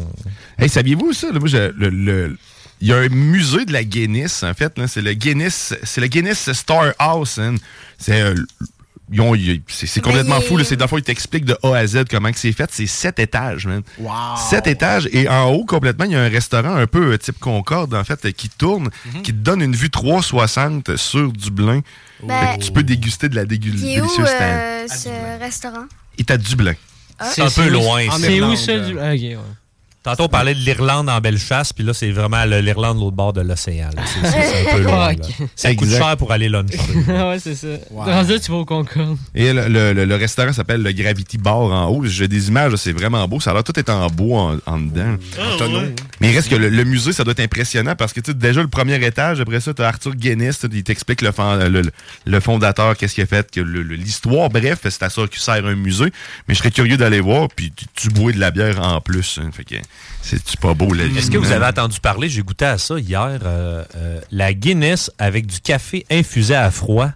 Speaker 8: Hey, saviez-vous ça? là? Moi, je- le- le- il y a un musée de la Guinness, en fait. là. C'est le Guinness, c'est le Guinness Star House. hein. C'est, euh, ils ont- ils- c'est, c'est complètement
Speaker 10: Mais-
Speaker 8: fou. Là. C'est, dans le fond, ils t'expliquent de A à Z comment que c'est fait. C'est sept étages, man. Sept étages. Et en haut, complètement, il y a un restaurant un peu euh, type Concorde, en fait, euh, qui tourne,
Speaker 15: Mhm.
Speaker 8: qui te donne une vue 360 sur Dublin.
Speaker 15: Ben-
Speaker 8: Fait que tu peux déguster de la dégu-
Speaker 15: Qui est où
Speaker 8: délicieuse table.
Speaker 15: euh, ce restaurant?
Speaker 8: Il est à Dublin.
Speaker 15: Ah.
Speaker 9: C'est un peu loin. ça.
Speaker 7: C'est où ça? du- Ah, ok, ouais.
Speaker 9: Tantôt, on parlait de l'Irlande en Bellechasse, puis là, c'est vraiment le- l'Irlande de l'autre bord de l'océan. là. C'est- C'est c'est un peu loin. là.
Speaker 7: Ok.
Speaker 9: Ça coûte
Speaker 8: Exact.
Speaker 9: cher pour aller luncher.
Speaker 7: ouais, c'est ça. Rendu là, tu vas au Concorde.
Speaker 8: Et le, le- le- le restaurant s'appelle le Gravity Bar en haut. J'ai des images, c'est vraiment beau. Ça a l'air tout est en bois en, en dedans. En tonneau. Mais il reste que le, le musée, ça doit être impressionnant parce que tu sais, déjà le premier étage, après ça, tu as Arthur Guinness, tu sais, il t'explique le, fan- le- le- le fondateur, qu'est-ce qu'il a fait, que le- le- l'histoire, bref, c'est à ça que sert un musée. Mais je serais curieux d'aller voir, puis tu, tu bois de la bière en plus. hein. Fait que c'est pas beau la vie,
Speaker 9: Est-ce que vous
Speaker 8: hein?
Speaker 9: avez entendu parler, j'ai goûté à ça hier, euh, euh, la Guinness avec du café infusé à froid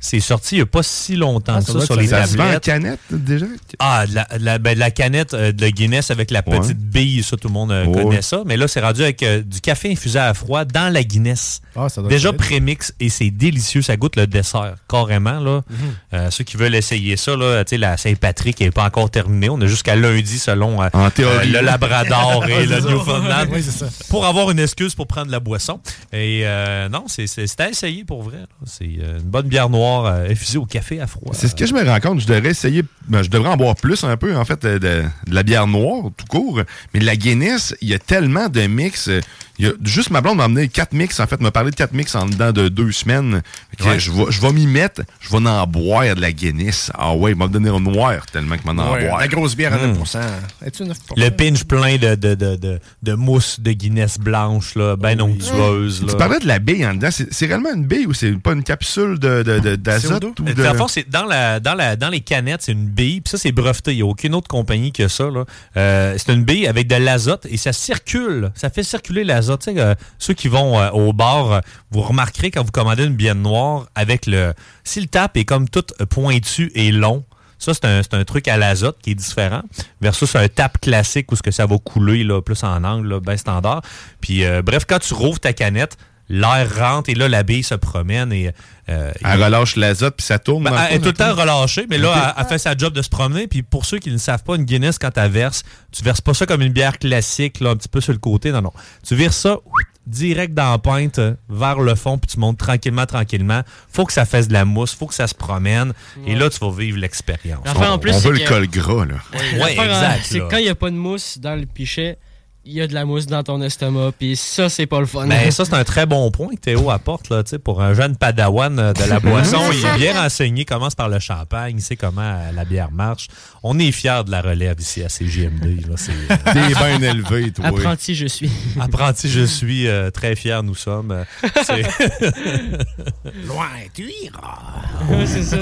Speaker 9: C'est sorti il n'y a pas si longtemps
Speaker 8: Ah,
Speaker 9: que
Speaker 8: ça
Speaker 9: ça,
Speaker 8: doit
Speaker 9: sur
Speaker 8: être
Speaker 9: les
Speaker 8: ça. Ça se vend en
Speaker 9: tablettes.
Speaker 8: canette, déjà?
Speaker 9: Ah, de la, de la- ben, de la canette euh, de Guinness avec la petite
Speaker 8: Ouais.
Speaker 9: bille, ça, tout le monde euh,
Speaker 8: Ouais.
Speaker 9: connaît ça. Mais là, c'est rendu avec euh, du café infusé à froid dans la Guinness.
Speaker 8: Ah, ça doit
Speaker 9: Déjà
Speaker 8: être bon.
Speaker 9: prémix et c'est délicieux. Ça goûte le dessert, carrément. Là. Euh, ceux qui veulent essayer ça, là, tu sais, la Saint-Patrick n'est pas encore terminée. On a jusqu'à lundi, selon euh, euh,
Speaker 8: théorie.
Speaker 9: le Labrador et
Speaker 8: Ouais,
Speaker 9: le
Speaker 8: c'est ça.
Speaker 9: Newfoundland,
Speaker 8: Ouais, c'est ça.
Speaker 9: pour avoir une excuse pour prendre la boisson. Et euh, non, c'est c'est- c'est à essayer pour vrai. là. C'est euh, une bonne bière noire euh, infusée au café à froid.
Speaker 8: C'est ce que je me rends compte. Je devrais essayer. ben, je devrais en boire plus un peu, en fait, de, de- de la bière noire, tout court. Mais de la Guinness, il y a tellement de mix. euh, il y a- juste ma blonde m'a amené quatre mix, en fait, m'a parlé de quatre mix en dedans de deux semaines. Fait que
Speaker 9: Ouais.
Speaker 8: Je vais je vais m'y mettre. Je vais en boire de la Guinness. Ah ouais, il m'a donné un noir tellement qu'il m'en en
Speaker 9: Ouais,
Speaker 8: boire.
Speaker 9: la grosse bière à
Speaker 8: Hmm.
Speaker 9: 9%.
Speaker 10: Es-tu 9
Speaker 9: Le pinch plein de, de, de, de, de mousse de Guinness blanche, là, ben onctueuse.
Speaker 8: Tu parlais de la bille en dedans. C'est c'est réellement une bille ou c'est pas une capsule de- de- de- d'azote? ou de-
Speaker 9: Euh, Dans le fond, c'est dans, la, dans, la, dans les canettes, c'est une bille. Puis ça, c'est breveté. Il n'y a aucune autre compagnie que ça. là. Euh, c'est une bille avec de l'azote et ça circule. Ça fait circuler l'azote. Tu sais, euh, ceux qui vont euh, au bar, euh, vous remarquerez quand vous commandez une bière noire avec le... Si le tap est comme tout pointu et long, ça, c'est un, c'est un truc à l'azote qui est différent versus un tap classique où ce que ça va couler là, plus en angle, là, ben standard. Puis euh, bref, quand tu rouvres ta canette, l'air rentre et là, la bille se promène et... euh,
Speaker 8: Elle relâche l'azote puis ça tourne.
Speaker 9: ben,
Speaker 8: dans
Speaker 9: elle est
Speaker 8: fond,
Speaker 9: tout le temps
Speaker 8: tourne.
Speaker 9: relâchée, mais là,
Speaker 8: Ok.
Speaker 9: elle, elle fait sa job de se promener. Puis pour ceux qui ne savent pas, une Guinness, quand tu verses, tu verses pas ça comme une bière classique, là, un petit peu sur le côté. Non, non. Tu vires ça ouf, direct dans la pinte, euh, vers le fond, puis tu montes tranquillement, tranquillement. Faut que ça fasse de la mousse, faut que ça se promène. Et là, tu vas vivre l'expérience.
Speaker 7: L'affaire en plus, c'est que-
Speaker 9: Ouais,
Speaker 7: L'affaire, hein,
Speaker 9: exact.
Speaker 7: C'est
Speaker 9: là.
Speaker 7: quand il n'y a pas de mousse dans le pichet, il y a de la mousse dans ton estomac, puis ça, c'est pas le fun.
Speaker 9: Ben, ça, c'est un très bon point que Théo apporte là, tu sais, pour un jeune padawan euh, de la boisson. il est bien renseigné, commence par le champagne, il sait comment euh, la bière marche. On est fiers de la relève ici à CGMD. là, c'est, euh,
Speaker 8: T'es bien élevé, toi.
Speaker 7: Apprenti, je suis.
Speaker 9: Apprenti, je suis. euh, très fier, nous sommes. euh, c'est-
Speaker 11: Loin, tu iras.
Speaker 7: c'est ça.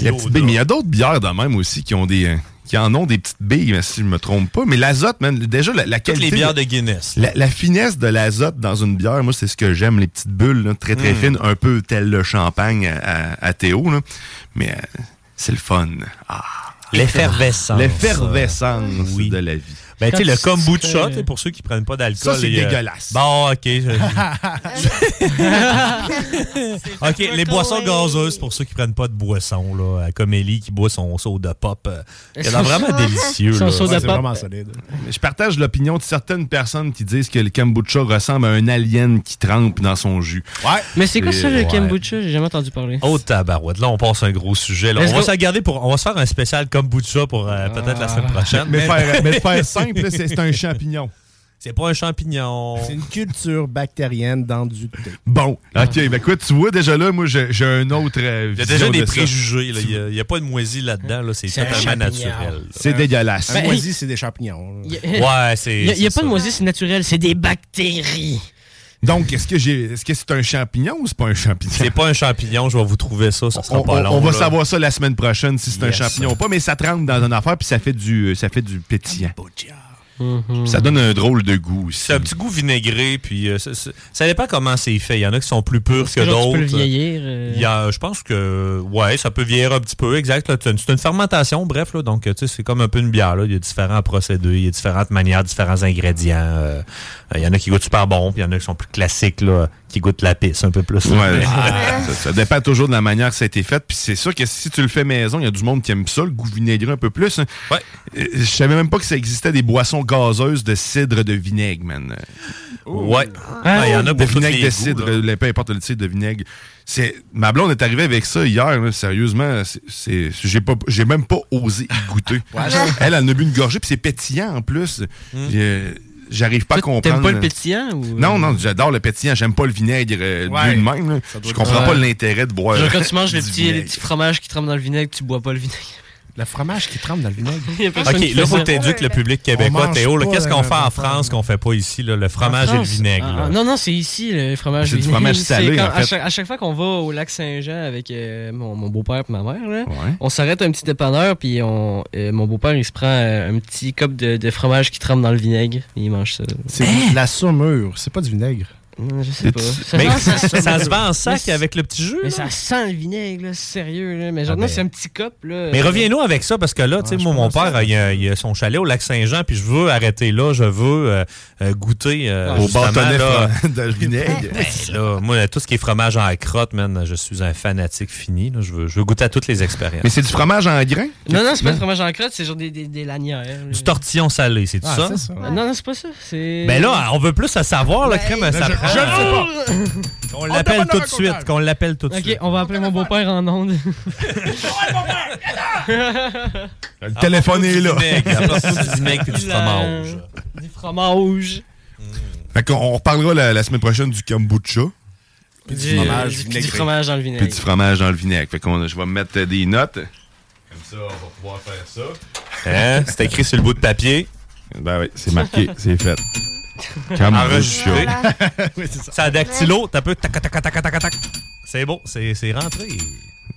Speaker 8: La petite bille. Mais il y a d'autres bières de même aussi qui ont des. euh, qui en ont des petites billes, mais si je me trompe pas. Mais l'azote, man, déjà, la, la
Speaker 9: Toutes
Speaker 8: qualité.
Speaker 9: les bières de Guinness.
Speaker 8: La, la finesse de l'azote dans une bière, moi, c'est ce que j'aime, les petites bulles, là, très très
Speaker 9: Mm.
Speaker 8: fines, un peu tel le champagne à, à- à Théo. là. Mais euh, c'est le fun. Ah.
Speaker 9: L'effervescence.
Speaker 8: L'effervescence de la vie.
Speaker 9: Ben, tu sais, le kombucha, tu sais, pour ceux qui prennent pas d'alcool.
Speaker 8: Ça, c'est
Speaker 9: et, euh,
Speaker 8: dégueulasse.
Speaker 9: Bon, OK. je- OK, les boissons gazeuses, pour ceux qui prennent pas de boissons, là, comme Ellie qui boit son soda pop. euh, Il y en a vraiment délicieux. là.
Speaker 8: Je partage l'opinion de certaines personnes qui disent que le kombucha ressemble à un alien qui trempe dans son jus.
Speaker 9: Ouais.
Speaker 7: Mais c'est quoi
Speaker 8: Et-
Speaker 7: ça, le
Speaker 8: ouais.
Speaker 7: kombucha? J'ai jamais entendu parler.
Speaker 9: Oh tabarouette, là on passe à un gros sujet. là.
Speaker 7: Let's
Speaker 9: On va
Speaker 7: go.
Speaker 9: se garder pour, on va se faire un spécial kombucha pour euh, peut-être la semaine prochaine.
Speaker 8: Ah. Mais faire- mais faire simple, là, c'est- c'est un champignon.
Speaker 9: C'est pas un champignon.
Speaker 10: C'est une culture bactérienne dans du thé.
Speaker 8: Bon, ok, ben écoute, tu vois déjà là, moi j'ai j'ai un autre. euh,
Speaker 9: Il y a déjà des préjugés. là. Il n'y a, pas de moisie là-dedans. là. C'est
Speaker 10: C'est un
Speaker 9: totalement
Speaker 10: champignon.
Speaker 9: naturel. là.
Speaker 8: C'est dégueulasse.
Speaker 10: La
Speaker 7: Ben,
Speaker 10: moisie, c'est des champignons.
Speaker 7: Y a-
Speaker 9: Ouais, c'est-
Speaker 7: Y a- y a,
Speaker 9: c'est
Speaker 7: pas de moisi, c'est naturel, c'est des bactéries.
Speaker 8: Donc, est-ce que j'ai, est-ce que c'est un champignon ou c'est pas un champignon
Speaker 9: C'est pas un champignon. Je vais vous trouver ça. Ça sera
Speaker 8: On,
Speaker 9: pas
Speaker 8: on-
Speaker 9: long.
Speaker 8: on va
Speaker 9: là.
Speaker 8: savoir ça la semaine prochaine si c'est
Speaker 9: Yes.
Speaker 8: un champignon ou pas, mais ça trempe dans une affaire puis ça fait du, euh, ça fait du pétillant. Ça donne un drôle de goût.
Speaker 9: Hmm. C'est un petit goût vinaigré, puis euh, ça, ça- ça dépend comment c'est fait. Il y en a qui sont plus purs que,
Speaker 7: que genre, tu
Speaker 9: d'autres.
Speaker 7: peux le vieillir, euh?
Speaker 9: Il y a- je pense que, ouais, ça peut vieillir un petit peu, exact. là. C'est une, c'est une fermentation, bref, là, donc tu sais, c'est comme un peu une bière. Là. Il y a différents procédés, il y a différentes manières, différents ingrédients. euh, euh, il y en a qui goûtent super bon, puis il y en a qui sont plus classiques, là, qui goûtent la pisse un peu plus.
Speaker 8: Ouais, Ah. ça, ça dépend toujours de la manière que ça a été fait. Puis c'est sûr que si tu le fais maison, il y a du monde qui aime ça, le goût vinaigré un peu plus. hein. Euh, Je savais même pas que ça existait des boissons gazeuses de cidre de vinaigre, man.
Speaker 9: Ouais. Ah, il y en a
Speaker 8: de
Speaker 9: pour tous
Speaker 8: vinaigre
Speaker 9: les
Speaker 8: de
Speaker 9: goûts,
Speaker 8: cidre,
Speaker 9: là.
Speaker 8: le- peu importe le cidre de vinaigre. C'est ma blonde est arrivée avec ça hier, là, sérieusement, c'est- c'est j'ai pas j'ai même pas osé y goûter. elle elle en a bu une gorgée puis c'est pétillant en plus.
Speaker 9: Hmm.
Speaker 8: Euh, J'arrive pas à comprendre. euh,
Speaker 7: T'aimes pas le pétillant ou- euh,
Speaker 8: Non, non, j'adore le pétillant, j'aime pas le vinaigre euh,
Speaker 7: Ouais.
Speaker 8: bu de même. là.
Speaker 7: Ça doit
Speaker 8: Je
Speaker 7: être-
Speaker 8: comprends pas
Speaker 7: Ouais.
Speaker 8: l'intérêt de boire.
Speaker 7: Genre, quand tu manges
Speaker 8: du
Speaker 7: les petits, les
Speaker 8: vinaigre.
Speaker 7: petits fromages qui tremblent dans le vinaigre, tu bois pas le vinaigre.
Speaker 10: Le fromage qui tremble dans le vinaigre.
Speaker 7: Il y a personne qui
Speaker 9: OK, là,
Speaker 7: fait
Speaker 9: faut
Speaker 7: ça.
Speaker 9: que t'éduques le public québécois, Théo. là. Qu'est-ce qu'on fait en France qu'on fait pas ici, là, le fromage
Speaker 7: En
Speaker 9: et le
Speaker 7: France?
Speaker 9: vinaigre?
Speaker 7: Ah,
Speaker 9: là?
Speaker 7: ah, non, non, c'est ici le fromage
Speaker 9: C'est du
Speaker 7: vinaigre.
Speaker 9: fromage
Speaker 7: C'est
Speaker 9: salé,
Speaker 7: quand-
Speaker 9: en
Speaker 7: À,
Speaker 9: fait.
Speaker 7: chaque, à chaque fois qu'on va au lac Saint-Jean avec euh, mon, mon beau-père et ma mère, là, on s'arrête à un petit dépanneur, puis on, euh, mon beau-père, il se prend euh, un petit cup de, de fromage qui trempe dans le vinaigre, et il mange ça. Hein?
Speaker 10: C'est de la saumure, c'est Hmm, pas du vinaigre.
Speaker 7: Non, je sais pas.
Speaker 9: Hein? C'est- mais ça- ça se vend en sac avec le petit jus,
Speaker 7: Mais
Speaker 9: là.
Speaker 7: ça sent le vinaigre, là, sérieux. Là. Mais genre,
Speaker 9: Ah,
Speaker 7: non,
Speaker 9: mais-
Speaker 7: c'est un petit cop. Là,
Speaker 9: Mais
Speaker 7: Euh,
Speaker 9: reviens-nous avec ça, parce que là, tu sais, moi, mon père, il a, il a son chalet au lac Saint-Jean, puis je veux arrêter là, je veux euh, euh, goûter euh,
Speaker 8: Au
Speaker 9: justement,
Speaker 8: bâtonnet
Speaker 9: là.
Speaker 8: fra- de vinaigre.
Speaker 9: Ben, là, moi, tout ce qui est fromage en crotte, man, je suis un fanatique fini. là. je, veux, je veux goûter à toutes les expériences.
Speaker 8: Mais c'est du fromage en grain?
Speaker 7: Non, non, c'est
Speaker 9: Hein?
Speaker 7: pas du fromage en crotte, c'est genre des, des, des lanières. là.
Speaker 9: Du tortillon salé, c'est tout
Speaker 7: Ah,
Speaker 9: ça?
Speaker 7: c'est ça. Non, non, c'est pas ça. c'est-
Speaker 9: Ben là, on veut plus à savoir, le
Speaker 7: Ben,
Speaker 9: crème, ça
Speaker 7: je-
Speaker 9: prend- hein.
Speaker 7: je le sais pas.
Speaker 9: Qu'on l'appelle tout de suite, qu'on l'appelle tout de
Speaker 7: Ok,
Speaker 9: suite.
Speaker 7: on va appeler mon beau-père en onde.
Speaker 8: Le téléphone est là.
Speaker 7: Il a- Du fromage.
Speaker 8: Fait qu'on on reparlera la, la semaine prochaine du kombucha.
Speaker 7: Puis du fromage, du,
Speaker 8: vinaigré.
Speaker 7: fromage dans le
Speaker 8: Puis
Speaker 7: vinaigre.
Speaker 8: du fromage dans le vinaigre. Fait qu'on je vais mettre des notes.
Speaker 10: Comme ça, on va pouvoir faire ça.
Speaker 9: Hein? C'est écrit sur le bout de papier.
Speaker 8: Ben oui, c'est marqué, c'est fait.
Speaker 9: euh, Enregistré.
Speaker 8: Kombucha.
Speaker 9: ça. a dactylo, t'as peu tac tac tac tac tac tac. C'est bon, c'est c'est rentré.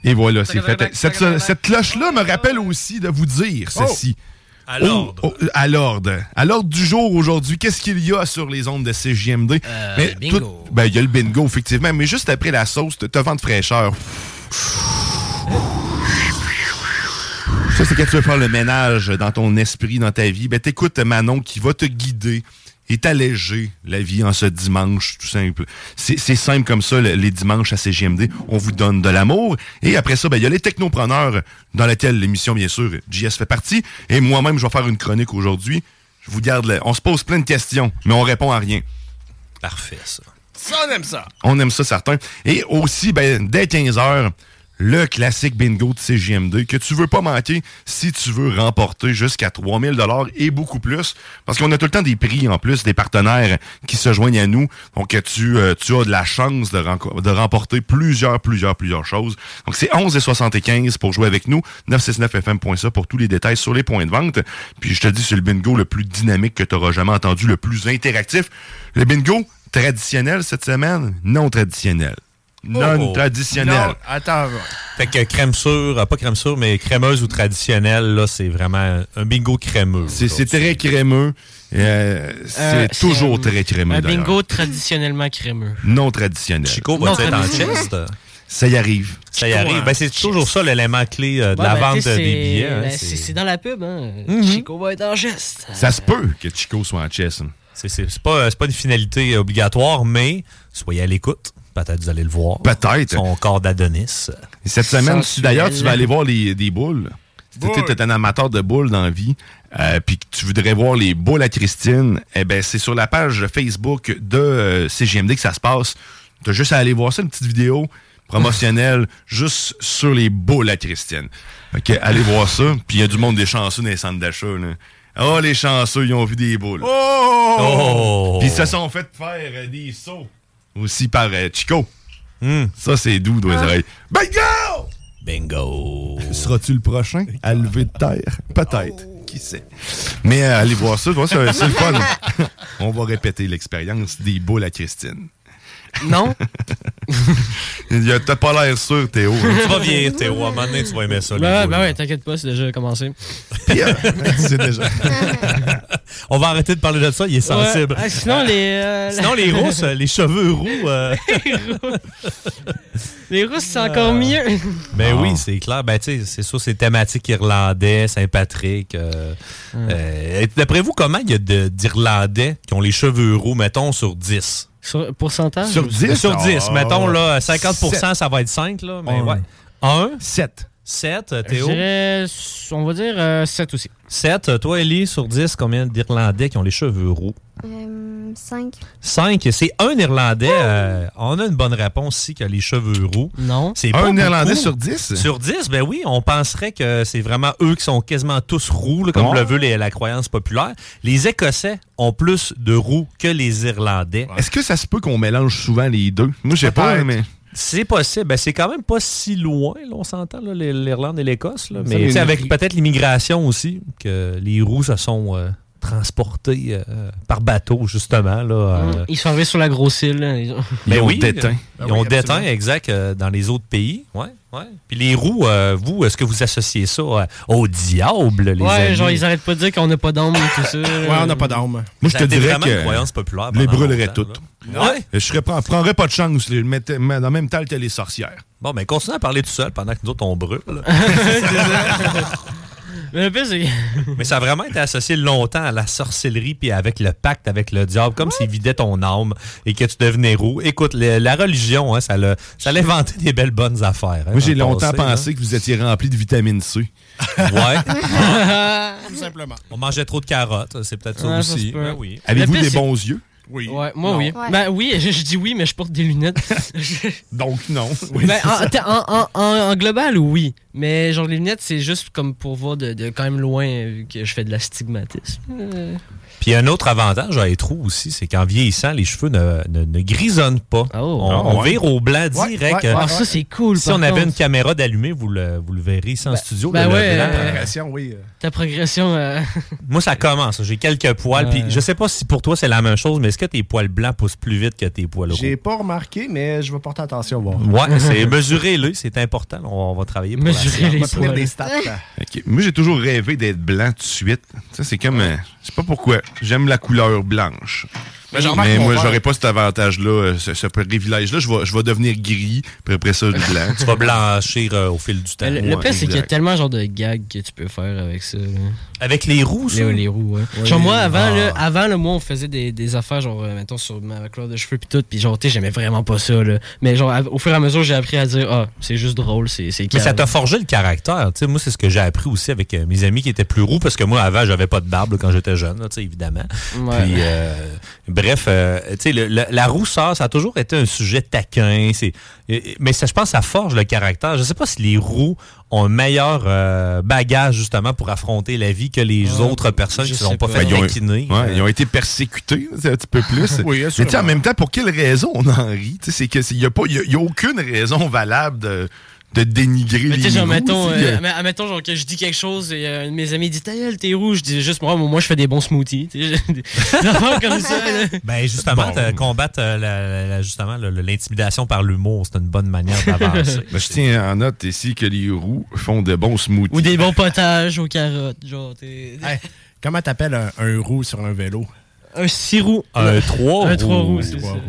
Speaker 8: Et voilà, c'est fait. Cette, cette cloche-là me rappelle aussi de vous dire ceci.
Speaker 9: À
Speaker 8: Oh,
Speaker 9: l'ordre.
Speaker 8: oh, à l'ordre. À l'ordre du jour aujourd'hui, qu'est-ce qu'il y a sur les ondes de CJMD?
Speaker 9: Euh,
Speaker 8: Mais
Speaker 9: bingo.
Speaker 8: tout- ben, il y a le bingo, effectivement. Mais juste après la sauce, t'as vent de fraîcheur. Ça, c'est quand tu veux faire le ménage dans ton esprit, dans ta vie. Ben, t'écoutes Manon qui va te guider et t'alléger la vie en ce dimanche, tout simple. C'est c'est simple comme ça, le- les dimanches à CGMD. On vous donne de l'amour. Et après ça, ben, il y a les technopreneurs, dans laquelle l'émission, bien sûr, JS fait partie. Et moi-même, je vais faire une chronique aujourd'hui. Je vous garde là. On se pose plein de questions, mais on répond à rien.
Speaker 9: Parfait, ça.
Speaker 8: Ça, on aime ça. On aime ça, certain. Et aussi, ben, dès 15h, le classique bingo de CGMD que tu veux pas manquer si tu veux remporter jusqu'à 3000 dollars et beaucoup plus parce qu'on a tout le temps des prix en plus des partenaires qui se joignent à nous donc que tu euh, tu as de la chance de, renco- de remporter plusieurs plusieurs plusieurs choses donc c'est 11 et 75 pour jouer avec nous 969fm.ca pour tous les détails sur les points de vente puis je te dis c'est le bingo le plus dynamique que tu auras jamais entendu le plus interactif le bingo traditionnel cette semaine non traditionnel non
Speaker 9: Oh.
Speaker 8: traditionnel
Speaker 9: Non, attends. Fait que crème sûre, euh, pas crème sûre, mais crémeuse ou traditionnelle, là, c'est vraiment un bingo crémeux.
Speaker 8: C'est, c'est très crémeux. Euh, c'est
Speaker 7: Euh,
Speaker 8: toujours
Speaker 7: euh,
Speaker 8: très crémeux.
Speaker 7: Un
Speaker 8: d'ailleurs.
Speaker 7: bingo traditionnellement crémeux.
Speaker 8: Non traditionnel. Chico
Speaker 7: va-tu Non être en traditionnel. chest?
Speaker 8: Ça y arrive.
Speaker 9: euh, Ça y arrive. Ben, c'est toujours ça l'élément clé euh, de
Speaker 7: Ouais,
Speaker 9: la
Speaker 7: ben,
Speaker 9: vente
Speaker 7: tu sais,
Speaker 9: des
Speaker 7: c'est-
Speaker 9: billets. hein,
Speaker 7: ben,
Speaker 9: c'est- Mhm.
Speaker 7: c'est c'est dans la pub, hein. Chico va être en geste.
Speaker 8: Ça se peut que Chico soit en chess. hein.
Speaker 9: C'est, c'est, c'est pas, c'est pas une finalité obligatoire, mais soyez à l'écoute. Peut-être vous allez le voir.
Speaker 8: Peut-être.
Speaker 9: Son corps d'Adonis.
Speaker 8: Et cette semaine, tu- d'ailleurs, tu vas aller voir les, des boules. Si tu es un amateur de boules dans la vie, euh, puis que tu voudrais voir les boules à Christine, eh ben c'est sur la page Facebook de euh, CGMD que ça se passe. Tu as juste à aller voir ça, une petite vidéo promotionnelle juste sur les boules à Christine. OK, allez voir ça. Puis il y a du monde des chanceux dans les centres d'achat. là. Oh, les chanceux, ils ont vu des boules.
Speaker 10: Oh!
Speaker 8: Puis ils
Speaker 9: Oh.
Speaker 8: se sont fait faire euh, des sauts. Aussi par euh, Chico. Ça, c'est doux dans les
Speaker 20: Hein?
Speaker 8: oreilles. Bingo!
Speaker 9: Bingo!
Speaker 8: Seras-tu le prochain à lever de terre? Peut-être. Qui sait? Mais euh, allez voir ça, voir, c'est c'est le fun. On va répéter l'expérience des boules à Christine.
Speaker 7: Non?
Speaker 8: Il y a- T'as pas l'air sûr, Théo. hein?
Speaker 9: tu vas vieillir, Théo. À un moment donné, tu vas aimer ça. les
Speaker 7: Ben,
Speaker 9: boules.
Speaker 7: ben ouais, t'inquiète pas, c'est déjà commencé.
Speaker 8: c'est déjà.
Speaker 9: On va arrêter de parler de ça, il est sensible.
Speaker 7: Ouais. Ah, sinon, les, euh,
Speaker 9: Sinon, les rousses, euh, les cheveux roux. euh,
Speaker 7: Les Russes, c'est encore mieux.
Speaker 9: Ben
Speaker 7: Ah.
Speaker 9: oui, c'est clair. Ben, tu sais, c'est sûr, c'est thématique irlandais, Saint-Patrick. euh, euh, et D'après vous, comment il y a de- d'Irlandais qui ont les cheveux roux, mettons, sur 10?
Speaker 7: Ah. Sur pourcentage?
Speaker 9: Sur 10? Sur 10. mettons, là, 50 ça va être 5, là. Mais
Speaker 7: Un.
Speaker 9: ouais. 1?
Speaker 8: 7.
Speaker 9: 7,
Speaker 7: Euh, Je
Speaker 9: Théo?
Speaker 7: dirais, on va dire euh, 7 aussi.
Speaker 9: 7. Toi, Ellie, sur 10, combien d'Irlandais qui ont les cheveux roux?
Speaker 15: Euh, cinq.
Speaker 9: 5. C'est un Irlandais. euh, on a une bonne réponse ici qui a les cheveux roux.
Speaker 7: Non.
Speaker 9: C'est
Speaker 8: Un
Speaker 9: pas beaucoup.
Speaker 8: Irlandais sur 10?
Speaker 9: Sur 10, ben oui. On penserait que c'est vraiment eux qui sont quasiment tous roux, là, comme
Speaker 8: Oh.
Speaker 9: le veut les- la croyance populaire. Les Écossais ont plus de roux que les Irlandais.
Speaker 8: Est-ce que ça se peut qu'on mélange souvent les deux? Moi, je sais pas, mais.
Speaker 9: C'est possible. Ben, c'est quand même pas si loin, là, on s'entend, là, l'Irlande et l'Écosse. là.
Speaker 8: Ça,
Speaker 9: Mais
Speaker 8: les-
Speaker 9: tu sais, avec peut-être l'immigration aussi, que les roux se sont euh, transportés euh, par bateau, justement. Là, euh,
Speaker 7: Hum, Ils sont arrivés sur la grosse île. là, ils ont-
Speaker 9: Ben oui, Ils ont déteint, exact, euh, dans les autres pays. Ouais, ouais. Puis les roues, euh, vous, est-ce que vous associez ça euh, au diable, les
Speaker 7: Ouais,
Speaker 9: amis?
Speaker 7: genre, ils arrêtent pas de dire qu'on n'a pas d'âme et tout ça.
Speaker 9: Ouais, on n'a pas d'âme.
Speaker 8: Moi, je
Speaker 9: Ça
Speaker 8: te
Speaker 9: a été
Speaker 8: dirais
Speaker 9: vraiment
Speaker 8: que
Speaker 9: une croyance populaire
Speaker 8: les
Speaker 9: pendant
Speaker 8: brûlerais
Speaker 9: longtemps,
Speaker 8: toutes.
Speaker 9: là. Ouais.
Speaker 8: Je serais pas- prendrais pas de chance. les mettais- mais en même temps, t'es les sorcières.
Speaker 9: Bon, ben continue à parler tout seul pendant que nous autres, on brûle.
Speaker 7: Mais le pire, c'est-
Speaker 9: Mais ça a vraiment été associé longtemps à la sorcellerie puis avec le pacte avec le diable, comme s'il vidait ton âme et que tu devenais roux. Écoute, le- la religion, hein, ça l'a ça l'a inventé des belles bonnes affaires. hein,
Speaker 8: Moi, j'ai
Speaker 9: dans le
Speaker 8: longtemps
Speaker 9: passé, là.
Speaker 8: pensé que vous étiez rempli de vitamine C.
Speaker 9: Ouais.
Speaker 21: Tout simplement.
Speaker 9: On mangeait trop de carottes, c'est peut-être ça
Speaker 7: Ouais, ça
Speaker 9: aussi.
Speaker 7: se peut.
Speaker 9: Ben oui.
Speaker 8: Avez-vous
Speaker 7: Le pire,
Speaker 8: des
Speaker 7: c'est-
Speaker 8: bons yeux? Oui.
Speaker 7: Ouais, moi,
Speaker 8: Non.
Speaker 7: oui.
Speaker 8: Ouais.
Speaker 7: Ben oui, je, je dis oui, mais je porte des lunettes.
Speaker 8: Donc, non.
Speaker 7: Ben, en, t'as- en- en- en- en global, oui. Mais genre, les lunettes, c'est juste comme pour voir de, de quand même loin euh, vu que je fais de l'astigmatisme. Euh,
Speaker 9: Puis un autre avantage à être roux aussi, c'est qu'en vieillissant, les cheveux ne, ne- ne grisonnent pas. on
Speaker 7: Ah,
Speaker 9: on
Speaker 7: ouais.
Speaker 9: vire au blanc
Speaker 7: Ouais,
Speaker 9: direct.
Speaker 7: ouais, ouais, Ah, ouais. ça, c'est cool,
Speaker 9: Si
Speaker 7: par
Speaker 9: on avait
Speaker 7: contre.
Speaker 9: une caméra d'allumée, vous le, vous le verrez ici en studio.
Speaker 7: ben
Speaker 9: le- le
Speaker 7: ouais,
Speaker 9: blanc.
Speaker 7: euh,
Speaker 10: oui.
Speaker 7: Ta progression. euh,
Speaker 9: Moi, ça commence. J'ai quelques poils.
Speaker 7: Ouais.
Speaker 9: Puis je sais pas si pour toi c'est la même chose, mais est-ce que tes poils blancs poussent plus vite que tes poils roux?
Speaker 10: J'ai pas remarqué, mais je vais porter attention. Voir.
Speaker 9: Ouais, c'est mesurez-le, c'est important. On, on va travailler pour la science.
Speaker 10: On va tenir des stats.
Speaker 8: Ok. Moi, j'ai toujours rêvé d'être blanc tout de suite. Ça, c'est comme. euh, je sais pas pourquoi. J'aime la couleur blanche.
Speaker 10: Mais Ben, j'en remarque
Speaker 8: Mais
Speaker 10: mon
Speaker 8: moi,
Speaker 10: père.
Speaker 8: j'aurais pas cet avantage-là, euh, ce, ce privilège-là. Je vais, je vais devenir gris, puis après ça, blanc.
Speaker 9: tu vas blanchir euh, au fil du temps.
Speaker 7: le le
Speaker 8: Ouais,
Speaker 7: pire, c'est qu'il y a
Speaker 8: exact.
Speaker 7: tellement genre de gags que tu peux faire avec ça. là.
Speaker 9: Avec les roues, ça?
Speaker 7: Les, les roues, ouais.
Speaker 9: Ouais.
Speaker 7: Genre, moi, avant,
Speaker 9: Ah.
Speaker 7: là, avant là, moi, on faisait des, des affaires, genre, euh, mettons, sur ma couleur de cheveux, puis tout, puis genre, tu sais, j'aimais vraiment pas ça, là. Mais genre, à- au fur et à mesure, j'ai appris à dire, ah, c'est juste drôle, c'est. c'est
Speaker 9: Mais ça
Speaker 7: calme.
Speaker 9: t'a forgé le caractère. Tu sais, moi, c'est ce que j'ai appris aussi avec euh, mes amis qui étaient plus roux, parce que moi, avant, j'avais pas de barbe là, quand j'étais jeune, là, tu sais, évidemment.
Speaker 7: Ouais.
Speaker 9: Puis, euh, bref, euh, tu sais, le- le- la rousseur, ça a toujours été un sujet taquin. c'est- euh, Mais ça, je pense que ça forge le caractère. Je sais pas si les roux ont un meilleur euh, bagage, justement, pour affronter la vie que les autres personnes qui ne sont pas,
Speaker 8: Ben,
Speaker 9: faites
Speaker 8: ils, ont,
Speaker 9: taquiner.
Speaker 8: ouais, ils ont été persécutés c'est un petit peu plus.
Speaker 9: Oui,
Speaker 8: Mais tu
Speaker 9: assurément.
Speaker 8: sais, en même temps, pour quelle raison on en rit? Tu sais, C'est que c'est- il n'y a, pas- il y a- il y a aucune raison valable de, de dénigrer
Speaker 7: Mais tu
Speaker 8: les
Speaker 7: sais, genre,
Speaker 8: roux,
Speaker 7: mettons,
Speaker 8: tu sais,
Speaker 7: euh,
Speaker 8: que-
Speaker 7: mais- admettons, genre, que je dis quelque chose et euh, un de mes amis dit, ta gueule, t'es rouge. Je dis juste, moi, moi, je fais des bons smoothies. Tu sais, j'ai des- des affaires comme ça, là.
Speaker 9: Ben justement, t'as- combattre euh, la- la- justement le- le- l'intimidation par l'humour, c'est une bonne manière d'avancer.
Speaker 8: Ben, je tiens en note ici que les roux font de bons smoothies.
Speaker 7: Ou des bons potages aux carottes, genre, t'es.
Speaker 10: Hey, comment t'appelles un, un roux sur un vélo?
Speaker 7: Un six roues.
Speaker 9: Un trois
Speaker 7: Un trois roues,
Speaker 10: Un
Speaker 7: c'est
Speaker 10: trois
Speaker 7: ça.
Speaker 10: roues.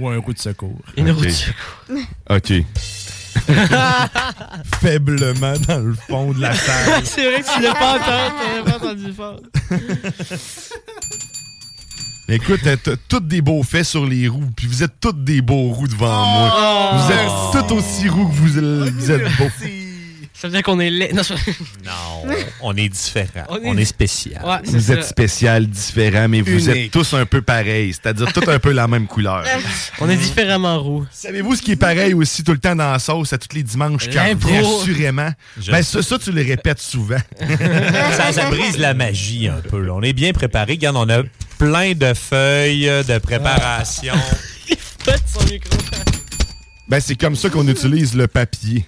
Speaker 10: Ou un roux de secours.
Speaker 7: Une
Speaker 8: Ok.
Speaker 7: roue de secours.
Speaker 8: OK. Faiblement dans le fond de la salle.
Speaker 7: c'est vrai que tu l'as pas entendu, t'avais pas entendu fort.
Speaker 8: Écoute, t'as t'as toutes des beaux faits sur les roues, puis vous êtes toutes des beaux roues
Speaker 7: Oh!
Speaker 8: devant moi. Vous êtes toutes aussi roux que vous, vous êtes beaux.
Speaker 7: Ça veut dire qu'on est laid. Non, c'est-
Speaker 9: Non, on est différent,
Speaker 7: On
Speaker 9: on
Speaker 7: est-
Speaker 9: est, spécial.
Speaker 7: Ouais, c'est
Speaker 8: Vous
Speaker 7: ça.
Speaker 8: êtes spécial, différent, mais vous
Speaker 9: Unique.
Speaker 8: êtes tous un peu pareils, c'est-à-dire tous un peu la même couleur.
Speaker 7: On est différemment roux.
Speaker 8: Savez-vous ce qui est pareil aussi tout le temps dans la sauce à tous les dimanches quand
Speaker 7: L'impro.
Speaker 8: assurément?
Speaker 9: Je-
Speaker 8: Ben ça, ça, tu le répètes souvent.
Speaker 9: ça, ça brise la magie un peu. là. On est bien préparé. Regarde, on a plein de feuilles de préparation.
Speaker 8: Ben c'est comme ça qu'on utilise le papier.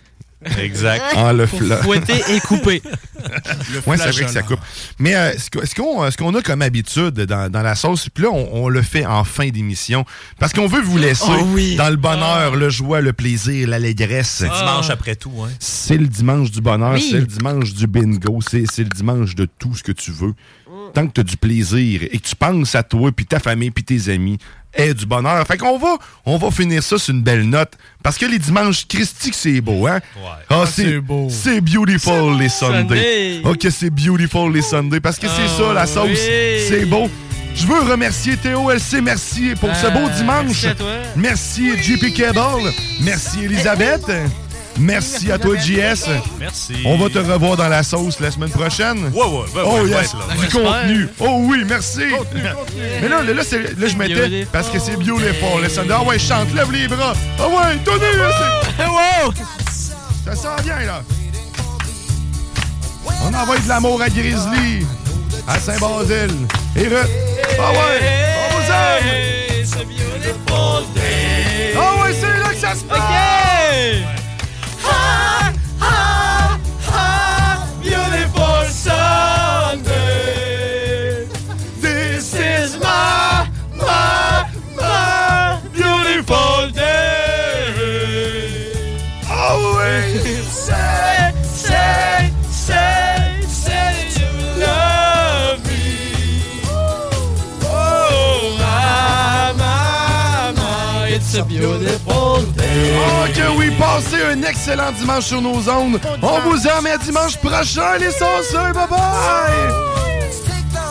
Speaker 9: Exact.
Speaker 8: En le
Speaker 9: Pour
Speaker 8: fla-
Speaker 9: fouetter et couper.
Speaker 10: Le
Speaker 8: Ouais, c'est vrai
Speaker 10: flageolant.
Speaker 8: que ça coupe. Mais euh, ce que- ce qu'on ce qu'on a comme habitude dans, dans la sauce, puis là, on, on le fait en fin d'émission, parce qu'on veut vous laisser
Speaker 9: Oh oui. Ah.
Speaker 8: dans le bonheur, le joie, le plaisir, l'allégresse.
Speaker 9: C'est dimanche après tout. Hein.
Speaker 8: C'est le dimanche du bonheur,
Speaker 9: Oui.
Speaker 8: c'est le dimanche du bingo, c'est c'est le dimanche de tout ce que tu veux.
Speaker 10: Mm.
Speaker 8: Tant que tu as du plaisir et que tu penses à toi, puis ta famille, puis tes amis, et du bonheur. Fait qu'on va, on va finir ça sur une belle note. Parce que les dimanches christiques, c'est beau, hein? Ah, c'est beau. C'est beautiful les Sundays.
Speaker 10: Sunday. Ah,
Speaker 8: Ok, c'est beautiful les Sundays. Parce que c'est ça, la sauce. C'est beau. Je veux remercier Théo LC, merci pour ce beau
Speaker 10: Euh,
Speaker 8: dimanche.
Speaker 10: merci à toi. Eh
Speaker 8: Merci JP Cable. Merci Elisabeth. Merci à toi, JS.
Speaker 9: Merci.
Speaker 8: On va te revoir dans la sauce la semaine prochaine.
Speaker 9: Ouais, ouais, ben ouais,
Speaker 8: oh
Speaker 9: ouais,
Speaker 8: yes,
Speaker 9: ouais, là,
Speaker 8: du
Speaker 9: ouais.
Speaker 8: contenu. Oh oui, merci. Mais là, là, là, c'est- là, je mettais parce que c'est bio les forts. Ah ouais, chante, lève les bras. Ah ouais, tenez, là, c'est- Ça sent bien, là. On envoie de l'amour à Grizzly, à Saint-Basile. Et re... Ah ouais, on vous aime. Ah ouais, c'est là que ça se passe.
Speaker 20: Ha, ha, ha, beautiful Sunday.
Speaker 8: Ah
Speaker 20: you. Say, say, say, say that you love me. Oh, my, my, my, it's a beautiful day.
Speaker 22: Oh que oui, passez un excellent dimanche sur nos ondes. On vous aime et à dimanche prochain, les sauceurs. Bye bye!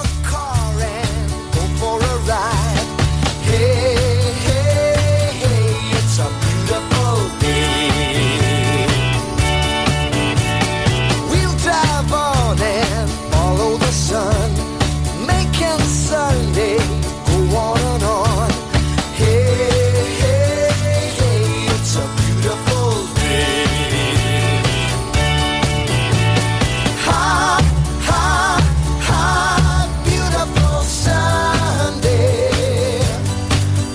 Speaker 20: Sunday, go on and on. Hey, hey, hey, it's a beautiful day. Hot, hot, hot, beautiful Sunday.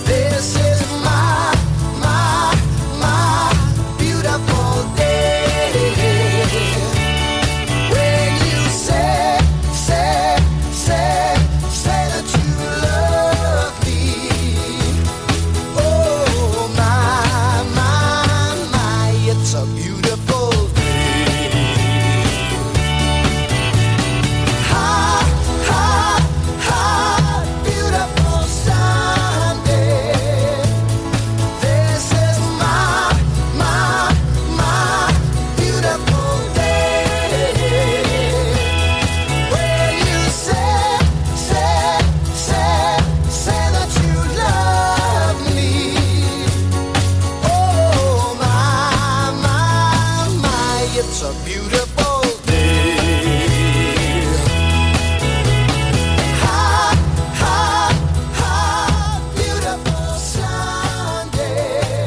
Speaker 20: This is my, my, my beautiful day. When you say, say, say, say that you love me. Oh, my, my, my, it's a beautiful day. Hot, hot, hot, beautiful Sunday. This is my, my, my beautiful day. When you say, say, say, say that you love me. Oh, my, my, my, it's a beautiful day. Hot, hot, hot, beautiful Sunday.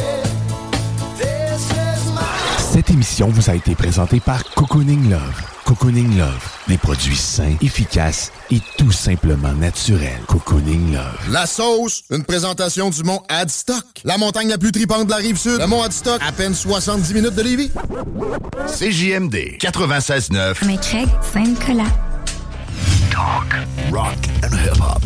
Speaker 20: This is my.
Speaker 8: Cette émission vous a été présentée par Cocooning Love. Cocooning Love, des produits sains, efficaces et tout simplement naturels. Cocooning Love.
Speaker 3: La sauce, une présentation du mont Adstock, la montagne la plus tripante de la rive sud. Le mont Adstock, à peine 70 minutes de Lévis.
Speaker 18: CJMD 96.9.
Speaker 23: Mais Craig, Saint-Nicolas.
Speaker 18: Talk, rock and hip-hop.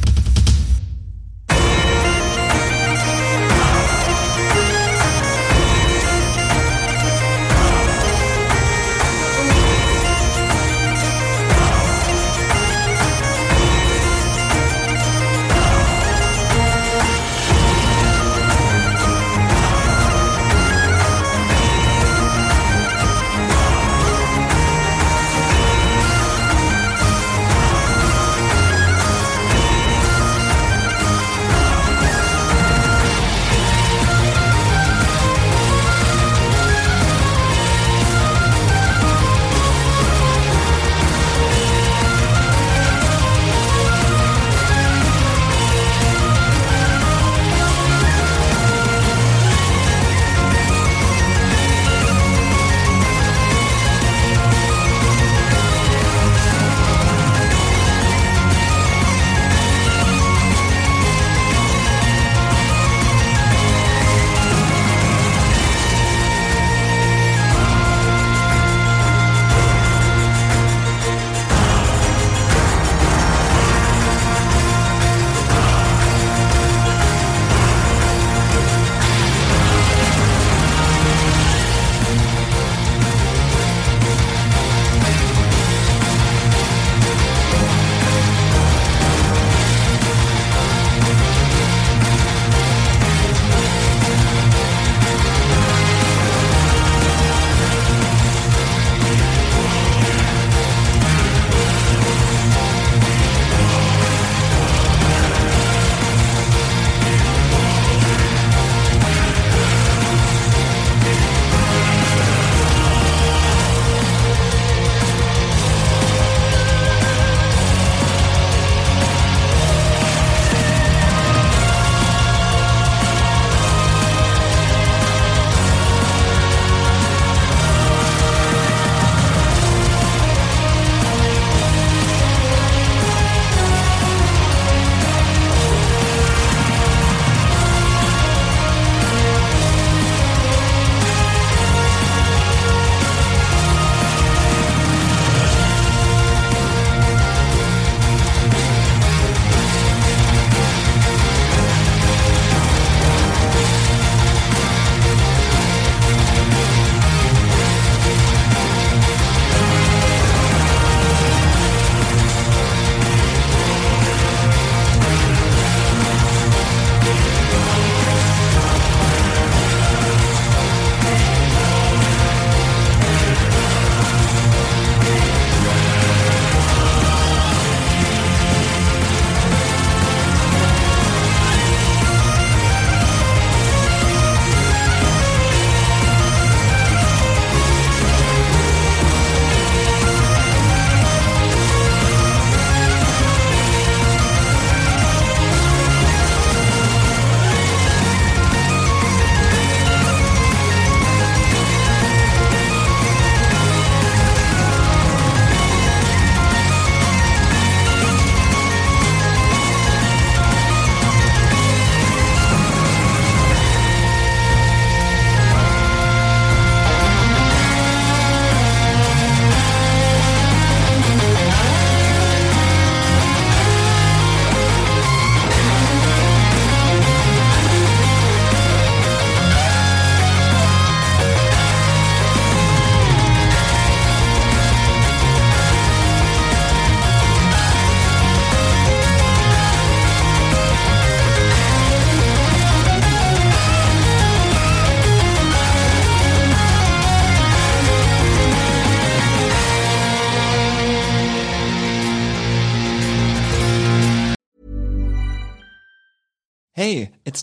Speaker 4: Hey, it's